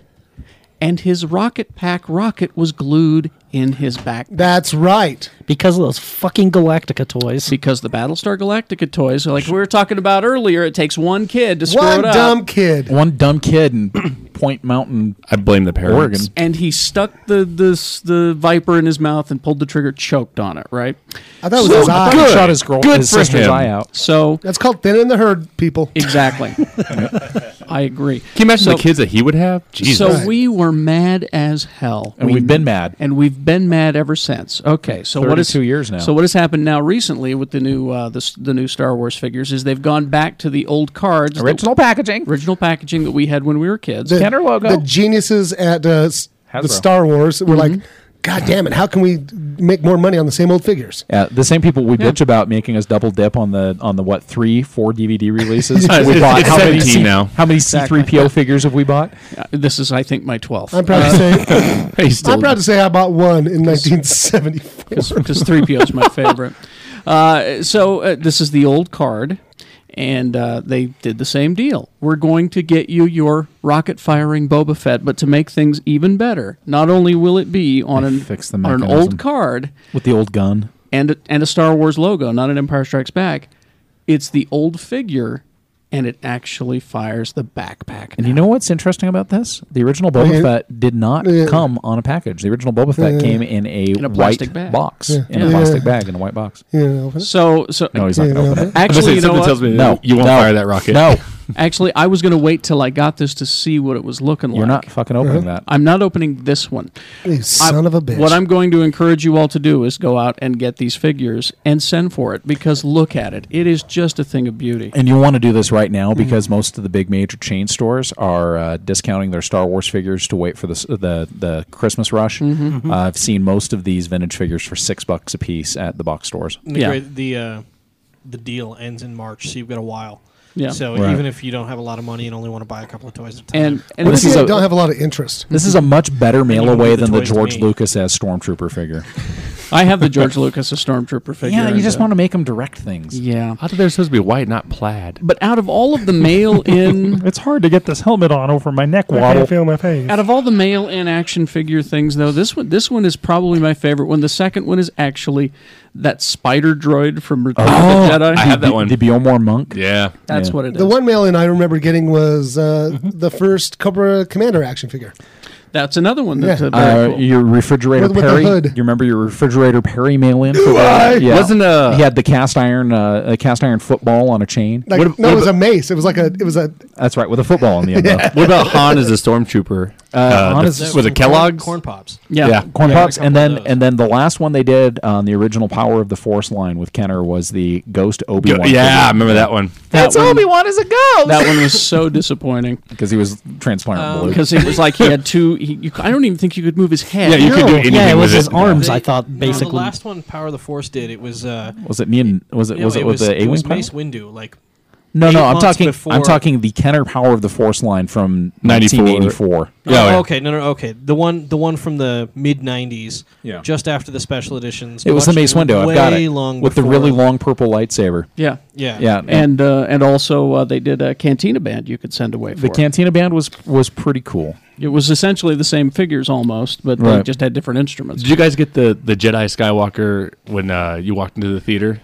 [SPEAKER 1] and his rocket pack rocket was glued in his back.
[SPEAKER 8] That's right.
[SPEAKER 3] Because of those fucking Galactica toys.
[SPEAKER 1] Because the Battlestar Galactica toys, like we were talking about earlier, it takes one kid to screw
[SPEAKER 8] One
[SPEAKER 1] it up.
[SPEAKER 8] dumb kid.
[SPEAKER 7] One dumb kid in Point Mountain. I blame the parents. Oregon.
[SPEAKER 1] And he stuck the this the viper in his mouth and pulled the trigger, choked on it. Right?
[SPEAKER 8] I thought it was
[SPEAKER 1] So
[SPEAKER 8] his eye.
[SPEAKER 1] good. Shot his girl- Good his for sister's him. eye out. So
[SPEAKER 8] that's called thinning the herd, people.
[SPEAKER 4] (laughs)
[SPEAKER 1] Exactly. I agree.
[SPEAKER 4] Can you imagine
[SPEAKER 1] So-
[SPEAKER 4] the kids that he would have? Jesus.
[SPEAKER 1] So we were mad as hell,
[SPEAKER 4] And
[SPEAKER 1] We-
[SPEAKER 4] we've been mad.
[SPEAKER 1] and we've been mad ever since. Okay, so what is
[SPEAKER 7] 32 years now.
[SPEAKER 1] So what has happened now recently with the new uh, this, the new Star Wars figures is they've gone back to the old cards,
[SPEAKER 7] original packaging,
[SPEAKER 1] original packaging that we had when we were kids.
[SPEAKER 8] The, the geniuses at uh, s-
[SPEAKER 1] Hasbro. Mm-hmm.
[SPEAKER 8] the Star Wars were like, "God damn it! How can we make more money on the same old figures?"
[SPEAKER 7] Yeah, the same people we
[SPEAKER 8] Yeah.
[SPEAKER 7] bitch about making us double dip on the on the what three four
[SPEAKER 11] (laughs)
[SPEAKER 7] DVD releases.
[SPEAKER 1] It's-
[SPEAKER 7] we
[SPEAKER 1] it's-
[SPEAKER 7] bought
[SPEAKER 1] it's
[SPEAKER 7] how many
[SPEAKER 1] 17
[SPEAKER 7] C-
[SPEAKER 1] now.
[SPEAKER 7] How many C
[SPEAKER 1] Exactly.
[SPEAKER 7] three PO figures have we bought?
[SPEAKER 1] Uh, This is, I think, my twelfth.
[SPEAKER 8] I'm proud
[SPEAKER 1] (laughs)
[SPEAKER 8] to say,
[SPEAKER 7] Hey, still-
[SPEAKER 8] I'm proud to say I bought one in 1974.
[SPEAKER 1] because three PO is my
[SPEAKER 7] (laughs)
[SPEAKER 1] favorite. Uh, so uh, this is the old card, and uh, they did the same deal. We're going to get you your rocket firing Boba Fett, but to make things even better, not only will it be on an
[SPEAKER 7] Fix the
[SPEAKER 1] on an
[SPEAKER 7] mechanism
[SPEAKER 1] old card
[SPEAKER 7] with the old gun.
[SPEAKER 1] and a, and a Star Wars logo, not an Empire Strikes Back. It's the old figure, and it actually fires the backpack.
[SPEAKER 7] And you know what's interesting about this? The original Boba
[SPEAKER 1] Yeah.
[SPEAKER 7] Fett did not
[SPEAKER 1] Yeah.
[SPEAKER 7] come on a package. The original Boba Fett
[SPEAKER 1] Yeah.
[SPEAKER 7] came in a,
[SPEAKER 1] In a
[SPEAKER 7] white
[SPEAKER 1] plastic bag.
[SPEAKER 7] box,
[SPEAKER 1] Yeah.
[SPEAKER 7] in
[SPEAKER 1] Yeah.
[SPEAKER 7] a plastic
[SPEAKER 1] Yeah.
[SPEAKER 7] bag, in a white box.
[SPEAKER 8] Yeah.
[SPEAKER 1] So so
[SPEAKER 7] No, he's not going to open it.
[SPEAKER 1] Actually, you know what? (laughs)
[SPEAKER 7] no, no, no,
[SPEAKER 1] Actually, I was going to wait till I got this to see what it was looking
[SPEAKER 7] You're
[SPEAKER 1] like.
[SPEAKER 7] not fucking opening Uh-huh. that.
[SPEAKER 1] I'm not opening this one.
[SPEAKER 8] You son of a bitch.
[SPEAKER 1] What I'm going to encourage you all to do is go out and get these figures and send for it because look at it. It is just a thing of beauty.
[SPEAKER 7] And you want to do this right now
[SPEAKER 1] Mm-hmm.
[SPEAKER 7] because most of the big major chain stores are uh, discounting their Star Wars figures to wait for the s- the, the Christmas rush.
[SPEAKER 9] Mhm.
[SPEAKER 1] Mm-hmm.
[SPEAKER 9] Mhm.
[SPEAKER 7] Uh, I've seen most of these vintage figures for six bucks a piece at the box stores.
[SPEAKER 9] And The, great- the, uh, the deal ends in March, so you've got a while.
[SPEAKER 7] Yeah.
[SPEAKER 9] So
[SPEAKER 7] Right.
[SPEAKER 9] even if you don't have a lot of money and only want to buy a couple of toys at a time,
[SPEAKER 1] And,
[SPEAKER 8] and this is a, don't have a lot of interest.
[SPEAKER 7] This is a much better mail
[SPEAKER 9] you
[SPEAKER 7] away
[SPEAKER 9] leave the
[SPEAKER 7] than the
[SPEAKER 9] toys to
[SPEAKER 7] George
[SPEAKER 9] me.
[SPEAKER 7] Lucas as Stormtrooper figure.
[SPEAKER 1] I have the George Lucas as Stormtrooper figure.
[SPEAKER 7] Yeah, you
[SPEAKER 1] and,
[SPEAKER 7] just
[SPEAKER 1] uh,
[SPEAKER 7] want to make them direct things.
[SPEAKER 1] Yeah.
[SPEAKER 4] How do they're supposed to be white, not plaid?
[SPEAKER 1] But out of all of the mail in. (laughs)
[SPEAKER 14] it's hard to get this helmet on over my neck waddle.
[SPEAKER 8] my face.
[SPEAKER 1] Out of all the male and action figure things, though, this one this one is probably my favorite one. The second one is actually that spider droid from Return of the Jedi.
[SPEAKER 7] The Biomore Monk.
[SPEAKER 4] Yeah.
[SPEAKER 1] That's what it is.
[SPEAKER 8] Oh. The one mail-in I remember getting was uh, the first Cobra Commander action figure.
[SPEAKER 1] That's another one that's
[SPEAKER 8] Yeah.
[SPEAKER 1] uh, very
[SPEAKER 7] Uh,
[SPEAKER 1] cool.
[SPEAKER 7] Your refrigerator
[SPEAKER 8] With- with the
[SPEAKER 7] Perry.
[SPEAKER 8] hood.
[SPEAKER 7] You remember your refrigerator Perry mail in?
[SPEAKER 8] I?
[SPEAKER 7] Yeah.
[SPEAKER 8] Wasn't a-
[SPEAKER 7] he had the cast iron uh, a cast iron football on a chain?
[SPEAKER 8] Like, no, it was a mace. It was like a. It was a.
[SPEAKER 7] That's right, with a football on the (laughs) end.
[SPEAKER 8] Yeah.
[SPEAKER 7] though.
[SPEAKER 8] What about Han
[SPEAKER 4] as a stormtrooper?
[SPEAKER 7] Uh,
[SPEAKER 4] Uh,
[SPEAKER 7] Han
[SPEAKER 4] the-
[SPEAKER 7] is-
[SPEAKER 4] was it Kellogg's?
[SPEAKER 9] corn pops.
[SPEAKER 7] Yeah, corn
[SPEAKER 4] Yeah,
[SPEAKER 7] pops,
[SPEAKER 4] a couple
[SPEAKER 7] and then and then the last one they did on the original Power of the Force line with Kenner was the Ghost Obi Wan.
[SPEAKER 4] yeah, I remember that one.
[SPEAKER 7] That's Obi
[SPEAKER 1] Wan as a ghost. That one was so
[SPEAKER 7] (laughs)
[SPEAKER 1] disappointing
[SPEAKER 7] because he was transparent blue.
[SPEAKER 1] because it was like he
[SPEAKER 7] (laughs)
[SPEAKER 1] had two. He, you, I don't even think you could move his head.
[SPEAKER 7] Yeah, you could do No. anything Yeah, it was with his it. arms,
[SPEAKER 9] They-
[SPEAKER 7] I thought,
[SPEAKER 9] no,
[SPEAKER 7] basically.
[SPEAKER 9] the last one, Power of the Force did. It was uh,
[SPEAKER 7] was it me and was it
[SPEAKER 9] no,
[SPEAKER 7] was it, with the A
[SPEAKER 9] it was
[SPEAKER 7] wing
[SPEAKER 9] Mace Windu. Like
[SPEAKER 7] No,
[SPEAKER 9] eight
[SPEAKER 7] no, I'm
[SPEAKER 9] months
[SPEAKER 7] talking
[SPEAKER 9] Before,
[SPEAKER 7] I'm talking the Kenner Power of the Force line from
[SPEAKER 4] 94.
[SPEAKER 7] 1984.
[SPEAKER 9] Oh, okay, no, no, okay. The one, the one from the mid '90s,
[SPEAKER 7] Yeah.
[SPEAKER 9] just after the special editions.
[SPEAKER 7] It was the
[SPEAKER 9] much-
[SPEAKER 7] Mace Windu. I've got
[SPEAKER 9] way
[SPEAKER 7] it
[SPEAKER 9] long
[SPEAKER 7] with the
[SPEAKER 9] before-
[SPEAKER 7] really long purple lightsaber.
[SPEAKER 1] Yeah,
[SPEAKER 9] Yeah.
[SPEAKER 7] yeah.
[SPEAKER 1] and uh, and also uh, they did a cantina band you could send away. For
[SPEAKER 7] the
[SPEAKER 1] it.
[SPEAKER 7] Cantina band was was pretty cool.
[SPEAKER 1] It was essentially the same figures almost, but they
[SPEAKER 4] Right.
[SPEAKER 1] just had different instruments.
[SPEAKER 4] Did you guys get the, the Jedi Skywalker when uh, you walked into the theater?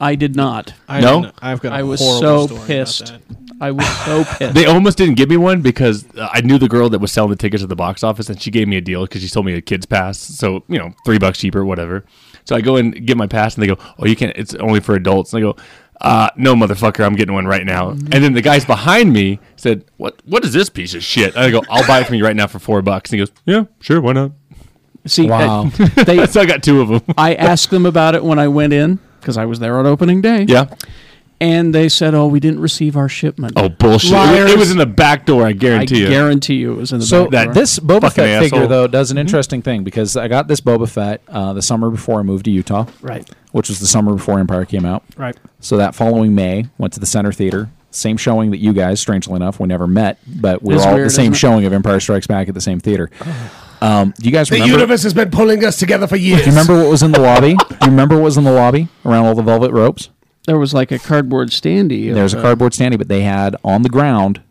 [SPEAKER 1] I did not.
[SPEAKER 4] I No? didn't. I've got a
[SPEAKER 1] I was
[SPEAKER 4] horrible
[SPEAKER 1] so pissed. I was
[SPEAKER 7] (laughs)
[SPEAKER 1] so pissed.
[SPEAKER 4] They almost didn't give me one because uh, I knew the girl that was selling the tickets at the box office, and she gave me a deal because she sold me a kid's pass, so you know, three bucks cheaper, whatever. So I go and get my pass, and they go, "Oh, you can't. It's only for adults." And I go, uh, "No, motherfucker, I'm getting one right now." And then the guys behind me said, "What? What is this piece of shit?" And I go, "I'll buy it from you right now for four bucks." And he goes, "Yeah, sure, why not?"
[SPEAKER 1] See,
[SPEAKER 4] Wow.
[SPEAKER 1] that- (laughs) they,
[SPEAKER 4] so I got two of them.
[SPEAKER 1] I asked them about it when I went in because I was there on opening day.
[SPEAKER 4] Yeah.
[SPEAKER 1] And they said, "Oh, we didn't receive our shipment."
[SPEAKER 4] Oh bullshit! It was-
[SPEAKER 1] Liars.
[SPEAKER 4] It was in the back door. I
[SPEAKER 1] I
[SPEAKER 4] guarantee you.
[SPEAKER 1] guarantee you it was in the
[SPEAKER 7] So
[SPEAKER 1] back door.
[SPEAKER 7] that Mm-hmm. this Boba
[SPEAKER 4] Fucking
[SPEAKER 7] Fett figure
[SPEAKER 4] asshole.
[SPEAKER 7] though does an interesting thing because I got this Boba Fett uh, the summer before I moved to Utah,
[SPEAKER 1] Right.
[SPEAKER 7] Which was the summer before Empire came out,
[SPEAKER 1] Right.
[SPEAKER 7] So that following May, went to the Center Theater, same showing that you guys. Strangely enough, we never met, but we
[SPEAKER 8] It's
[SPEAKER 7] were all at
[SPEAKER 8] weird,
[SPEAKER 7] the same
[SPEAKER 8] isn't it?
[SPEAKER 7] showing of Empire Strikes Back at the same theater. Um, do you guys
[SPEAKER 8] The
[SPEAKER 7] remember?
[SPEAKER 8] universe has been pulling us together for
[SPEAKER 7] do
[SPEAKER 8] years.
[SPEAKER 7] you remember what was in the lobby? do you remember what was in the lobby around all the velvet ropes?
[SPEAKER 1] There was like a cardboard standee. of,
[SPEAKER 7] There's a
[SPEAKER 1] uh,
[SPEAKER 7] cardboard standee, but they had on the ground,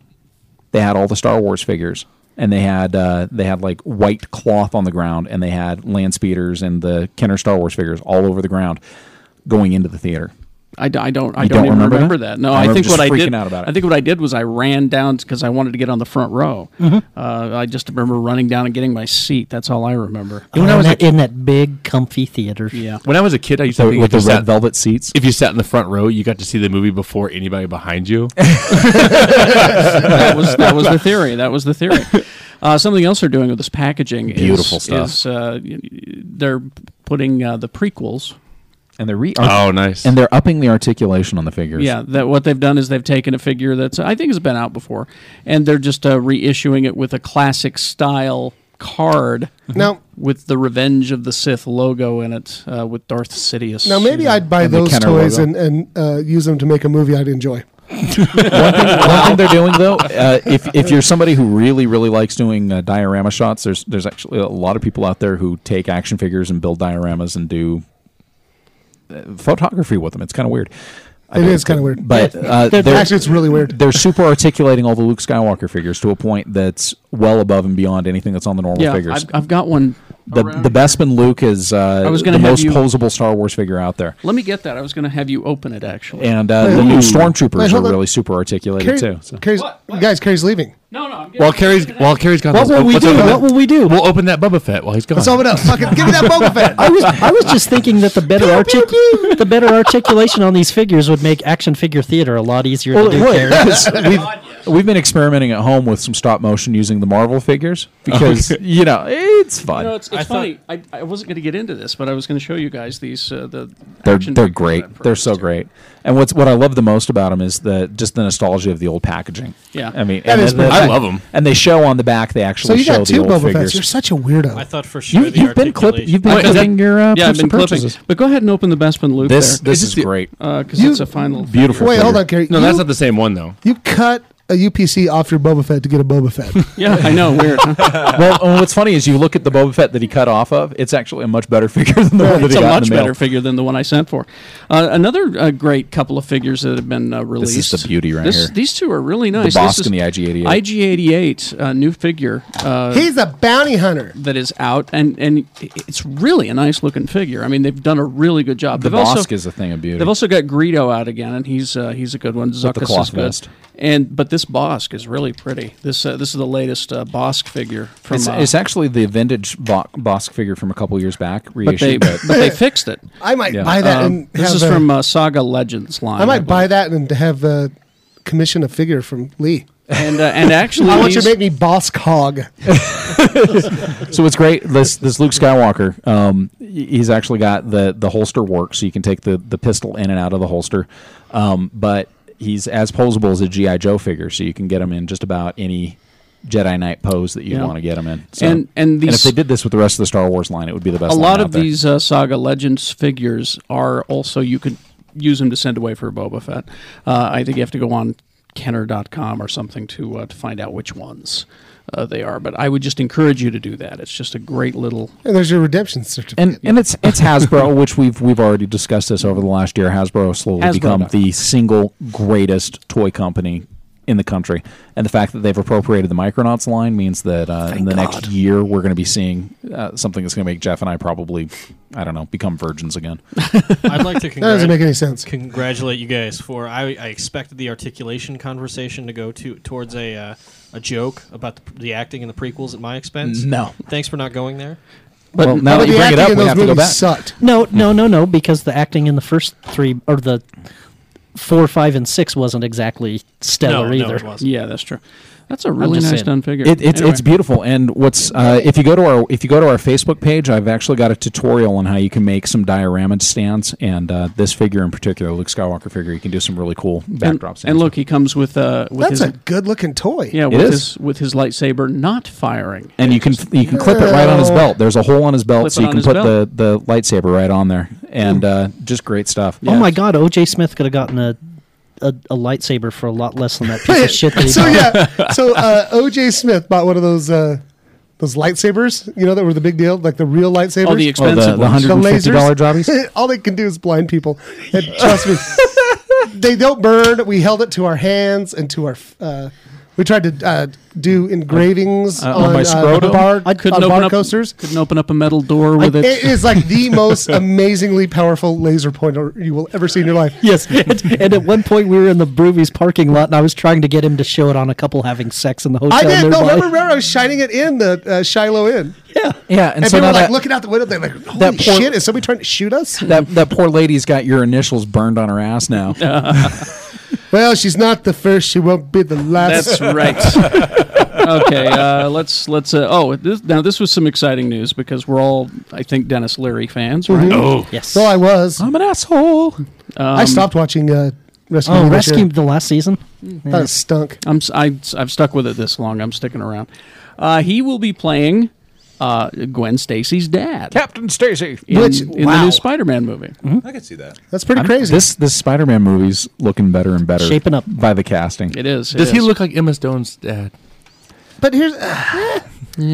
[SPEAKER 7] they had all the Star Wars figures, and they had uh, they had like white cloth on the ground, and they had land speeders and the Kenner Star Wars figures all over the ground, going into the theater.
[SPEAKER 1] I, d- I don't. I
[SPEAKER 7] You
[SPEAKER 1] don't,
[SPEAKER 7] don't
[SPEAKER 1] even
[SPEAKER 7] remember
[SPEAKER 1] remember,
[SPEAKER 7] that?
[SPEAKER 1] that? No,
[SPEAKER 7] I
[SPEAKER 1] I,
[SPEAKER 7] remember
[SPEAKER 1] think
[SPEAKER 7] just
[SPEAKER 1] what I did.
[SPEAKER 7] freaking out about it.
[SPEAKER 1] I think what I did was I ran down because I wanted to get on the front row.
[SPEAKER 7] Mm-hmm.
[SPEAKER 6] Mhm.
[SPEAKER 1] Uh, I just remember running down and getting my seat. That's all I remember.
[SPEAKER 6] Oh, in, that, in that big, comfy theater.
[SPEAKER 1] Yeah.
[SPEAKER 4] When I was a kid, I used to
[SPEAKER 7] With
[SPEAKER 4] think
[SPEAKER 7] the-
[SPEAKER 4] if you
[SPEAKER 7] with the red
[SPEAKER 4] sat-
[SPEAKER 7] velvet seats.
[SPEAKER 4] If you sat in the front row, you got to see the movie before anybody behind
[SPEAKER 7] (laughs)
[SPEAKER 4] you.
[SPEAKER 1] that was that was the theory. That was the theory. Uh, something else they're doing with this packaging is-
[SPEAKER 7] Beautiful stuff.
[SPEAKER 1] Is, uh, y- y- they're putting uh, the prequels.
[SPEAKER 7] And they're re-
[SPEAKER 4] Oh, nice.
[SPEAKER 7] And they're upping the articulation on the figures.
[SPEAKER 1] Yeah, that what they've done is they've taken a figure that's I think has been out before, and they're just uh, reissuing it with a classic style card.
[SPEAKER 8] Now-
[SPEAKER 1] with the Revenge of the Sith logo in it, uh, with Darth Sidious.
[SPEAKER 8] Now maybe I'd buy
[SPEAKER 1] And the
[SPEAKER 8] those
[SPEAKER 1] Kenner
[SPEAKER 8] toys
[SPEAKER 1] logo.
[SPEAKER 8] and and uh, use them to make a movie I'd enjoy.
[SPEAKER 7] one, thing, one thing they're doing though, uh, if if you're somebody who really really likes doing uh, diorama shots, there's there's actually a lot of people out there who take action figures and build dioramas and do uh, photography with them. It's kind of weird.
[SPEAKER 8] It is kinda weird.
[SPEAKER 7] but
[SPEAKER 8] Yeah.
[SPEAKER 7] uh,
[SPEAKER 8] They're- actually, it's really weird.
[SPEAKER 7] They're super articulating all the Luke Skywalker figures to a point that's well above and beyond anything that's on the normal
[SPEAKER 1] yeah,
[SPEAKER 7] figures.
[SPEAKER 1] I've, I've got one.
[SPEAKER 7] the the Bespin Luke is uh,
[SPEAKER 1] I was
[SPEAKER 7] the
[SPEAKER 1] gonna have
[SPEAKER 7] most
[SPEAKER 1] you-
[SPEAKER 7] posable Star Wars figure out there,
[SPEAKER 1] Let me get that. I was going to have you open it actually.
[SPEAKER 7] and uh,
[SPEAKER 8] Wait,
[SPEAKER 7] the new
[SPEAKER 8] wait.
[SPEAKER 7] stormtroopers
[SPEAKER 8] Wait,
[SPEAKER 7] are
[SPEAKER 8] hold on.
[SPEAKER 7] really super articulated
[SPEAKER 8] Carrie-
[SPEAKER 7] too. so.
[SPEAKER 8] Carrie's- Guys, Carrie's leaving.
[SPEAKER 1] No, no. I'm
[SPEAKER 4] While Carrie's while Carrie's gone,
[SPEAKER 6] What
[SPEAKER 4] let's
[SPEAKER 6] will
[SPEAKER 4] op-
[SPEAKER 6] we
[SPEAKER 4] let's
[SPEAKER 6] do?
[SPEAKER 4] open
[SPEAKER 6] What will we do?
[SPEAKER 4] We'll open that Boba Fett while he's gone.
[SPEAKER 6] Let's open
[SPEAKER 8] up. Fucking give me that Boba
[SPEAKER 7] (laughs)
[SPEAKER 8] Fett.
[SPEAKER 6] I was I was just thinking that the better artic- the better articulation on these figures would make action figure theater a lot easier to
[SPEAKER 7] Well,
[SPEAKER 6] do.
[SPEAKER 7] it would,
[SPEAKER 6] Karen.
[SPEAKER 7] 'cause (laughs) we've, we've been experimenting at home with some stop motion using the Marvel figures because
[SPEAKER 1] Okay.
[SPEAKER 7] you know it's fun.
[SPEAKER 1] No, it's, it's funny. I, I wasn't going to get into this, but I was going to show you guys these. Uh, the
[SPEAKER 7] they're
[SPEAKER 1] action
[SPEAKER 7] they're
[SPEAKER 1] figures
[SPEAKER 7] great.
[SPEAKER 1] that-
[SPEAKER 7] They're so great. And what's what I love the most about them is the just the nostalgia of the old packaging.
[SPEAKER 1] Yeah.
[SPEAKER 7] I mean,
[SPEAKER 1] That
[SPEAKER 7] and
[SPEAKER 1] is
[SPEAKER 7] then the-
[SPEAKER 1] pretty I love 'em.
[SPEAKER 7] And they show on the back. They actually
[SPEAKER 8] So you
[SPEAKER 7] show
[SPEAKER 8] got
[SPEAKER 7] the
[SPEAKER 8] two
[SPEAKER 7] old
[SPEAKER 8] Boba
[SPEAKER 7] figures.
[SPEAKER 8] Fets. You're such a weirdo.
[SPEAKER 9] I thought for
[SPEAKER 7] You,
[SPEAKER 9] sure the
[SPEAKER 7] you've been clipping. You've been
[SPEAKER 1] Wait, is
[SPEAKER 7] clipping
[SPEAKER 1] that-
[SPEAKER 7] your uh,
[SPEAKER 1] yeah, I've
[SPEAKER 7] clips
[SPEAKER 1] been
[SPEAKER 7] and
[SPEAKER 1] clipping.
[SPEAKER 7] purchases.
[SPEAKER 1] But go ahead and open the Bestman loop.
[SPEAKER 7] This-
[SPEAKER 1] there.
[SPEAKER 7] this Is is it the- great.
[SPEAKER 1] because
[SPEAKER 8] You-
[SPEAKER 1] uh, it's a final
[SPEAKER 7] Beautiful
[SPEAKER 8] Wait,
[SPEAKER 7] figure.
[SPEAKER 8] hold on, Gary.
[SPEAKER 4] No, that's
[SPEAKER 8] You-
[SPEAKER 4] not the same one though.
[SPEAKER 8] You cut a UPC off your Boba Fett to get a Boba Fett.
[SPEAKER 1] Yeah, I know.
[SPEAKER 7] (laughs)
[SPEAKER 1] Weird.
[SPEAKER 7] well, and what's funny is you look at the Boba Fett that he cut off of. It's actually a much better (laughs) figure than the one that
[SPEAKER 1] it's
[SPEAKER 7] he
[SPEAKER 1] a
[SPEAKER 7] got in
[SPEAKER 1] much
[SPEAKER 7] the mail.
[SPEAKER 1] better figure than the one I sent for. Uh, another uh, great couple of figures that have been uh,
[SPEAKER 7] This
[SPEAKER 1] released.
[SPEAKER 7] is the beauty right
[SPEAKER 1] This-
[SPEAKER 7] here.
[SPEAKER 1] These two are really nice.
[SPEAKER 7] The
[SPEAKER 1] This
[SPEAKER 7] Bosk
[SPEAKER 1] is
[SPEAKER 7] and the IG-88.
[SPEAKER 1] IG88, uh, new figure. Uh,
[SPEAKER 8] He's a bounty hunter.
[SPEAKER 1] that is out, and and it's really a nice looking figure. I mean, they've done a really good job.
[SPEAKER 7] The
[SPEAKER 1] They've also-
[SPEAKER 7] Bosk is a thing of beauty.
[SPEAKER 1] They've also got Greedo out again, and he's uh, he's a good one. Zuckus
[SPEAKER 7] the cloth
[SPEAKER 1] is good.
[SPEAKER 7] vest.
[SPEAKER 1] And but this Bosk is really pretty. This uh, this is the latest uh, Bosk figure from.
[SPEAKER 7] it's,
[SPEAKER 1] uh,
[SPEAKER 7] it's actually the vintage Bo- Bosk figure from a couple years back
[SPEAKER 1] but they
[SPEAKER 7] reissued.
[SPEAKER 1] but they fixed it.
[SPEAKER 8] (laughs) I might buy that.
[SPEAKER 7] Um,
[SPEAKER 1] Uh,
[SPEAKER 8] and
[SPEAKER 1] this
[SPEAKER 8] have
[SPEAKER 1] is
[SPEAKER 8] a-
[SPEAKER 1] from uh, Saga Legends line.
[SPEAKER 8] I
[SPEAKER 1] I
[SPEAKER 7] uh,
[SPEAKER 8] might
[SPEAKER 1] believe.
[SPEAKER 8] buy that and have uh, commission a figure from Lee.
[SPEAKER 1] and uh,
[SPEAKER 8] (laughs)
[SPEAKER 1] and actually
[SPEAKER 8] I want you
[SPEAKER 1] these-
[SPEAKER 8] to make me boss cog.
[SPEAKER 7] (laughs) so what's great this this Luke Skywalker um, he's actually got the the holster work so you can take the the pistol in and out of the holster um, but he's as posable as a GI Joe figure so you can get him in just about any Jedi Knight pose that you
[SPEAKER 1] Yeah.
[SPEAKER 7] want to get him in so,
[SPEAKER 1] And- and
[SPEAKER 7] if
[SPEAKER 1] these-
[SPEAKER 7] they did this with the rest of the Star Wars line it would be the best
[SPEAKER 1] a
[SPEAKER 7] line
[SPEAKER 1] lot
[SPEAKER 7] out
[SPEAKER 1] of
[SPEAKER 7] there.
[SPEAKER 1] these uh, Saga Legends figures are also you could use them to send away for Boba Fett. Uh, I think you have to go on Kenner.com or something to uh, to find out which ones uh, they are. But I would just encourage you to do that. It's just a great little
[SPEAKER 8] And there's your redemption certificate.
[SPEAKER 7] and and it's it's Hasbro, (laughs) which we've we've already discussed this over the last year. Hasbro has slowly
[SPEAKER 1] Hasbro
[SPEAKER 7] become
[SPEAKER 1] dot
[SPEAKER 7] the single greatest toy company in the country, and the fact that they've appropriated the Micronauts line means that uh, in the next year we're going to be seeing uh, something that's going to make Jeff and I probably, I don't know, become
[SPEAKER 6] (laughs)
[SPEAKER 7] virgins again.
[SPEAKER 9] I'd like to. Congrat-
[SPEAKER 8] That doesn't make any sense.
[SPEAKER 9] Congratulate you guys for. I, I expected the articulation conversation to go to towards a uh, a joke about the, the acting in the prequels at my expense.
[SPEAKER 7] No.
[SPEAKER 9] thanks for not going there.
[SPEAKER 7] But
[SPEAKER 6] Well,
[SPEAKER 7] now
[SPEAKER 6] but
[SPEAKER 7] that you
[SPEAKER 6] the
[SPEAKER 7] bring it
[SPEAKER 6] acting
[SPEAKER 7] up,
[SPEAKER 6] in
[SPEAKER 7] we
[SPEAKER 6] those
[SPEAKER 7] have to go
[SPEAKER 6] movies
[SPEAKER 7] back.
[SPEAKER 8] sucked.
[SPEAKER 6] No, no, no, no, because the acting in the first three or the four, five, and six wasn't exactly stellar
[SPEAKER 9] no,
[SPEAKER 6] either.
[SPEAKER 9] it wasn't.
[SPEAKER 1] yeah. That's true. That's a really nice
[SPEAKER 6] just saying.
[SPEAKER 1] done figure.
[SPEAKER 7] It, it's
[SPEAKER 1] Anyway.
[SPEAKER 7] it's beautiful, and what's uh, if you go to our if you go to our Facebook page, I've actually got a tutorial on how you can make some diorama stands, and uh, this figure in particular, Luke Skywalker figure, you can do some really cool
[SPEAKER 1] and,
[SPEAKER 7] backdrop stands.
[SPEAKER 1] and look, he comes with uh with
[SPEAKER 8] That's
[SPEAKER 1] his
[SPEAKER 8] a good looking toy.
[SPEAKER 1] yeah with
[SPEAKER 7] is.
[SPEAKER 1] his with his lightsaber not firing.
[SPEAKER 7] and you can you can clip it right on his belt. There's a hole on his belt,
[SPEAKER 1] Clip
[SPEAKER 7] so
[SPEAKER 1] it
[SPEAKER 7] you
[SPEAKER 1] on
[SPEAKER 7] can
[SPEAKER 1] his
[SPEAKER 7] put
[SPEAKER 1] belt.
[SPEAKER 7] the the lightsaber right on there, and uh, just great stuff.
[SPEAKER 6] Oh my God, O.J. Smith could have gotten a, a a lightsaber for a lot less than that piece
[SPEAKER 8] (laughs)
[SPEAKER 6] of shit. That he
[SPEAKER 8] (laughs) so
[SPEAKER 6] bought.
[SPEAKER 7] (laughs)
[SPEAKER 8] yeah, so uh, OJ Smith bought one of those uh, those lightsabers. You know that were the big deal, like the real lightsabers.
[SPEAKER 1] Oh, the expensive
[SPEAKER 7] the
[SPEAKER 1] ones.
[SPEAKER 7] hundred- $150
[SPEAKER 8] lasers. (laughs) All they can do is blind people. And trust me, they don't burn. We held it to our hands and to our. Uh, we tried to uh, do engravings
[SPEAKER 1] Uh,
[SPEAKER 8] on,
[SPEAKER 1] on my
[SPEAKER 8] uh,
[SPEAKER 1] scrotum?
[SPEAKER 8] bar,
[SPEAKER 1] I couldn't
[SPEAKER 8] on
[SPEAKER 1] open
[SPEAKER 8] bar
[SPEAKER 1] up-
[SPEAKER 8] coasters.
[SPEAKER 1] Couldn't open up a metal door with
[SPEAKER 8] Like,
[SPEAKER 1] it.
[SPEAKER 8] it is like the most amazingly powerful laser pointer you will ever see in your life.
[SPEAKER 6] (laughs) Yes, and, and at one point we were in the Broovies parking lot, and I was trying to get him to show it on a couple having sex in the hotel.
[SPEAKER 8] I did.
[SPEAKER 6] nearby.
[SPEAKER 8] No, remember, remember, I was shining it in the uh, Shiloh Inn.
[SPEAKER 7] Yeah,
[SPEAKER 8] And,
[SPEAKER 7] and, so
[SPEAKER 8] people
[SPEAKER 7] now
[SPEAKER 8] were like
[SPEAKER 7] that,
[SPEAKER 8] looking out the window. They're like, "Holy
[SPEAKER 7] that poor-
[SPEAKER 8] shit! Is somebody trying to shoot us?"
[SPEAKER 7] that that poor lady's got your initials burned on her ass now.
[SPEAKER 8] well, she's not the first. She won't be the last. (laughs)
[SPEAKER 1] That's right. okay, uh, let's let's. Uh, oh, this, now this was some exciting news because we're all, I think, Dennis Leary fans,
[SPEAKER 8] Mm-hmm.
[SPEAKER 1] right?
[SPEAKER 4] Oh,
[SPEAKER 6] Yes.
[SPEAKER 8] So I was.
[SPEAKER 1] Um,
[SPEAKER 7] I'm an asshole.
[SPEAKER 8] I stopped watching uh, Rescue.
[SPEAKER 6] oh,
[SPEAKER 8] Rangers.
[SPEAKER 6] rescue the last season.
[SPEAKER 8] That stunk.
[SPEAKER 1] I'm s- I, I've stuck with it this long. I'm sticking around. Uh, he will be playing uh, Gwen Stacy's dad
[SPEAKER 7] Captain Stacy.
[SPEAKER 1] in,
[SPEAKER 8] Which-
[SPEAKER 1] in the
[SPEAKER 8] wow.
[SPEAKER 1] new Spider-Man movie.
[SPEAKER 11] I could see that.
[SPEAKER 8] That's pretty crazy.
[SPEAKER 7] This this Spider-Man movie's looking better and better,
[SPEAKER 6] Shaping up.
[SPEAKER 7] by the casting.
[SPEAKER 1] It is. it
[SPEAKER 4] Does he
[SPEAKER 1] is.
[SPEAKER 4] look like Emma Stone's dad?
[SPEAKER 8] but here's,
[SPEAKER 6] Maybe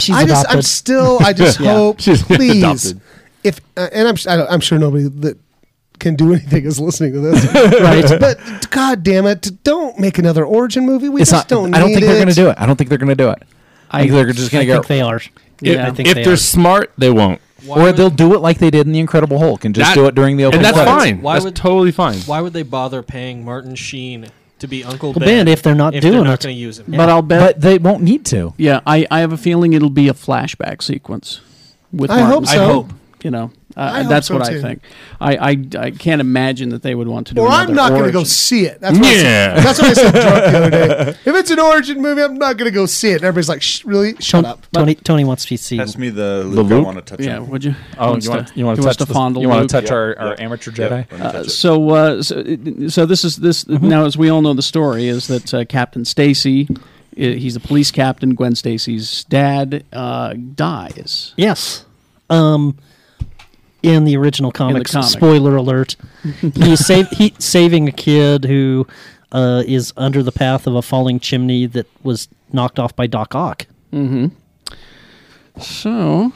[SPEAKER 6] she's
[SPEAKER 8] I just,
[SPEAKER 6] adopted.
[SPEAKER 8] I'm still,
[SPEAKER 7] (laughs)
[SPEAKER 8] I just
[SPEAKER 6] Yeah.
[SPEAKER 8] hope,
[SPEAKER 4] She's
[SPEAKER 8] please,
[SPEAKER 4] adopted.
[SPEAKER 8] if, uh, and I'm, s- I don't- I'm sure nobody that can do anything is listening
[SPEAKER 7] (laughs)
[SPEAKER 8] to this, right? But god damn it, don't make another origin movie. We
[SPEAKER 7] It's not.
[SPEAKER 8] just don't.
[SPEAKER 7] I don't
[SPEAKER 8] need
[SPEAKER 7] think
[SPEAKER 8] it.
[SPEAKER 7] they're going to do it. I don't think they're going to do it. I think they're just
[SPEAKER 6] I
[SPEAKER 7] going to
[SPEAKER 6] think
[SPEAKER 7] go.
[SPEAKER 6] they are.
[SPEAKER 1] Yeah.
[SPEAKER 6] I think
[SPEAKER 4] if
[SPEAKER 6] they
[SPEAKER 4] they're
[SPEAKER 6] are.
[SPEAKER 4] smart, they won't.
[SPEAKER 7] Or they'll do it like they did in the Incredible Hulk and just
[SPEAKER 4] That-
[SPEAKER 7] do it during the opening.
[SPEAKER 4] and that's
[SPEAKER 7] credits.
[SPEAKER 4] fine.
[SPEAKER 9] Why
[SPEAKER 4] that's
[SPEAKER 9] would-
[SPEAKER 4] totally fine.
[SPEAKER 9] Why would they bother paying Martin Sheen to be Uncle
[SPEAKER 6] Uncle
[SPEAKER 9] Ben,
[SPEAKER 6] Ben if they're not
[SPEAKER 9] if
[SPEAKER 6] doing
[SPEAKER 9] they're not
[SPEAKER 6] it.
[SPEAKER 9] going to use him.
[SPEAKER 1] But uh, I'll bet.
[SPEAKER 7] But they won't need to.
[SPEAKER 1] Yeah, I, I have a feeling it'll be a flashback sequence. With
[SPEAKER 8] I
[SPEAKER 1] Martin.
[SPEAKER 8] hope so.
[SPEAKER 1] I hope. You know, uh,
[SPEAKER 8] I hope
[SPEAKER 1] that's
[SPEAKER 8] so,
[SPEAKER 1] what I
[SPEAKER 8] too.
[SPEAKER 1] think. I, I I can't imagine that they would want to do.
[SPEAKER 8] Or I'm
[SPEAKER 1] another
[SPEAKER 8] not going to
[SPEAKER 1] origin.
[SPEAKER 8] go see it. That's what I said-
[SPEAKER 1] Yeah.
[SPEAKER 8] that's what I said drunk the
[SPEAKER 7] (laughs)
[SPEAKER 8] other day. If it's an origin movie, I'm not going to go see it. And everybody's like, Shh, really? Shut up.
[SPEAKER 6] Tony Tony wants to be seen.
[SPEAKER 11] Pass me the Luke. I
[SPEAKER 6] Luke?
[SPEAKER 11] want to touch.
[SPEAKER 1] Yeah,
[SPEAKER 11] him.
[SPEAKER 1] would you?
[SPEAKER 7] Oh,
[SPEAKER 1] Wants
[SPEAKER 7] you want-
[SPEAKER 1] to-
[SPEAKER 7] you wanna
[SPEAKER 1] he wants
[SPEAKER 7] touch
[SPEAKER 1] to
[SPEAKER 7] this-
[SPEAKER 1] fondle
[SPEAKER 7] you wanna
[SPEAKER 1] Luke?
[SPEAKER 7] touch our- our amateur Jedi?
[SPEAKER 11] Yeah, let me touch it.
[SPEAKER 1] so, uh, so, so this is this
[SPEAKER 7] Mm-hmm.
[SPEAKER 1] now, as we all know, the story is that uh, Captain Stacy, i- he's the police captain. Gwen Stacy's dad uh, dies.
[SPEAKER 6] Yes. Um, in the original comics,
[SPEAKER 1] comic.
[SPEAKER 6] spoiler alert, he's save, he, saving a kid who uh, is under the path of a falling chimney that was knocked off by Doc Ock.
[SPEAKER 1] Mm-hmm. So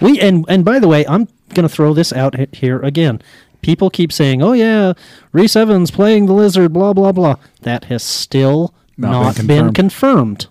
[SPEAKER 6] We and and by the way, I'm gonna throw this out he- here again. People keep saying, "Oh yeah, Reese Evans playing the lizard," blah blah blah. That has still not, been confirmed.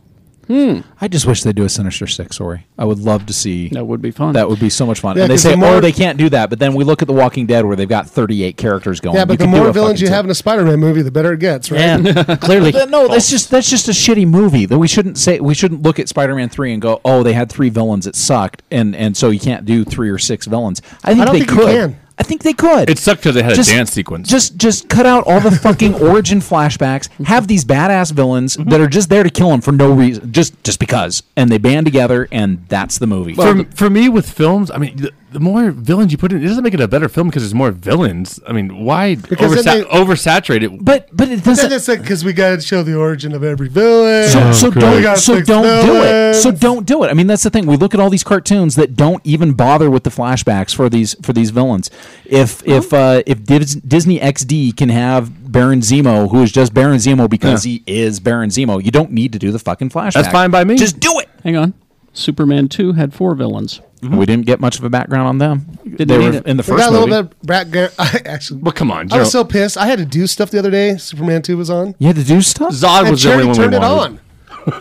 [SPEAKER 7] I just wish they'd do a Sinister Six story. I would love to see.
[SPEAKER 1] That would be fun.
[SPEAKER 7] That would be so much fun.
[SPEAKER 8] Yeah,
[SPEAKER 7] and they
[SPEAKER 8] 'cause
[SPEAKER 7] say,
[SPEAKER 8] the more-
[SPEAKER 7] oh, they can't do that. But then we look at The Walking Dead where they've got 38 characters going.
[SPEAKER 8] Yeah, but the
[SPEAKER 7] could do
[SPEAKER 8] more
[SPEAKER 7] a
[SPEAKER 8] villains
[SPEAKER 7] fucking
[SPEAKER 8] you have in a Spider-Man movie, the better it gets, right?
[SPEAKER 6] Yeah, (laughs) clearly.
[SPEAKER 7] Th- no, that's
[SPEAKER 4] oh.
[SPEAKER 7] just that's just a shitty movie. That we shouldn't say we shouldn't look at Spider-Man three and go, oh, they had three villains, it sucked, and and so you can't do three or six villains. I think
[SPEAKER 8] don't
[SPEAKER 7] they
[SPEAKER 8] think you
[SPEAKER 7] could.
[SPEAKER 8] can.
[SPEAKER 7] I think they could.
[SPEAKER 4] It sucked 'cause they had a
[SPEAKER 7] Just-
[SPEAKER 4] dance sequence.
[SPEAKER 7] Just just cut out
[SPEAKER 8] (laughs)
[SPEAKER 7] all the fucking origin flashbacks. Have these badass villains that are just there to kill them for no reason, just just because, and they band together, and that's the movie.
[SPEAKER 4] for, for me with films, I mean, the, the more villains you put in, it doesn't make it a better film because there's more villains. I mean, why
[SPEAKER 8] Because
[SPEAKER 4] oversa-
[SPEAKER 8] then they-
[SPEAKER 4] oversaturate it?
[SPEAKER 7] But but it
[SPEAKER 8] Then it's like because we got to show the origin of every villain.
[SPEAKER 4] Oh,
[SPEAKER 7] So, so
[SPEAKER 8] We
[SPEAKER 7] don't
[SPEAKER 8] gotta
[SPEAKER 7] so
[SPEAKER 8] fix
[SPEAKER 7] don't do it.
[SPEAKER 8] villains.
[SPEAKER 7] So don't do it. I mean, that's the thing. We look at all these cartoons that don't even bother with the flashbacks for these for these villains. If if uh, if Dis- Disney XD can have Baron Zemo, who is just Baron Zemo because
[SPEAKER 4] Yeah.
[SPEAKER 7] he is Baron Zemo, you don't need to do the fucking flashback.
[SPEAKER 4] That's fine by me.
[SPEAKER 7] Just do it.
[SPEAKER 1] hang on, Superman two had four villains.
[SPEAKER 4] Mm-hmm.
[SPEAKER 7] We didn't get much of a background on them. they
[SPEAKER 1] need
[SPEAKER 7] were
[SPEAKER 1] it.
[SPEAKER 7] in the
[SPEAKER 8] We
[SPEAKER 7] first
[SPEAKER 8] got a little
[SPEAKER 7] movie.
[SPEAKER 8] bit of background. (laughs) I actually,
[SPEAKER 4] Well, come on,
[SPEAKER 8] I was
[SPEAKER 4] Joe.
[SPEAKER 8] so pissed. I had to do stuff the other day. Superman two was on.
[SPEAKER 7] You had to do stuff.
[SPEAKER 4] Zod
[SPEAKER 8] and
[SPEAKER 4] was the
[SPEAKER 8] Charity
[SPEAKER 4] only one we
[SPEAKER 8] turned it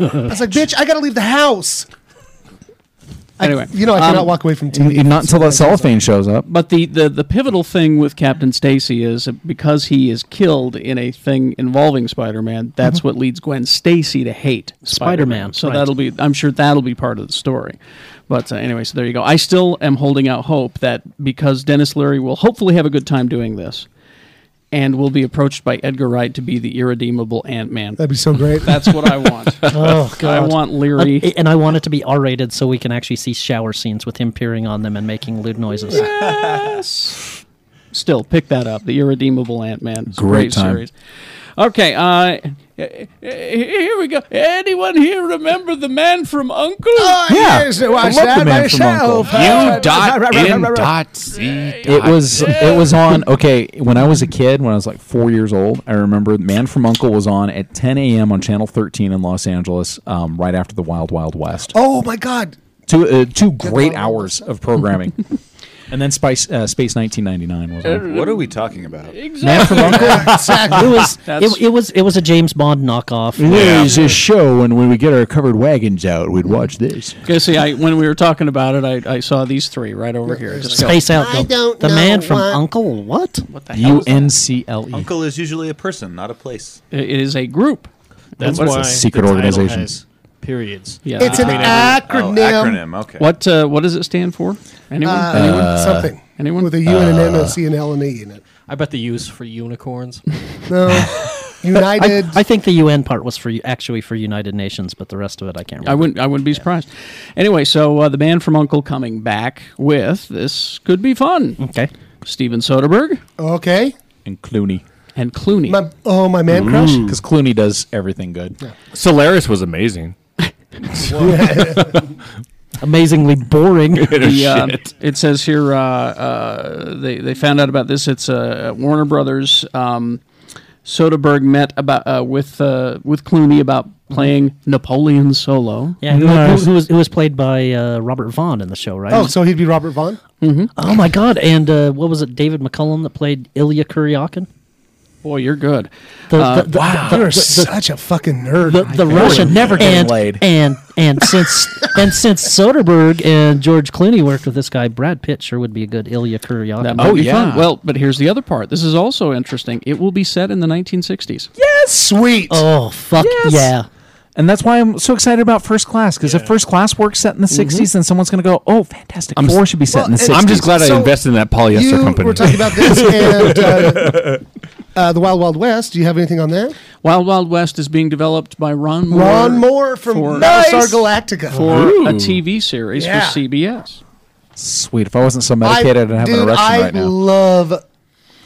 [SPEAKER 4] wanted.
[SPEAKER 8] on. I was like, bitch, I got to leave the house.
[SPEAKER 1] Anyway,
[SPEAKER 8] You know, I cannot
[SPEAKER 1] um,
[SPEAKER 8] walk away from TV.
[SPEAKER 7] Not until that cellophane shows up.
[SPEAKER 1] But the, the, the pivotal thing with Captain Stacy is that because he is killed in a thing involving Spider Man, that's what leads Gwen Stacy to hate Spider Man.
[SPEAKER 6] Mm-hmm. Spider-Man,
[SPEAKER 1] So
[SPEAKER 6] right.
[SPEAKER 1] that'll be, I'm sure that'll be part of the story. But uh, anyway, so there you go. I still am holding out hope that because Dennis Leary will hopefully have a good time doing this and will be approached by Edgar Wright to be the irredeemable Ant Man.
[SPEAKER 8] That'd be so great. (laughs)
[SPEAKER 1] That's what I want.
[SPEAKER 6] Uh, (laughs) Oh god,
[SPEAKER 1] I want Leary.
[SPEAKER 6] Uh, and I want it to be R-rated so we can actually see shower scenes with him peering on them and making lewd noises.
[SPEAKER 1] yes. Still, pick that up. The Irredeemable Ant Man. Great,
[SPEAKER 7] Great time.
[SPEAKER 1] series. Okay, uh, h- here we go. Anyone here remember the man from Uncle?
[SPEAKER 8] Uh,
[SPEAKER 7] Yeah.
[SPEAKER 8] yes, Oh, I watched
[SPEAKER 7] love
[SPEAKER 8] that
[SPEAKER 7] the man
[SPEAKER 8] myself.
[SPEAKER 7] from Uncle.
[SPEAKER 8] (laughs)
[SPEAKER 4] U dot N dot C.
[SPEAKER 7] It was it was on okay when I was a kid when I was like four years old I remember Man from Uncle was on at 10 a.m. on Channel 13 in Los Angeles um, right after the Wild Wild West
[SPEAKER 8] Oh my god.
[SPEAKER 7] two uh, two great hours of programming and then Spice uh, Space 1999 was on
[SPEAKER 11] What are we talking about?
[SPEAKER 7] Man from
[SPEAKER 8] (laughs)
[SPEAKER 7] Uncle
[SPEAKER 6] It was it, it was it was a James Bond knockoff.
[SPEAKER 7] there's a show and when we get our covered wagons out we'd watch this
[SPEAKER 1] Okay, see, I, when we were talking about it, I, I saw these three right over here. Just go,
[SPEAKER 6] Space out.
[SPEAKER 8] I
[SPEAKER 6] though.
[SPEAKER 8] don't
[SPEAKER 6] the
[SPEAKER 8] know
[SPEAKER 6] man from
[SPEAKER 8] what-
[SPEAKER 6] Uncle what?
[SPEAKER 1] what the hell?
[SPEAKER 7] U
[SPEAKER 1] Is that?
[SPEAKER 7] N C L E
[SPEAKER 11] Uncle is usually a person, not a place.
[SPEAKER 1] It it is a group.
[SPEAKER 9] That's
[SPEAKER 7] What is
[SPEAKER 9] why
[SPEAKER 7] this secret
[SPEAKER 9] the title
[SPEAKER 7] organization?
[SPEAKER 9] has periods.
[SPEAKER 1] Yeah.
[SPEAKER 8] It's an
[SPEAKER 11] Oh,
[SPEAKER 8] acronym.
[SPEAKER 11] acronym. Okay.
[SPEAKER 1] what uh, what does it stand for? Anyone?
[SPEAKER 8] Uh, something.
[SPEAKER 1] anyone?
[SPEAKER 8] With a U and an M
[SPEAKER 7] uh,
[SPEAKER 8] and a C and L and E in it.
[SPEAKER 9] I bet the U's for unicorns.
[SPEAKER 8] No.
[SPEAKER 6] (laughs) I,
[SPEAKER 8] United.
[SPEAKER 6] I think the UN part was for actually for United Nations, but the rest of it I can't remember.
[SPEAKER 1] I wouldn't. I wouldn't be surprised. Anyway, so uh, the man from Uncle coming back with this could be fun.
[SPEAKER 8] Mm.
[SPEAKER 6] okay.
[SPEAKER 1] Steven Soderbergh
[SPEAKER 8] okay.
[SPEAKER 7] and Clooney
[SPEAKER 1] and Clooney.
[SPEAKER 8] My, oh, my man crush.
[SPEAKER 7] because Clooney does everything good
[SPEAKER 4] Solaris was amazing.
[SPEAKER 1] (laughs)
[SPEAKER 6] Amazingly boring.
[SPEAKER 1] The, uh, it says here uh, uh, they they found out about this. It's uh, Warner Brothers. Um, Soderbergh met about uh, with uh, with Clooney about playing Napoleon solo.
[SPEAKER 6] yeah, who, who, who was who was played by uh, Robert Vaughn in the show, right?
[SPEAKER 8] Oh, so he'd be Robert Vaughn?
[SPEAKER 6] Oh my God! And uh, what was it? David McCullum that played Ilya Kuryakin.
[SPEAKER 1] Boy, you're good.
[SPEAKER 6] The-
[SPEAKER 1] Uh,
[SPEAKER 6] the- the- the-
[SPEAKER 8] You're
[SPEAKER 6] the-
[SPEAKER 8] such a fucking nerd.
[SPEAKER 6] The,
[SPEAKER 8] Mike.
[SPEAKER 6] the
[SPEAKER 8] You're
[SPEAKER 6] Russian
[SPEAKER 8] never getting
[SPEAKER 6] and,
[SPEAKER 8] laid.
[SPEAKER 6] and
[SPEAKER 8] (laughs)
[SPEAKER 6] and since and since Soderbergh and George Clooney worked with this guy, Brad Pitt sure would be a good Ilya Kuryakin.
[SPEAKER 1] That might be fun. Oh, Well, but here's the other part. This is also interesting. It will be set in the 1960s.
[SPEAKER 6] yes, sweet. Oh fuck yeah!
[SPEAKER 7] And that's why I'm so excited about First Class because if First Class works set in the 60s, then someone's going to go, oh, Fantastic
[SPEAKER 4] Mm-hmm. I'm s-
[SPEAKER 7] Four should be set in the 60s.
[SPEAKER 4] I'm just glad I
[SPEAKER 7] So-
[SPEAKER 4] invested in that polyester
[SPEAKER 7] you
[SPEAKER 4] company.
[SPEAKER 7] were
[SPEAKER 8] talking about this and uh, uh, the Wild Wild West. Do you have anything on that?
[SPEAKER 1] Wild Wild West is being developed by Ron Moore.
[SPEAKER 8] Ron Moore from
[SPEAKER 1] for,
[SPEAKER 8] Battlestar Galactica.
[SPEAKER 1] for
[SPEAKER 8] Ooh.
[SPEAKER 1] a TV series
[SPEAKER 8] Yeah.
[SPEAKER 1] for CBS.
[SPEAKER 7] (laughs) Sweet. If I wasn't so medicated, I, would have an
[SPEAKER 8] dude,
[SPEAKER 7] erection
[SPEAKER 8] I
[SPEAKER 7] right now.
[SPEAKER 8] love,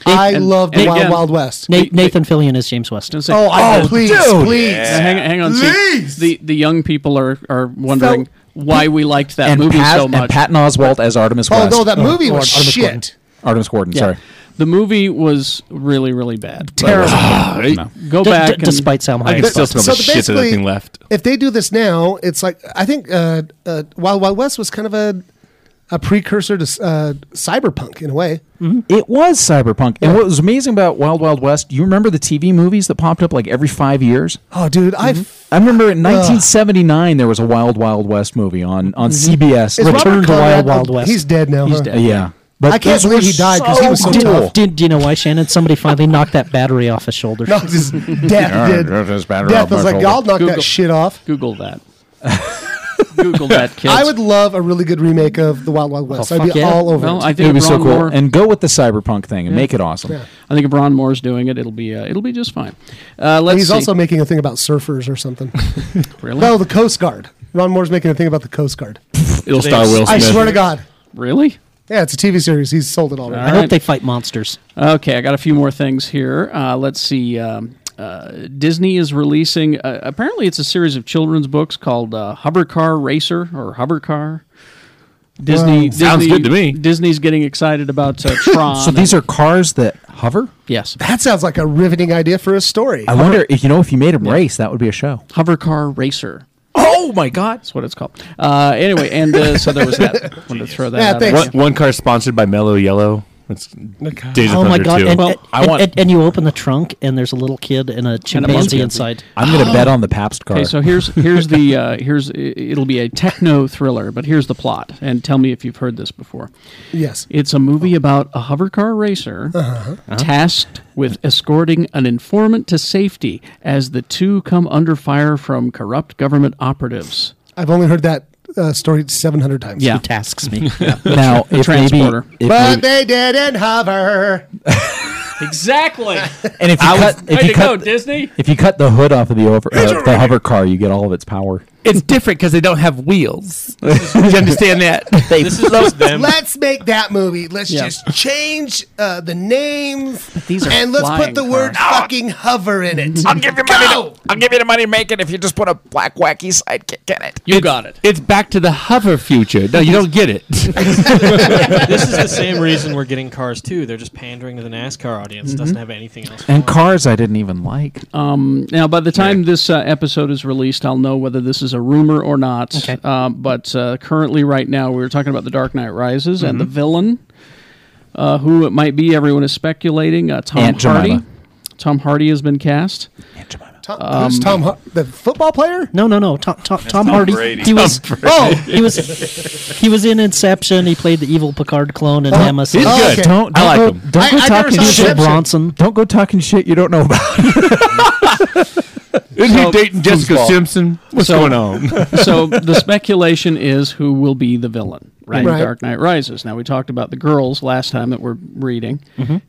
[SPEAKER 8] I
[SPEAKER 1] and-
[SPEAKER 8] love the
[SPEAKER 1] and
[SPEAKER 8] Wild
[SPEAKER 1] again-
[SPEAKER 8] Wild West.
[SPEAKER 6] Na- Nathan Fillion is James West.
[SPEAKER 8] Oh, I- Oh, please, dude. please.
[SPEAKER 1] Now, hang, hang on.
[SPEAKER 8] Please.
[SPEAKER 1] See, the the young people are are wondering
[SPEAKER 7] So-
[SPEAKER 1] why we liked that
[SPEAKER 7] and,
[SPEAKER 1] movie
[SPEAKER 7] Pat,
[SPEAKER 1] so much.
[SPEAKER 7] and Patton Oswalt as Artemis
[SPEAKER 1] Oh,
[SPEAKER 7] West.
[SPEAKER 1] no, that movie was
[SPEAKER 7] Artemis
[SPEAKER 1] shit.
[SPEAKER 7] Gordon. Artemis Gordon,
[SPEAKER 1] Yeah.
[SPEAKER 7] sorry.
[SPEAKER 1] The movie was really, really bad.
[SPEAKER 7] Terrible.
[SPEAKER 1] But- Go
[SPEAKER 8] D- d-
[SPEAKER 1] back. and-
[SPEAKER 8] despite Salma
[SPEAKER 1] I can
[SPEAKER 8] Hayek.
[SPEAKER 1] still smell
[SPEAKER 8] So
[SPEAKER 1] the shit that that
[SPEAKER 8] basically-
[SPEAKER 1] thing left.
[SPEAKER 8] If they do this now, it's like I think uh, uh, Wild Wild West was kind of a a precursor to uh, cyberpunk in a way.
[SPEAKER 7] It was cyberpunk. And what was amazing about Wild Wild West, you remember the TV movies that popped up like every five years?
[SPEAKER 8] Oh, dude, I've.
[SPEAKER 7] I remember in 1979 there was a Wild Wild West movie on on
[SPEAKER 8] Mhm.
[SPEAKER 7] CBS.
[SPEAKER 8] Is Robert
[SPEAKER 7] Return to
[SPEAKER 8] Conrad-
[SPEAKER 7] Wild Wild
[SPEAKER 8] oh,
[SPEAKER 7] West.
[SPEAKER 8] he's dead now, He's huh? dead.
[SPEAKER 7] Yeah,
[SPEAKER 8] I can't
[SPEAKER 7] those
[SPEAKER 8] believe
[SPEAKER 7] were
[SPEAKER 8] he died 'cause he was so
[SPEAKER 6] Did-
[SPEAKER 8] tough.
[SPEAKER 6] Did, do you know why, Shannon? Somebody finally knocked that battery off his shoulder.
[SPEAKER 8] (laughs) (laughs) No, just death did. Death was like, y'all knock that shit off.
[SPEAKER 1] Google
[SPEAKER 8] (laughs)
[SPEAKER 1] that. Google that, kids.
[SPEAKER 8] I would love a really good remake of the Wild Wild West. I'd be all over it.
[SPEAKER 7] it would be so cool. And go with the cyberpunk thing and
[SPEAKER 1] Yeah.
[SPEAKER 7] make it awesome.
[SPEAKER 8] Yeah.
[SPEAKER 1] I think if Ron Moore's doing it, it'll be uh, it'll be just fine. Uh, let's
[SPEAKER 8] he's
[SPEAKER 1] see.
[SPEAKER 8] also making a thing about surfers or something.
[SPEAKER 1] Really?
[SPEAKER 8] No, the Coast Guard. Ron Moore's making a thing about the Coast Guard.
[SPEAKER 1] It'll star Will
[SPEAKER 9] (laughs)
[SPEAKER 8] I
[SPEAKER 1] Smith.
[SPEAKER 8] swear to God.
[SPEAKER 1] Really?
[SPEAKER 8] Yeah, it's a TV series. He's sold it already.
[SPEAKER 1] All I hope right. they
[SPEAKER 6] fight monsters.
[SPEAKER 1] Okay, I got a few more things here. Uh, let's see. Um, uh, Disney is releasing. Uh, apparently, it's a series of children's books called uh, Hubber Car Racer or Hubber Car. Disney,
[SPEAKER 7] Wow. Sounds
[SPEAKER 1] Disney-
[SPEAKER 7] good to me.
[SPEAKER 1] Disney's getting excited about
[SPEAKER 8] (laughs)
[SPEAKER 1] uh, Tron.
[SPEAKER 7] So these are cars that hover.
[SPEAKER 1] Yes.
[SPEAKER 8] That sounds like a riveting idea for a story.
[SPEAKER 7] I wonder if you know if you made them race, that would be a show.
[SPEAKER 1] Hover Car Racer.
[SPEAKER 7] Oh my God!
[SPEAKER 1] That's what it's called. Uh, anyway, and uh, so there was that. (laughs) Wanted to throw that. out at
[SPEAKER 4] one,
[SPEAKER 1] you.
[SPEAKER 4] one car sponsored by Mellow Yellow. It's Days of
[SPEAKER 6] oh my
[SPEAKER 4] Thunder
[SPEAKER 6] god!
[SPEAKER 4] 2.
[SPEAKER 6] And, and- and- and you open the trunk, and there's a little kid and a chimpanzee inside.
[SPEAKER 7] I'm
[SPEAKER 8] (gasps)
[SPEAKER 7] going to bet on the Pabst car.
[SPEAKER 1] Okay, so here's here's the uh, here's i- it'll be a techno thriller, but here's the plot, and tell me if you've heard this before.
[SPEAKER 8] Yes.
[SPEAKER 1] it's a movie about a hover car racer
[SPEAKER 15] Uh-huh.
[SPEAKER 1] tasked with escorting an informant to safety as the two come under fire from corrupt government operatives.
[SPEAKER 8] I've only heard that uh, story 700 times.
[SPEAKER 1] Yeah. Who
[SPEAKER 6] tasks (laughs) me.
[SPEAKER 8] (laughs)
[SPEAKER 7] Now, if
[SPEAKER 1] transporter.
[SPEAKER 7] maybe- if
[SPEAKER 8] but
[SPEAKER 7] maybe-
[SPEAKER 8] they didn't hover.
[SPEAKER 1] exactly.
[SPEAKER 7] And if you cut, if you cut, (laughs) if you cut the hood off of the over, uh, the hover car, you get all of its power.
[SPEAKER 15] It's different because they don't have wheels. Do you understand that?
[SPEAKER 7] They This is just them.
[SPEAKER 8] Let's make that movie. Let's
[SPEAKER 15] Yeah.
[SPEAKER 8] just change uh, the names
[SPEAKER 15] these are
[SPEAKER 8] and let's put
[SPEAKER 15] flying
[SPEAKER 8] the word
[SPEAKER 15] cars.
[SPEAKER 8] fucking hover in it.
[SPEAKER 15] I'll give you money. To, I'll give you the money to make it if you just put a black wacky sidekick in it.
[SPEAKER 1] You got it.
[SPEAKER 15] It's back to the hover future. No, you don't get it.
[SPEAKER 9] this is the same reason we're getting cars too. They're just pandering to the NASCAR audience.
[SPEAKER 1] Mm-hmm.
[SPEAKER 9] It doesn't have anything else.
[SPEAKER 7] (laughs) And cars, I didn't even like.
[SPEAKER 1] Um, now, by the time this uh, episode is released, I'll know whether this is a rumor or not. Okay. but uh, currently, right now, we were talking about The Dark Knight Rises and the villain, uh, who it might be. Everyone is speculating. Uh, Tom
[SPEAKER 7] Aunt
[SPEAKER 1] Hardy.
[SPEAKER 7] Jemima.
[SPEAKER 1] Tom Hardy has been cast. (laughs)
[SPEAKER 8] Tom,
[SPEAKER 7] Um,
[SPEAKER 8] who's Tom, Har- the football player?
[SPEAKER 6] No, no, no. Tom, Tom, Tom,
[SPEAKER 8] Tom
[SPEAKER 6] Hardy.
[SPEAKER 8] Brady.
[SPEAKER 6] He was.
[SPEAKER 8] Tom Brady.
[SPEAKER 6] Oh, he was. He was in Inception. He played the evil Picard clone
[SPEAKER 8] Oh,
[SPEAKER 6] in Emma.
[SPEAKER 7] He's good. Don't, don't go, Don't go talking shit,
[SPEAKER 6] Bronson.
[SPEAKER 7] Don't go talking shit you don't know about.
[SPEAKER 4] Isn't he dating Jessica
[SPEAKER 7] foosball.
[SPEAKER 4] Simpson? What's
[SPEAKER 1] So-
[SPEAKER 4] going on?
[SPEAKER 1] (laughs) so the speculation is who will be the villain in
[SPEAKER 4] Right.
[SPEAKER 1] Dark Knight Rises. Now we talked about the girls last time that we're reading,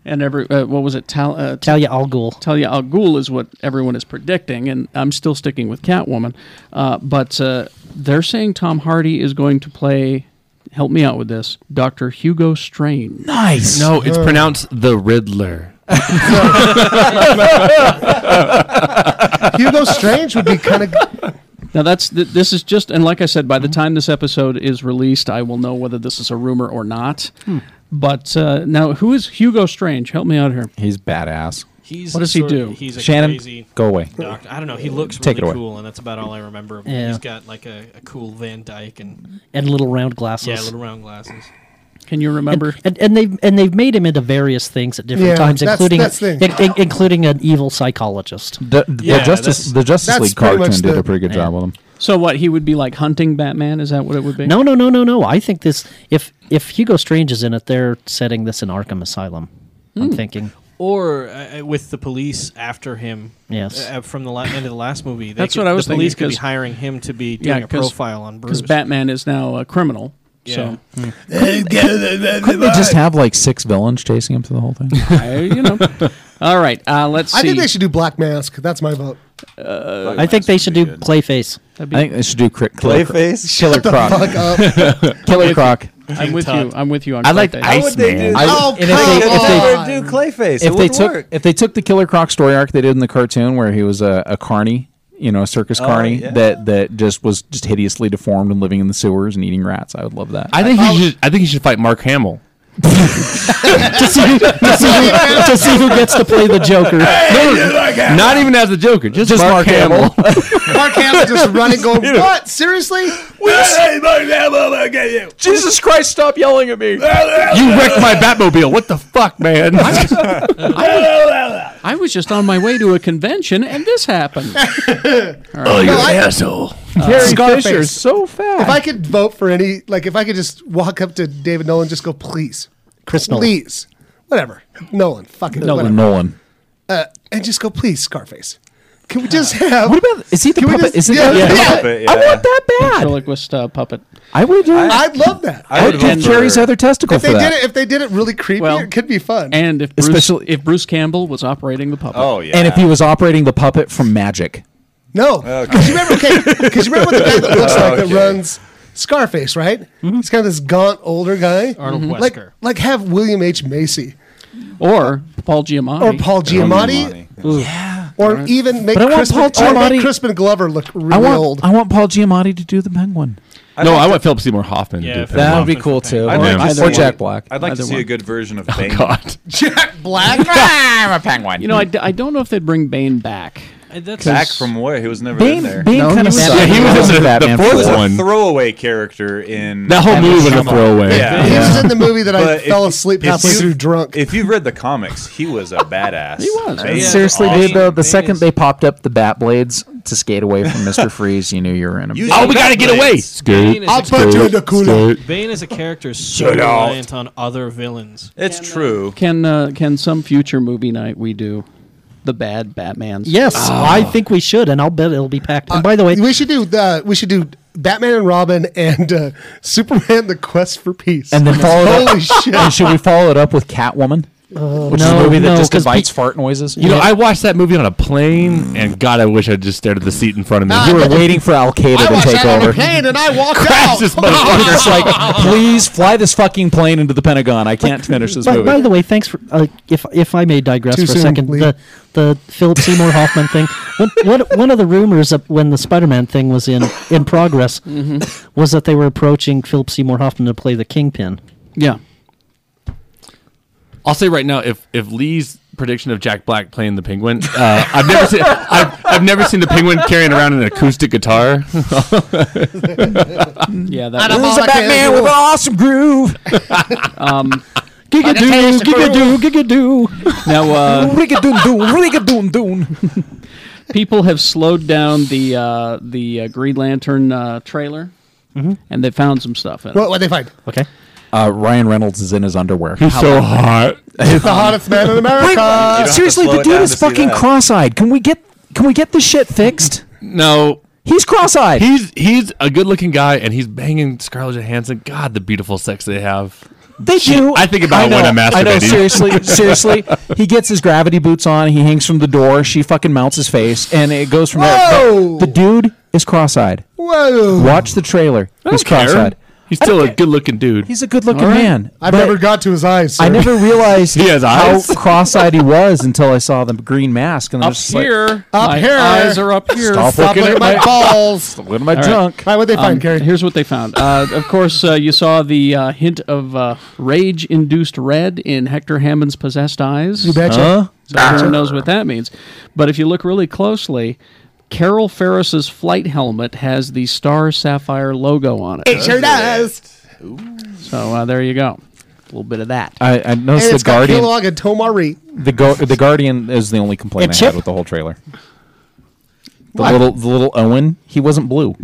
[SPEAKER 1] and every uh, what was it? Tal- uh,
[SPEAKER 6] Talia al Ghul.
[SPEAKER 1] Talia al Ghul is what everyone is predicting, and I'm still sticking with Catwoman. Uh, but uh, they're saying Tom Hardy is going to play. Help me out with this, Doctor Hugo Strange.
[SPEAKER 7] Nice.
[SPEAKER 15] No, it's pronounced the Riddler.
[SPEAKER 7] (laughs)
[SPEAKER 8] Hugo Strange would be kind of.
[SPEAKER 1] Now that's th- this is just and like I said, by the time this episode is released, I will know whether this is a rumor or not. But uh, now, who is Hugo Strange? Help me out here.
[SPEAKER 7] He's badass.
[SPEAKER 9] He's
[SPEAKER 1] what does he
[SPEAKER 9] sort of-
[SPEAKER 1] do? Uh,
[SPEAKER 9] He's a
[SPEAKER 7] Shannon,
[SPEAKER 9] crazy
[SPEAKER 7] go away.
[SPEAKER 9] Doctor. I don't know. He looks
[SPEAKER 7] Take it
[SPEAKER 9] really
[SPEAKER 7] away.
[SPEAKER 9] cool, and that's about all I remember. Of him.
[SPEAKER 6] Yeah.
[SPEAKER 9] He's got like a, a cool Van Dyke and
[SPEAKER 6] And little round glasses.
[SPEAKER 9] yeah, little round glasses.
[SPEAKER 1] Can you remember?
[SPEAKER 6] And, and they've and they've made him into various things at different
[SPEAKER 1] Yeah,
[SPEAKER 6] times,
[SPEAKER 1] that's-
[SPEAKER 6] including
[SPEAKER 1] that's the thing.
[SPEAKER 6] in- in- including an evil psychologist.
[SPEAKER 7] The, the Yeah, Justice- that's- the Justice that's League pretty cartoon much did the- a pretty good job with him.
[SPEAKER 1] So what? He would be like hunting Batman? Is that what it would be?
[SPEAKER 6] No, no, no, no, no. I think this. If if Hugo Strange is in it, they're setting this in Arkham Asylum. I'm
[SPEAKER 9] Hmm.
[SPEAKER 6] thinking.
[SPEAKER 9] Or uh, with the police after him.
[SPEAKER 6] Yes.
[SPEAKER 9] uh, from the la- end of the last movie. they
[SPEAKER 1] That's
[SPEAKER 9] could-
[SPEAKER 1] what I was
[SPEAKER 9] The police
[SPEAKER 1] thinking,
[SPEAKER 9] could be
[SPEAKER 1] 'cause-
[SPEAKER 9] hiring him to be doing a profile on Bruce.
[SPEAKER 1] because Batman is now a criminal.
[SPEAKER 9] Yeah.
[SPEAKER 1] So
[SPEAKER 7] Couldn't they just have like six villains chasing him through the whole thing?
[SPEAKER 1] I, you know. All right, uh, let's
[SPEAKER 8] I think
[SPEAKER 1] see.
[SPEAKER 8] they should do Black Mask. That's my vote.
[SPEAKER 11] Uh,
[SPEAKER 6] I think they should do Clayface.
[SPEAKER 1] That'd
[SPEAKER 7] I think they should do cri- Killer Croc.
[SPEAKER 11] Clayface?
[SPEAKER 7] Killer
[SPEAKER 11] Shut the
[SPEAKER 7] Croc.
[SPEAKER 11] fuck up.
[SPEAKER 7] (laughs) Killer Croc.
[SPEAKER 1] I'm with you. I'm with you on
[SPEAKER 7] I like
[SPEAKER 1] Clayface.
[SPEAKER 7] Iceman. I-
[SPEAKER 11] Oh,
[SPEAKER 7] and if they-
[SPEAKER 11] come
[SPEAKER 7] if they-
[SPEAKER 11] on. They would do Clayface. It
[SPEAKER 7] If they
[SPEAKER 11] would
[SPEAKER 7] took
[SPEAKER 11] work.
[SPEAKER 7] if they took the Killer Croc story arc they did in the cartoon where he was a, a carny, you know, a circus
[SPEAKER 11] Oh,
[SPEAKER 7] carny
[SPEAKER 11] yeah.
[SPEAKER 7] that that just was just hideously deformed and living in the sewers and eating rats, I would love that.
[SPEAKER 4] I think he should. I think he should fight Mark Hamill.
[SPEAKER 7] to see (laughs)
[SPEAKER 6] to see who- (laughs)
[SPEAKER 7] who,
[SPEAKER 6] to see who gets to play the Joker.
[SPEAKER 4] No, no, not even as the Joker, just,
[SPEAKER 7] Just
[SPEAKER 4] Mark,
[SPEAKER 7] Mark
[SPEAKER 4] Hamill.
[SPEAKER 8] Mark Hamill just running, going,
[SPEAKER 4] You know.
[SPEAKER 8] "What? Seriously?
[SPEAKER 7] (laughs) Jesus Christ, stop yelling at me.
[SPEAKER 4] you wrecked my Batmobile. What the fuck, man?
[SPEAKER 7] (laughs)
[SPEAKER 1] I was just on my way to a convention and this
[SPEAKER 7] (laughs)
[SPEAKER 1] happened.
[SPEAKER 8] Oh, you're
[SPEAKER 1] an
[SPEAKER 8] asshole.
[SPEAKER 7] so fast.
[SPEAKER 8] If I could vote for any, like, if I could just walk up to David Nolan, just go, please,
[SPEAKER 6] Chris Nolan.
[SPEAKER 8] please, whatever, Nolan, fucking
[SPEAKER 7] Nolan.
[SPEAKER 8] whatever.
[SPEAKER 7] Nolan.
[SPEAKER 8] uh, and just go, please, Scarface. Can we just have?
[SPEAKER 7] What about? Is he the
[SPEAKER 8] can we
[SPEAKER 7] puppet?
[SPEAKER 8] just-
[SPEAKER 7] is he
[SPEAKER 8] yeah,
[SPEAKER 7] the
[SPEAKER 8] yeah.
[SPEAKER 7] puppet? I want that bad.
[SPEAKER 1] Ventriloquist uh, puppet.
[SPEAKER 7] I would. do it.
[SPEAKER 8] I'd love that.
[SPEAKER 7] I would
[SPEAKER 1] And-
[SPEAKER 7] vote for- Carries other testicle
[SPEAKER 8] If they
[SPEAKER 7] for that.
[SPEAKER 8] did it, if they did it really creepy,
[SPEAKER 1] Well,
[SPEAKER 8] it could be fun.
[SPEAKER 1] And if Bruce,
[SPEAKER 7] Especially- Oh.
[SPEAKER 1] if Bruce Campbell was operating the puppet.
[SPEAKER 11] Oh,
[SPEAKER 7] And if he was operating the puppet from Magic.
[SPEAKER 8] No, because you remember, okay, because you remember the guy
[SPEAKER 11] (laughs)
[SPEAKER 8] that looks like
[SPEAKER 7] Okay.
[SPEAKER 8] that runs Scarface, right?
[SPEAKER 7] Mm-hmm.
[SPEAKER 8] He's kind of this gaunt older guy.
[SPEAKER 1] Arnold Mhm.
[SPEAKER 8] like,
[SPEAKER 1] Wesker.
[SPEAKER 8] Like have William H Macy
[SPEAKER 1] or Paul Giamatti
[SPEAKER 8] or Paul Giamatti,
[SPEAKER 7] Yeah.
[SPEAKER 8] or even make
[SPEAKER 7] But I want
[SPEAKER 8] Crispin,
[SPEAKER 7] Paul
[SPEAKER 8] or make
[SPEAKER 7] Giamatti-
[SPEAKER 8] Crispin Glover look really
[SPEAKER 7] I
[SPEAKER 8] old.
[SPEAKER 7] want, (laughs) I want Paul Giamatti to do the penguin.
[SPEAKER 4] no, I want Philip Seymour Hoffman. to
[SPEAKER 7] Yeah,
[SPEAKER 4] do
[SPEAKER 7] Philip
[SPEAKER 4] Penguin.
[SPEAKER 7] That would be Hoffman cool, for too. Penguin. Or-
[SPEAKER 11] I'd like to
[SPEAKER 7] either
[SPEAKER 11] see
[SPEAKER 7] one.
[SPEAKER 11] a-
[SPEAKER 7] Jack Black.
[SPEAKER 11] I'd like
[SPEAKER 7] Either
[SPEAKER 11] to see
[SPEAKER 7] one.
[SPEAKER 11] a good version of
[SPEAKER 7] Oh,
[SPEAKER 11] Bane.
[SPEAKER 7] God.
[SPEAKER 8] Jack
[SPEAKER 7] (laughs)
[SPEAKER 8] Black.
[SPEAKER 11] I'm a penguin.
[SPEAKER 1] You know, I, d- I don't know if they'd bring Bane back.
[SPEAKER 11] back from where he was never
[SPEAKER 1] Bane-
[SPEAKER 11] in there.
[SPEAKER 1] Bane No, kinda he was sucked. Batman. Yeah, he was in the-
[SPEAKER 7] Batman
[SPEAKER 11] He was
[SPEAKER 7] fourth
[SPEAKER 11] a
[SPEAKER 7] one.
[SPEAKER 11] throwaway character in
[SPEAKER 7] That whole
[SPEAKER 11] Batman
[SPEAKER 7] movie was a
[SPEAKER 11] Shyamalan.
[SPEAKER 7] throwaway.
[SPEAKER 11] Yeah.
[SPEAKER 7] He was
[SPEAKER 8] in the movie that I
[SPEAKER 11] But
[SPEAKER 8] fell asleep
[SPEAKER 11] if
[SPEAKER 8] halfway
[SPEAKER 11] you-
[SPEAKER 8] through drunk.
[SPEAKER 11] If you've read the comics, he was a badass. he was.
[SPEAKER 7] Seriously, dude, though, the second they popped up the bat blades to skate away from Mr. Freeze, you knew you were in a.
[SPEAKER 11] You Oh, we gotta get
[SPEAKER 9] away!
[SPEAKER 7] Skate.
[SPEAKER 9] I'll put you in the
[SPEAKER 7] cooler.
[SPEAKER 9] Bane as a character is so
[SPEAKER 1] Shut up.
[SPEAKER 9] reliant on other villains.
[SPEAKER 11] It's true.
[SPEAKER 1] Can uh, can some future movie night we do the bad Batman?
[SPEAKER 6] Yes,
[SPEAKER 7] Ah.
[SPEAKER 6] I think we should, and I'll bet it'll be packed. And by the way,
[SPEAKER 7] Uh,
[SPEAKER 8] we should do the we should do Batman and Robin and uh, Superman: The Quest for Peace,
[SPEAKER 7] And then follow it
[SPEAKER 8] holy
[SPEAKER 7] up. (laughs)
[SPEAKER 8] shit.
[SPEAKER 7] And should we follow it up with Catwoman? which is
[SPEAKER 4] no,
[SPEAKER 7] a movie that
[SPEAKER 4] no,
[SPEAKER 7] just
[SPEAKER 4] 'cause
[SPEAKER 7] invites
[SPEAKER 4] pe-
[SPEAKER 7] fart noises.
[SPEAKER 4] You know, I watched that movie on a
[SPEAKER 11] Mm.
[SPEAKER 4] plane, and God, I wish I just stared at the seat in front of me.
[SPEAKER 7] You were
[SPEAKER 11] (laughs)
[SPEAKER 7] waiting for Al Qaeda to take over. (laughs)
[SPEAKER 8] and I walked
[SPEAKER 4] Crash this motherfucker.
[SPEAKER 7] It's like, please fly this fucking plane into the Pentagon. I can't finish this
[SPEAKER 6] by,
[SPEAKER 7] movie.
[SPEAKER 6] by the way, thanks for uh, if if I may digress
[SPEAKER 7] Too
[SPEAKER 6] for
[SPEAKER 7] soon,
[SPEAKER 6] a second.
[SPEAKER 7] Lee.
[SPEAKER 6] The the Philip Seymour Hoffman thing. One, one, one of the rumors of when the Spider-Man thing was in in progress
[SPEAKER 7] Mm-hmm.
[SPEAKER 1] Mhm.
[SPEAKER 6] was that they were approaching Philip Seymour Hoffman to play the Kingpin.
[SPEAKER 1] Yeah.
[SPEAKER 4] I'll say right now, if if Lee's prediction of Jack Black playing the Penguin, uh, I've never seen I've, I've never seen the Penguin carrying around an acoustic guitar.
[SPEAKER 1] Yeah,
[SPEAKER 4] And
[SPEAKER 1] that
[SPEAKER 4] I'm
[SPEAKER 1] was
[SPEAKER 4] all I can do.
[SPEAKER 1] awesome groove. um,
[SPEAKER 6] Gigadoo, gigadoo,
[SPEAKER 1] gigadoo. Now, uh, people have slowed down the uh, the uh, Green Lantern uh, trailer,
[SPEAKER 7] Mm-hmm.
[SPEAKER 1] and they found some stuff in it.
[SPEAKER 8] What what they find?
[SPEAKER 6] Okay.
[SPEAKER 7] Uh, Ryan Reynolds is in his underwear.
[SPEAKER 4] He's so
[SPEAKER 7] However-
[SPEAKER 4] hot.
[SPEAKER 8] He's the hottest man in America. You don't have to
[SPEAKER 7] seriously,
[SPEAKER 8] slow
[SPEAKER 7] the
[SPEAKER 8] it down
[SPEAKER 7] dude is
[SPEAKER 8] to see
[SPEAKER 7] fucking
[SPEAKER 8] that.
[SPEAKER 7] cross-eyed. Can we get can we get this shit fixed?
[SPEAKER 4] No.
[SPEAKER 7] He's cross-eyed.
[SPEAKER 4] He's he's a good-looking guy, and he's banging Scarlett Johansson. God, the beautiful sex they have.
[SPEAKER 7] They do.
[SPEAKER 4] I think about it when I'm
[SPEAKER 7] know, I know.
[SPEAKER 4] masturbating. (laughs)
[SPEAKER 7] Seriously, seriously, he gets his gravity boots on. He hangs from the door. She fucking mounts his face, and it goes from there. But The dude is cross-eyed.
[SPEAKER 8] Whoa!
[SPEAKER 7] Watch the trailer.
[SPEAKER 4] I
[SPEAKER 7] He's
[SPEAKER 4] don't care.
[SPEAKER 7] cross-eyed.
[SPEAKER 4] He's still a good-looking dude.
[SPEAKER 7] He's a good-looking
[SPEAKER 4] All right.
[SPEAKER 7] man.
[SPEAKER 8] I've
[SPEAKER 7] but
[SPEAKER 8] never got to his eyes.
[SPEAKER 7] I
[SPEAKER 8] sir.
[SPEAKER 7] never realized
[SPEAKER 4] (laughs) He has
[SPEAKER 7] how
[SPEAKER 4] eyes?
[SPEAKER 7] cross-eyed he was until I saw the green mask, and I'm
[SPEAKER 1] Up
[SPEAKER 7] just like,
[SPEAKER 1] here,
[SPEAKER 8] Up
[SPEAKER 1] my
[SPEAKER 8] here.
[SPEAKER 1] eyes are up here.
[SPEAKER 7] Stop Stop looking looking at at my my- (laughs)
[SPEAKER 8] balls.
[SPEAKER 7] at my
[SPEAKER 1] All right.
[SPEAKER 7] junk.
[SPEAKER 8] All right, what'd they find,
[SPEAKER 1] Um,
[SPEAKER 8] Gary?
[SPEAKER 1] Here's what they found. Uh, of course, uh, you saw the uh, hint of uh, rage-induced red in Hector Hammond's possessed eyes.
[SPEAKER 8] You betcha. Huh?
[SPEAKER 1] So everyone knows what that means. But if you look really closely, Carol Ferris's flight helmet has the Star Sapphire logo on it.
[SPEAKER 8] It sure does.
[SPEAKER 1] So uh, there you go. little bit of that.
[SPEAKER 7] I, I
[SPEAKER 8] And
[SPEAKER 7] noticed
[SPEAKER 8] it's
[SPEAKER 7] the
[SPEAKER 8] got
[SPEAKER 7] Guardian.
[SPEAKER 8] Kilowog and Tomari.
[SPEAKER 7] The go- the Guardian is the only complaint
[SPEAKER 8] And
[SPEAKER 7] I
[SPEAKER 8] Chip.
[SPEAKER 7] had with the whole trailer. The
[SPEAKER 11] What?
[SPEAKER 7] little the little Owen, he wasn't blue.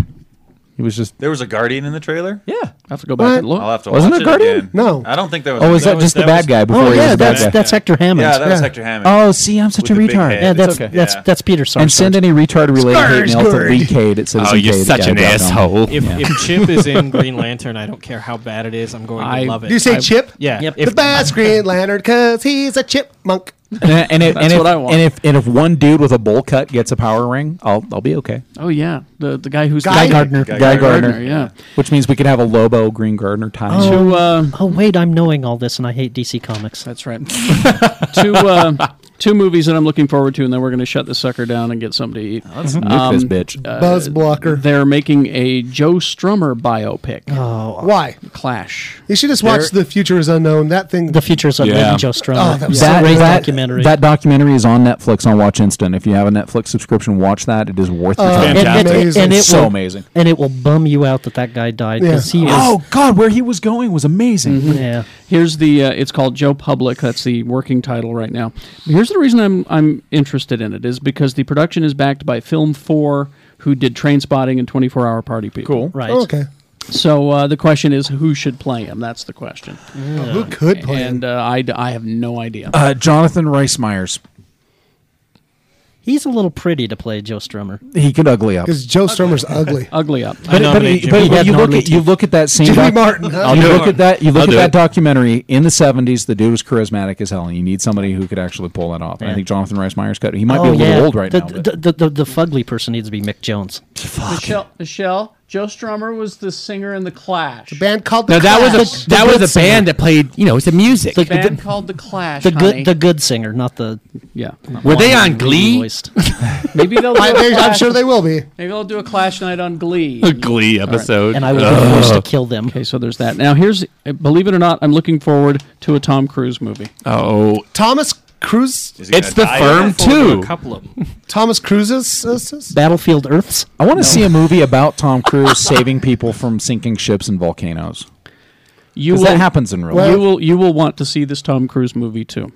[SPEAKER 7] He was just
[SPEAKER 11] There was a guardian in the trailer. Yeah, I
[SPEAKER 1] have to go
[SPEAKER 7] back What? and look.
[SPEAKER 11] I'll have to
[SPEAKER 7] Wasn't
[SPEAKER 11] watch
[SPEAKER 7] there a Guardian?
[SPEAKER 11] again.
[SPEAKER 7] No.
[SPEAKER 11] I don't think there was.
[SPEAKER 7] Oh,
[SPEAKER 11] a-
[SPEAKER 7] was that just the bad guy before Oh, he was yeah, the bad that's- guy? that's Hector Hammond.
[SPEAKER 11] Yeah, that was
[SPEAKER 7] Yeah.
[SPEAKER 11] Hector Hammond.
[SPEAKER 7] Oh, see, I'm such
[SPEAKER 11] With
[SPEAKER 7] a
[SPEAKER 11] the big
[SPEAKER 7] retard.
[SPEAKER 11] head.
[SPEAKER 7] Yeah,
[SPEAKER 6] that's- that's- that's Peter
[SPEAKER 7] and
[SPEAKER 6] Sarsgaard.
[SPEAKER 7] send any retard related hate mail to
[SPEAKER 6] Sarsgaard.
[SPEAKER 7] Lee Cade at
[SPEAKER 9] Oh,
[SPEAKER 7] Citizen
[SPEAKER 9] you're
[SPEAKER 7] Cade
[SPEAKER 9] such
[SPEAKER 7] at
[SPEAKER 9] an
[SPEAKER 7] gmail dot com.
[SPEAKER 9] asshole. If,
[SPEAKER 7] Yeah.
[SPEAKER 9] if Chip is in Green Lantern, I don't care how bad it is. I'm going
[SPEAKER 7] I-
[SPEAKER 9] to love it.
[SPEAKER 7] Do you say
[SPEAKER 9] I-
[SPEAKER 7] Chip?
[SPEAKER 9] Yeah.
[SPEAKER 8] the best Green Lantern, because he's a chipmunk.
[SPEAKER 7] and, and, if, and, if, and if and if one dude with a bowl cut gets a power ring, I'll I'll be okay.
[SPEAKER 1] Oh yeah, the the guy who's
[SPEAKER 7] Guy Gardner,
[SPEAKER 1] Guy,
[SPEAKER 7] Guy,
[SPEAKER 1] Gardner.
[SPEAKER 7] Gardner.
[SPEAKER 1] yeah. uh,
[SPEAKER 7] Which means we could have a Lobo Green Gardner tie.
[SPEAKER 6] Oh, oh, wait, I'm knowing all this, and I hate DC Comics.
[SPEAKER 1] That's right. two uh, two movies that I'm looking forward to, and then we're going to shut this sucker down and get something to eat.
[SPEAKER 7] let's nuke this bitch.
[SPEAKER 8] Buzz
[SPEAKER 1] blocker. They're making a Joe Strummer biopic.
[SPEAKER 8] Ah.
[SPEAKER 1] Oh,
[SPEAKER 8] why
[SPEAKER 1] Clash?
[SPEAKER 8] You should just watch The Future is Unknown. That thing. The
[SPEAKER 6] Future is
[SPEAKER 7] Unknown, Yeah.
[SPEAKER 6] Joe
[SPEAKER 8] Oh, that was
[SPEAKER 7] that,
[SPEAKER 8] so great
[SPEAKER 7] that-
[SPEAKER 8] documentary.
[SPEAKER 7] That documentary is on Netflix on Watch Instant. If you have a Netflix subscription, watch that. It is worth your
[SPEAKER 6] Uh,
[SPEAKER 7] time.
[SPEAKER 6] and- and- and it
[SPEAKER 7] so
[SPEAKER 6] will-
[SPEAKER 7] amazing.
[SPEAKER 6] And it will bum you out that that guy died because he was.
[SPEAKER 7] oh God, where he was going was amazing.
[SPEAKER 6] Yeah.
[SPEAKER 1] Here's the. Uh, it's called Joe Public. That's the working title right now. Here's the reason I'm I'm interested in it is because the production is backed by Film Four, who did Train Spotting and 24 Hour Party People. Cool.
[SPEAKER 6] Right. Oh, okay.
[SPEAKER 1] So uh, the question is, who should play him? That's the question.
[SPEAKER 8] Who could play
[SPEAKER 1] and, uh, I, d- I have no idea.
[SPEAKER 7] Uh, Jonathan Rice Myers.
[SPEAKER 6] He's a little pretty to play Joe Strummer.
[SPEAKER 7] He could ugly up.
[SPEAKER 8] Because Joe Strummer's ugly.
[SPEAKER 1] ugly up.
[SPEAKER 7] But, but, but, but you look at you look at that scene.
[SPEAKER 8] Jimmy
[SPEAKER 7] doc-
[SPEAKER 8] Martin, huh? I'll
[SPEAKER 7] You
[SPEAKER 8] do
[SPEAKER 7] look
[SPEAKER 8] it.
[SPEAKER 7] at that. You look
[SPEAKER 8] I'll
[SPEAKER 7] at
[SPEAKER 8] do
[SPEAKER 7] that
[SPEAKER 8] it.
[SPEAKER 7] documentary in the '70s. The dude was charismatic as hell, and you need somebody who could actually pull that off. And I
[SPEAKER 6] Yeah.
[SPEAKER 7] think Jonathan Rice Myers cut. it. He might be
[SPEAKER 6] Oh,
[SPEAKER 7] a little
[SPEAKER 6] yeah.
[SPEAKER 7] old right
[SPEAKER 6] the,
[SPEAKER 7] now.
[SPEAKER 6] The, the, the, the fugly person needs to be Mick Jones.
[SPEAKER 1] Michelle, Michelle, Joe Strummer was the singer in the Clash. The
[SPEAKER 8] band called (laughs)
[SPEAKER 4] No, that was a, that was a band that played. You know, it's the music.
[SPEAKER 1] The band called the Clash.
[SPEAKER 6] The
[SPEAKER 1] honey.
[SPEAKER 6] good, the good singer, not the
[SPEAKER 1] yeah.
[SPEAKER 4] Were they on Glee?
[SPEAKER 1] Maybe they'll. Do
[SPEAKER 8] I-
[SPEAKER 1] a
[SPEAKER 8] I'm
[SPEAKER 1] Clash-
[SPEAKER 8] sure they will be.
[SPEAKER 1] Maybe they'll do a Clash night on Glee.
[SPEAKER 4] A Glee episode.
[SPEAKER 6] And I will
[SPEAKER 4] Ugh. (laughs)
[SPEAKER 6] be forced to kill them.
[SPEAKER 1] Okay, so there's that. Now here's, believe it or not, I'm looking forward to a Tom Cruise movie.
[SPEAKER 4] Oh,
[SPEAKER 8] Thomas Cruise.
[SPEAKER 1] Is he gonna It's The die Firm
[SPEAKER 8] Looking forward to
[SPEAKER 1] too.
[SPEAKER 8] A
[SPEAKER 1] couple of
[SPEAKER 8] them. Thomas Cruise's. this is-
[SPEAKER 6] Battlefield Earths.
[SPEAKER 7] I want to see a movie about Tom Cruise saving people from sinking ships and volcanoes.
[SPEAKER 1] You
[SPEAKER 7] 'Cause that happens in real
[SPEAKER 1] You
[SPEAKER 7] life.
[SPEAKER 1] will you will want to see this Tom Cruise movie too.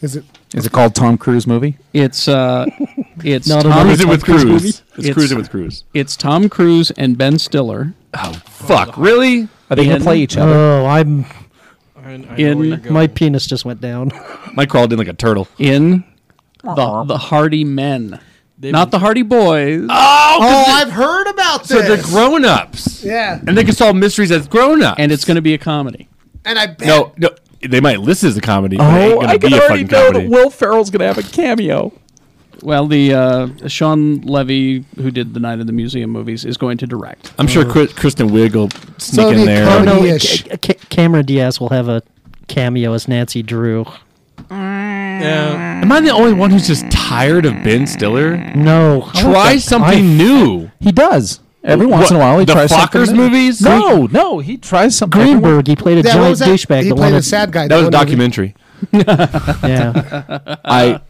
[SPEAKER 8] Is it?
[SPEAKER 7] Is it called Tom Cruise movie?
[SPEAKER 1] It's
[SPEAKER 7] (laughs)
[SPEAKER 1] uh, it's
[SPEAKER 7] Not
[SPEAKER 1] Tom,
[SPEAKER 7] another Cruise it Tom with Cruise Cruise. movie?
[SPEAKER 16] It's Cruise it with Cruise.
[SPEAKER 1] It's Tom Cruise and Ben Stiller. Oh
[SPEAKER 4] fuck! Really?
[SPEAKER 7] Are they gonna
[SPEAKER 1] In-
[SPEAKER 7] play each
[SPEAKER 6] Oh, I'm.
[SPEAKER 1] in
[SPEAKER 6] my penis just went
[SPEAKER 7] (laughs)
[SPEAKER 6] down.
[SPEAKER 4] Mike crawled in like a turtle.
[SPEAKER 1] in the the Hardy Men, not the Hardy Boys.
[SPEAKER 4] Oh,
[SPEAKER 8] Oh, I've heard about
[SPEAKER 4] so
[SPEAKER 8] this.
[SPEAKER 4] they're grown ups.
[SPEAKER 8] Yeah.
[SPEAKER 4] And they can solve mysteries as grown ups.
[SPEAKER 1] And it's going to be a comedy.
[SPEAKER 8] And I bet.
[SPEAKER 4] No, no. They might list it as a comedy. but it ain't
[SPEAKER 7] Oh,
[SPEAKER 4] gonna
[SPEAKER 7] I can
[SPEAKER 4] be a
[SPEAKER 7] already
[SPEAKER 4] fucking
[SPEAKER 7] know
[SPEAKER 4] comedy.
[SPEAKER 7] that (laughs) Will Ferrell's going to have a cameo.
[SPEAKER 1] Well, the uh, Sean Levy, who did the Night of the Museum movies, is going to direct.
[SPEAKER 4] I'm sure Chris, Kristen Wiig will sneak in there.
[SPEAKER 6] Oh, no, Ca- Ca- Cameron Diaz will have a cameo as Nancy Drew.
[SPEAKER 4] Am I the only one who's just tired of Ben Stiller?
[SPEAKER 6] No.
[SPEAKER 4] Try something new.
[SPEAKER 7] He does. Every once in a while, he
[SPEAKER 4] the
[SPEAKER 7] tries
[SPEAKER 4] Fockers
[SPEAKER 7] something new.
[SPEAKER 4] movies.
[SPEAKER 7] No, no, he tries something.
[SPEAKER 6] Greenberg, he played a
[SPEAKER 7] Yeah, what
[SPEAKER 6] giant
[SPEAKER 7] was that?
[SPEAKER 6] douchebag.
[SPEAKER 7] He
[SPEAKER 6] the
[SPEAKER 7] played
[SPEAKER 6] one
[SPEAKER 7] a
[SPEAKER 6] that-
[SPEAKER 7] sad guy,
[SPEAKER 4] That was a documentary.
[SPEAKER 7] (laughs)
[SPEAKER 6] Yeah.
[SPEAKER 4] I.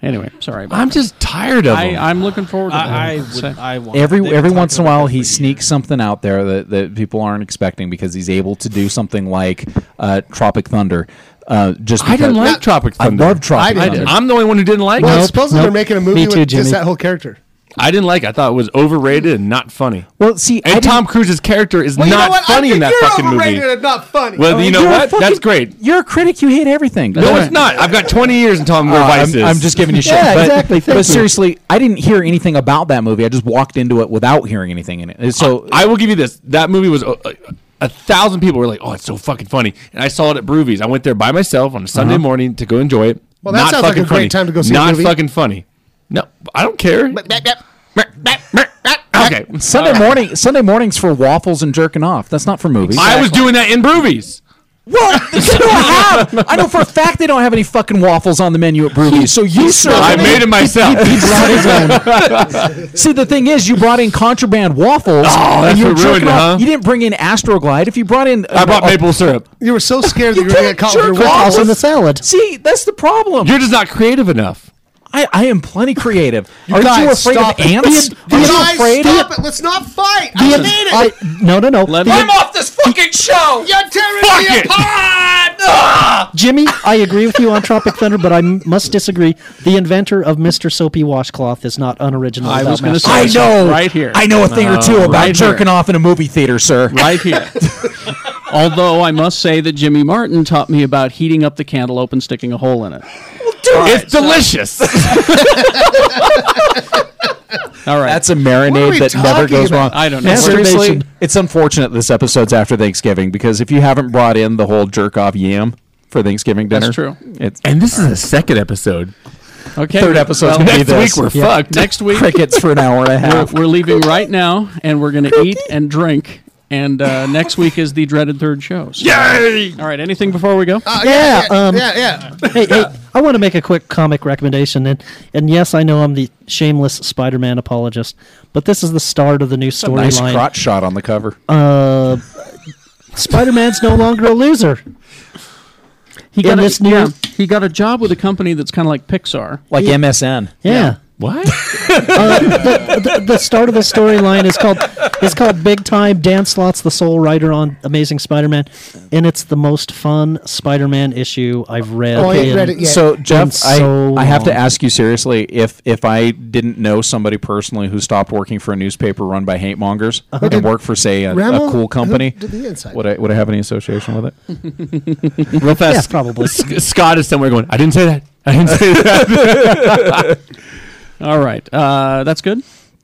[SPEAKER 1] Anyway, sorry. about
[SPEAKER 4] I'm
[SPEAKER 1] that.
[SPEAKER 4] just tired of him.
[SPEAKER 1] I, I'm looking forward to that. uh,
[SPEAKER 4] I- I
[SPEAKER 1] would- So-
[SPEAKER 9] I want
[SPEAKER 7] every every once in a while he sneaks something out there that, that people aren't expecting because he's able to do something like uh, Tropic Thunder. Uh, just
[SPEAKER 4] I didn't
[SPEAKER 7] because-
[SPEAKER 4] like Tropic Thunder.
[SPEAKER 7] I love Tropic
[SPEAKER 4] I
[SPEAKER 7] Thunder.
[SPEAKER 4] didn't. I'm the only one who didn't like
[SPEAKER 7] Well,
[SPEAKER 4] it.
[SPEAKER 7] Nope, supposedly they're nope. making a movie Me with too, just Jimmy. that whole
[SPEAKER 8] character.
[SPEAKER 4] I didn't like. it. I thought it was overrated and not funny.
[SPEAKER 7] Well, see,
[SPEAKER 4] and Tom Cruise's character is
[SPEAKER 8] Well, you know
[SPEAKER 4] not
[SPEAKER 8] what? I
[SPEAKER 4] funny in
[SPEAKER 8] think
[SPEAKER 4] that
[SPEAKER 8] you're
[SPEAKER 4] fucking
[SPEAKER 8] overrated
[SPEAKER 4] movie.
[SPEAKER 8] and not funny.
[SPEAKER 4] Well,
[SPEAKER 7] Oh,
[SPEAKER 8] I mean,
[SPEAKER 4] you know
[SPEAKER 8] you're a
[SPEAKER 4] what?
[SPEAKER 8] fucking-
[SPEAKER 4] That's great.
[SPEAKER 7] You're a critic. You hate everything.
[SPEAKER 4] No, it's not. I've got 20 years and tell them where
[SPEAKER 7] Uh,
[SPEAKER 4] Vice
[SPEAKER 7] I'm,
[SPEAKER 4] is.
[SPEAKER 7] I'm just giving
[SPEAKER 4] (laughs)
[SPEAKER 7] you shit.
[SPEAKER 4] Yeah,
[SPEAKER 7] but,
[SPEAKER 4] exactly. Thank
[SPEAKER 7] but
[SPEAKER 4] you.
[SPEAKER 7] seriously, I didn't hear anything about that movie. I just walked into it without hearing anything in it. And So
[SPEAKER 4] I will give you this. That movie was. uh, uh, a thousand people were like, "Oh, it's so fucking funny!" And I saw it at Broovies. I went there by myself on a Sunday
[SPEAKER 7] Uh-huh.
[SPEAKER 4] morning to go enjoy it.
[SPEAKER 8] Well, that
[SPEAKER 4] Not
[SPEAKER 8] sounds like
[SPEAKER 4] fucking
[SPEAKER 8] a great
[SPEAKER 4] funny.
[SPEAKER 8] time to go see a
[SPEAKER 4] Not
[SPEAKER 8] movie.
[SPEAKER 4] fucking funny. No, I don't care. Okay,
[SPEAKER 7] Sunday morning, Sunday mornings for waffles and jerking off. That's not for movies.
[SPEAKER 4] I was doing that in Broovies.
[SPEAKER 7] What? They don't have. I know for a fact they don't have any fucking waffles on the menu at Broovies. So you, sir,
[SPEAKER 4] I made it myself.
[SPEAKER 7] He brought his own. See, the thing is, you brought in contraband waffles.
[SPEAKER 4] Oh, that's
[SPEAKER 7] and you were
[SPEAKER 4] what ruined
[SPEAKER 7] jerking
[SPEAKER 4] it,
[SPEAKER 7] off.
[SPEAKER 4] huh?
[SPEAKER 7] You didn't bring in Astroglide. If you brought in, uh,
[SPEAKER 4] I brought maple syrup.
[SPEAKER 8] You
[SPEAKER 7] (laughs)
[SPEAKER 8] were so scared that you were going to
[SPEAKER 7] jerk
[SPEAKER 8] call it
[SPEAKER 7] waffles
[SPEAKER 8] waffles.
[SPEAKER 7] salad. See, that's the problem.
[SPEAKER 4] You're just not creative enough.
[SPEAKER 7] I, I am plenty creative.
[SPEAKER 8] You
[SPEAKER 7] Aren't
[SPEAKER 8] guys,
[SPEAKER 7] you afraid
[SPEAKER 8] stop
[SPEAKER 7] of
[SPEAKER 8] it.
[SPEAKER 7] ants?
[SPEAKER 8] The-
[SPEAKER 7] Are you
[SPEAKER 8] guys,
[SPEAKER 7] afraid of-
[SPEAKER 8] stop it. Let's not fight. I
[SPEAKER 6] The-
[SPEAKER 8] made it.
[SPEAKER 6] I- no, no, no. The-
[SPEAKER 8] off this fucking show. You're tearing me apart.
[SPEAKER 6] Jimmy, I agree with you on Tropic Thunder, but I m- must disagree. The inventor of Mr. Soapy Washcloth is not unoriginal.
[SPEAKER 1] I
[SPEAKER 6] about
[SPEAKER 1] was gonna
[SPEAKER 6] masturbation.
[SPEAKER 1] say
[SPEAKER 7] I know
[SPEAKER 1] right here.
[SPEAKER 7] I know a thing or two
[SPEAKER 1] No,
[SPEAKER 7] about
[SPEAKER 1] right here.
[SPEAKER 7] jerking off in a movie theater, sir.
[SPEAKER 1] right here. Although I must say that Jimmy Martin taught me about heating up the candle open, sticking a hole in it.
[SPEAKER 4] it's delicious.
[SPEAKER 1] All right,
[SPEAKER 7] that's a
[SPEAKER 1] What are we
[SPEAKER 7] marinade that never
[SPEAKER 1] talking
[SPEAKER 7] goes wrong.
[SPEAKER 1] about? I don't know.
[SPEAKER 7] And Seriously,
[SPEAKER 1] Masturbation.
[SPEAKER 7] it's unfortunate this episode's after Thanksgiving because if you haven't brought in the whole jerk off yam for Thanksgiving dinner,
[SPEAKER 1] That's true.
[SPEAKER 7] It's, and this is the second episode.
[SPEAKER 1] Okay,
[SPEAKER 7] Third episode's
[SPEAKER 1] well,
[SPEAKER 7] gonna be
[SPEAKER 1] next
[SPEAKER 7] this.
[SPEAKER 1] week we're fucked. Next week-
[SPEAKER 7] crickets for an hour and a
[SPEAKER 1] We're,
[SPEAKER 7] half.
[SPEAKER 1] we're leaving right now, and we're going to eat and drink. And uh, next week is the dreaded third show. So-
[SPEAKER 6] Yay!
[SPEAKER 1] All right. Anything before we go?
[SPEAKER 6] yeah, um,
[SPEAKER 8] yeah.
[SPEAKER 6] (laughs) hey, hey, I want to make a quick comic recommendation, and and yes, I know I'm the shameless Spider-Man apologist, but this is the start of the new
[SPEAKER 7] a nice
[SPEAKER 6] storyline.
[SPEAKER 7] crotch shot on the cover.
[SPEAKER 6] uh, Spider-Man's no longer a loser. He got
[SPEAKER 1] a-
[SPEAKER 6] this new,
[SPEAKER 1] yeah, he got a job with a company that's kind of like Pixar,
[SPEAKER 7] Like Yeah. MSN.
[SPEAKER 6] yeah.
[SPEAKER 1] (laughs)
[SPEAKER 7] What?
[SPEAKER 6] Uh, the, the, the start of the storyline is called it's called Big Time. Dan Slott's the sole writer on Amazing Spider-Man, and it's the most fun Spider-Man issue Oh, I've read. in-
[SPEAKER 7] So Jeff,
[SPEAKER 6] in so
[SPEAKER 7] I, I have to
[SPEAKER 6] long.
[SPEAKER 7] ask you seriously if if I didn't know somebody personally who stopped working for a newspaper run by hate mongers and worked for say a,
[SPEAKER 8] Ramo-
[SPEAKER 7] a cool company,
[SPEAKER 8] who did the inside? (laughs)
[SPEAKER 7] would I would I have any association with it?
[SPEAKER 4] Real fast.
[SPEAKER 6] Yeah, probably.
[SPEAKER 4] S- Scott is somewhere going, I didn't say that. I didn't say
[SPEAKER 7] (laughs)
[SPEAKER 4] that.
[SPEAKER 1] (laughs) All right. Uh, that's good.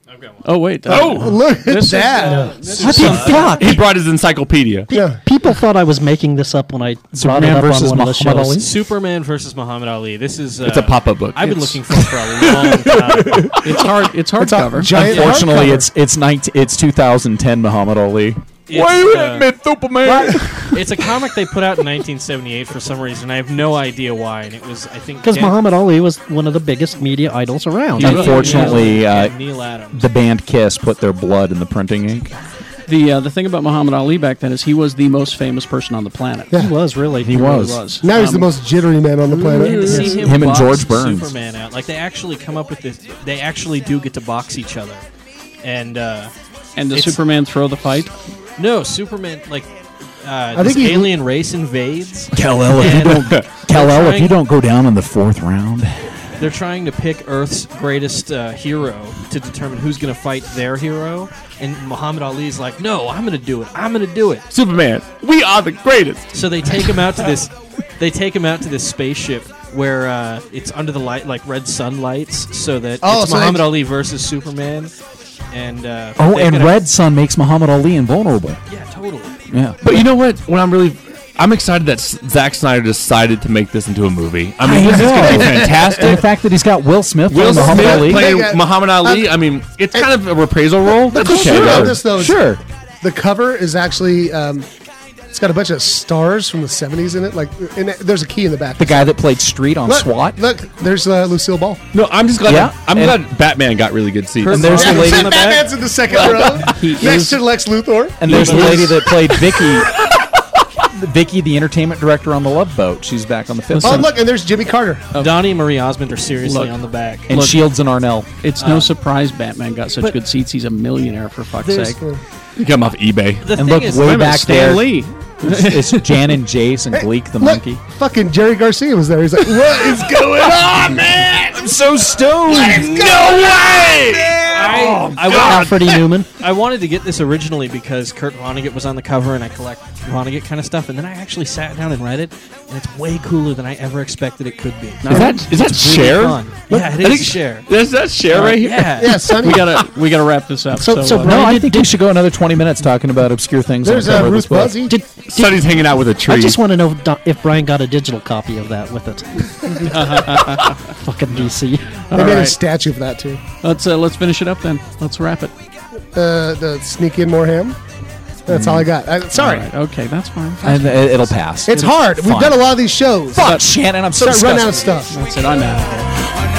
[SPEAKER 1] I've got one. Oh wait. uh,
[SPEAKER 4] Oh, look at
[SPEAKER 1] this is,
[SPEAKER 4] that.
[SPEAKER 1] uh,
[SPEAKER 4] What
[SPEAKER 1] this
[SPEAKER 4] the
[SPEAKER 1] is, uh,
[SPEAKER 6] fuck?
[SPEAKER 4] he brought his encyclopedia.
[SPEAKER 8] Yeah.
[SPEAKER 6] People thought I was making this up when I brought it
[SPEAKER 4] Superman
[SPEAKER 6] up on
[SPEAKER 4] versus
[SPEAKER 6] one of the
[SPEAKER 4] Muhammad
[SPEAKER 6] shows.
[SPEAKER 4] Ali?
[SPEAKER 9] Superman versus Muhammad Ali. This is uh,
[SPEAKER 4] It's a pop-up book.
[SPEAKER 9] I've been
[SPEAKER 4] It's-
[SPEAKER 9] looking for it for a long time.
[SPEAKER 1] It's hard. It's hardcover.
[SPEAKER 7] Unfortunately, it's it's 19, it's 2010 Muhammad Ali.
[SPEAKER 9] Wait
[SPEAKER 7] uh,
[SPEAKER 4] a minute, Superman.
[SPEAKER 9] it's a comic they put out in 1978 for some reason. I have no idea why, and it was I think
[SPEAKER 6] Because
[SPEAKER 9] Dan-
[SPEAKER 6] Muhammad Ali was one of the biggest media idols around.
[SPEAKER 7] Unfortunately,
[SPEAKER 9] and Neil
[SPEAKER 7] uh,
[SPEAKER 9] Adams.
[SPEAKER 7] the band Kiss put their blood in the printing ink.
[SPEAKER 1] the uh, the thing about Muhammad Ali back then is he was the most famous person on the planet.
[SPEAKER 8] Yeah.
[SPEAKER 6] He was really.
[SPEAKER 1] He
[SPEAKER 8] Now
[SPEAKER 1] really
[SPEAKER 8] he's
[SPEAKER 1] Um,
[SPEAKER 8] the most jittery man on the planet.
[SPEAKER 9] And to see him,
[SPEAKER 7] Him and
[SPEAKER 9] box
[SPEAKER 7] George Burns.
[SPEAKER 9] Superman out. Like they actually come up with this. They actually do get to box each other, and uh,
[SPEAKER 1] And does
[SPEAKER 9] it's-
[SPEAKER 1] Superman throw the fight?
[SPEAKER 9] No, Superman like. Uh,
[SPEAKER 1] I
[SPEAKER 9] this
[SPEAKER 1] think he-
[SPEAKER 9] alien race invades.
[SPEAKER 7] Kal-El, if you
[SPEAKER 9] and
[SPEAKER 4] (laughs)
[SPEAKER 7] don't
[SPEAKER 9] they're
[SPEAKER 7] Kal-El, if
[SPEAKER 9] trying-
[SPEAKER 7] you don't go down in the fourth round,
[SPEAKER 9] They're trying to pick Earth's greatest uh, hero to determine who's going to fight their hero. And Muhammad Ali's like, no, I'm going to do it. I'm going to do it.
[SPEAKER 4] Superman, we are the greatest.
[SPEAKER 9] So they take him out to
[SPEAKER 7] (laughs)
[SPEAKER 9] this. They take him out to this spaceship where uh, it's under the light, like red sun lights, so that
[SPEAKER 8] Oh,
[SPEAKER 9] it's
[SPEAKER 8] so they-
[SPEAKER 9] Muhammad Ali versus Superman. And uh,
[SPEAKER 7] oh,
[SPEAKER 9] they've
[SPEAKER 7] and
[SPEAKER 9] gotta-
[SPEAKER 7] Red Sun makes Muhammad Ali invulnerable.
[SPEAKER 9] Yeah, totally.
[SPEAKER 7] Yeah.
[SPEAKER 4] But you know what? When I'm really, I'm excited that S- Zack Snyder decided to make this into a movie. I mean, this is going to be fantastic.
[SPEAKER 7] And the fact that he's got Will Smith
[SPEAKER 4] Will
[SPEAKER 7] playing
[SPEAKER 4] Smith
[SPEAKER 7] Muhammad Ali.
[SPEAKER 4] playing Muhammad Ali. I mean, it's kind of a reprisal role.
[SPEAKER 8] The
[SPEAKER 4] That's
[SPEAKER 8] cool
[SPEAKER 4] okay.
[SPEAKER 8] thing about this, though, is
[SPEAKER 7] Sure.
[SPEAKER 8] The cover is actually um, it's got a bunch of stars from the '70s in it. Like, and there's a key in the back.
[SPEAKER 7] The guy that played Street on
[SPEAKER 8] look,
[SPEAKER 7] SWAT.
[SPEAKER 8] Look, there's uh, Lucille Ball.
[SPEAKER 4] No, I'm just glad.
[SPEAKER 7] Yeah,
[SPEAKER 4] I'm
[SPEAKER 7] and-
[SPEAKER 4] glad Batman got really good seats.
[SPEAKER 7] And there's the
[SPEAKER 8] (laughs)
[SPEAKER 7] lady-
[SPEAKER 8] Batman's in the second row,
[SPEAKER 7] (laughs) He
[SPEAKER 8] next
[SPEAKER 7] is-
[SPEAKER 8] to Lex Luthor.
[SPEAKER 7] And there's the lady that played Vicky.
[SPEAKER 4] (laughs)
[SPEAKER 7] Vicky, the entertainment director on the Love Boat. She's back on the fifth.
[SPEAKER 8] Oh, look, and there's Jimmy Carter.
[SPEAKER 9] Donnie and Marie Osmond are seriously
[SPEAKER 1] Look.
[SPEAKER 9] on the back.
[SPEAKER 7] Oh. And Shields and Arnell.
[SPEAKER 1] It's no surprise Batman got such good seats. He's a millionaire for fuck's
[SPEAKER 9] There's
[SPEAKER 1] sake.
[SPEAKER 9] the-
[SPEAKER 4] You got him off eBay.
[SPEAKER 9] The
[SPEAKER 7] and
[SPEAKER 9] thing
[SPEAKER 7] look
[SPEAKER 9] is-
[SPEAKER 7] way
[SPEAKER 9] Wait a minute,
[SPEAKER 7] back
[SPEAKER 1] Stan
[SPEAKER 7] there.
[SPEAKER 1] Lee.
[SPEAKER 7] (laughs) It's, it's Jan and Jace and Gleek the
[SPEAKER 8] Look,
[SPEAKER 7] monkey.
[SPEAKER 8] fucking Jerry Garcia was there. He's like, what is going on, man?
[SPEAKER 7] I'm so stoned.
[SPEAKER 4] Oh,
[SPEAKER 9] I, I,
[SPEAKER 6] Alfred E. Newman.
[SPEAKER 9] I wanted to get this originally because Kurt Vonnegut was on the cover, and I collect Vonnegut kind of stuff. And then I actually sat down and read it, and it's way cooler than I ever expected it could
[SPEAKER 4] (laughs)
[SPEAKER 9] be.
[SPEAKER 4] Is that is that
[SPEAKER 9] It's really
[SPEAKER 4] Cher?
[SPEAKER 9] fun. Yeah, it
[SPEAKER 4] I
[SPEAKER 9] is
[SPEAKER 4] think-
[SPEAKER 9] Cher.
[SPEAKER 4] Is that Cher right here?
[SPEAKER 9] Yeah.
[SPEAKER 7] (laughs)
[SPEAKER 8] Sonny.
[SPEAKER 1] We gotta we gotta wrap this up.
[SPEAKER 6] So-
[SPEAKER 1] So,
[SPEAKER 6] so
[SPEAKER 1] uh,
[SPEAKER 6] Brian,
[SPEAKER 7] No, I
[SPEAKER 6] did-
[SPEAKER 7] think we should go another 20 minutes talking about obscure things.
[SPEAKER 8] There's
[SPEAKER 7] on the
[SPEAKER 8] uh,
[SPEAKER 7] cover of
[SPEAKER 8] Ruth
[SPEAKER 7] this book.
[SPEAKER 8] Buzzy.
[SPEAKER 6] Did,
[SPEAKER 4] Sonny's hanging out with a tree.
[SPEAKER 6] I just want to know do- if Brian got a digital copy of that with it. (laughs) Fucking DC.
[SPEAKER 8] They made a statue of that too.
[SPEAKER 1] let's uh, let's finish it up then. Let's wrap it.
[SPEAKER 8] Uh, the sneak in more ham. That's
[SPEAKER 7] Mm.
[SPEAKER 8] all I got. I, sorry,
[SPEAKER 1] All right, Okay, that's fine.
[SPEAKER 7] And it- it'll pass.
[SPEAKER 8] it's hard. We've
[SPEAKER 7] Fine.
[SPEAKER 8] done a lot of these shows.
[SPEAKER 7] Fuck, Shannon, I'm so
[SPEAKER 8] Start running out of
[SPEAKER 7] disgusted.
[SPEAKER 8] stuff.
[SPEAKER 1] That's it. I'm out.
[SPEAKER 11] Thank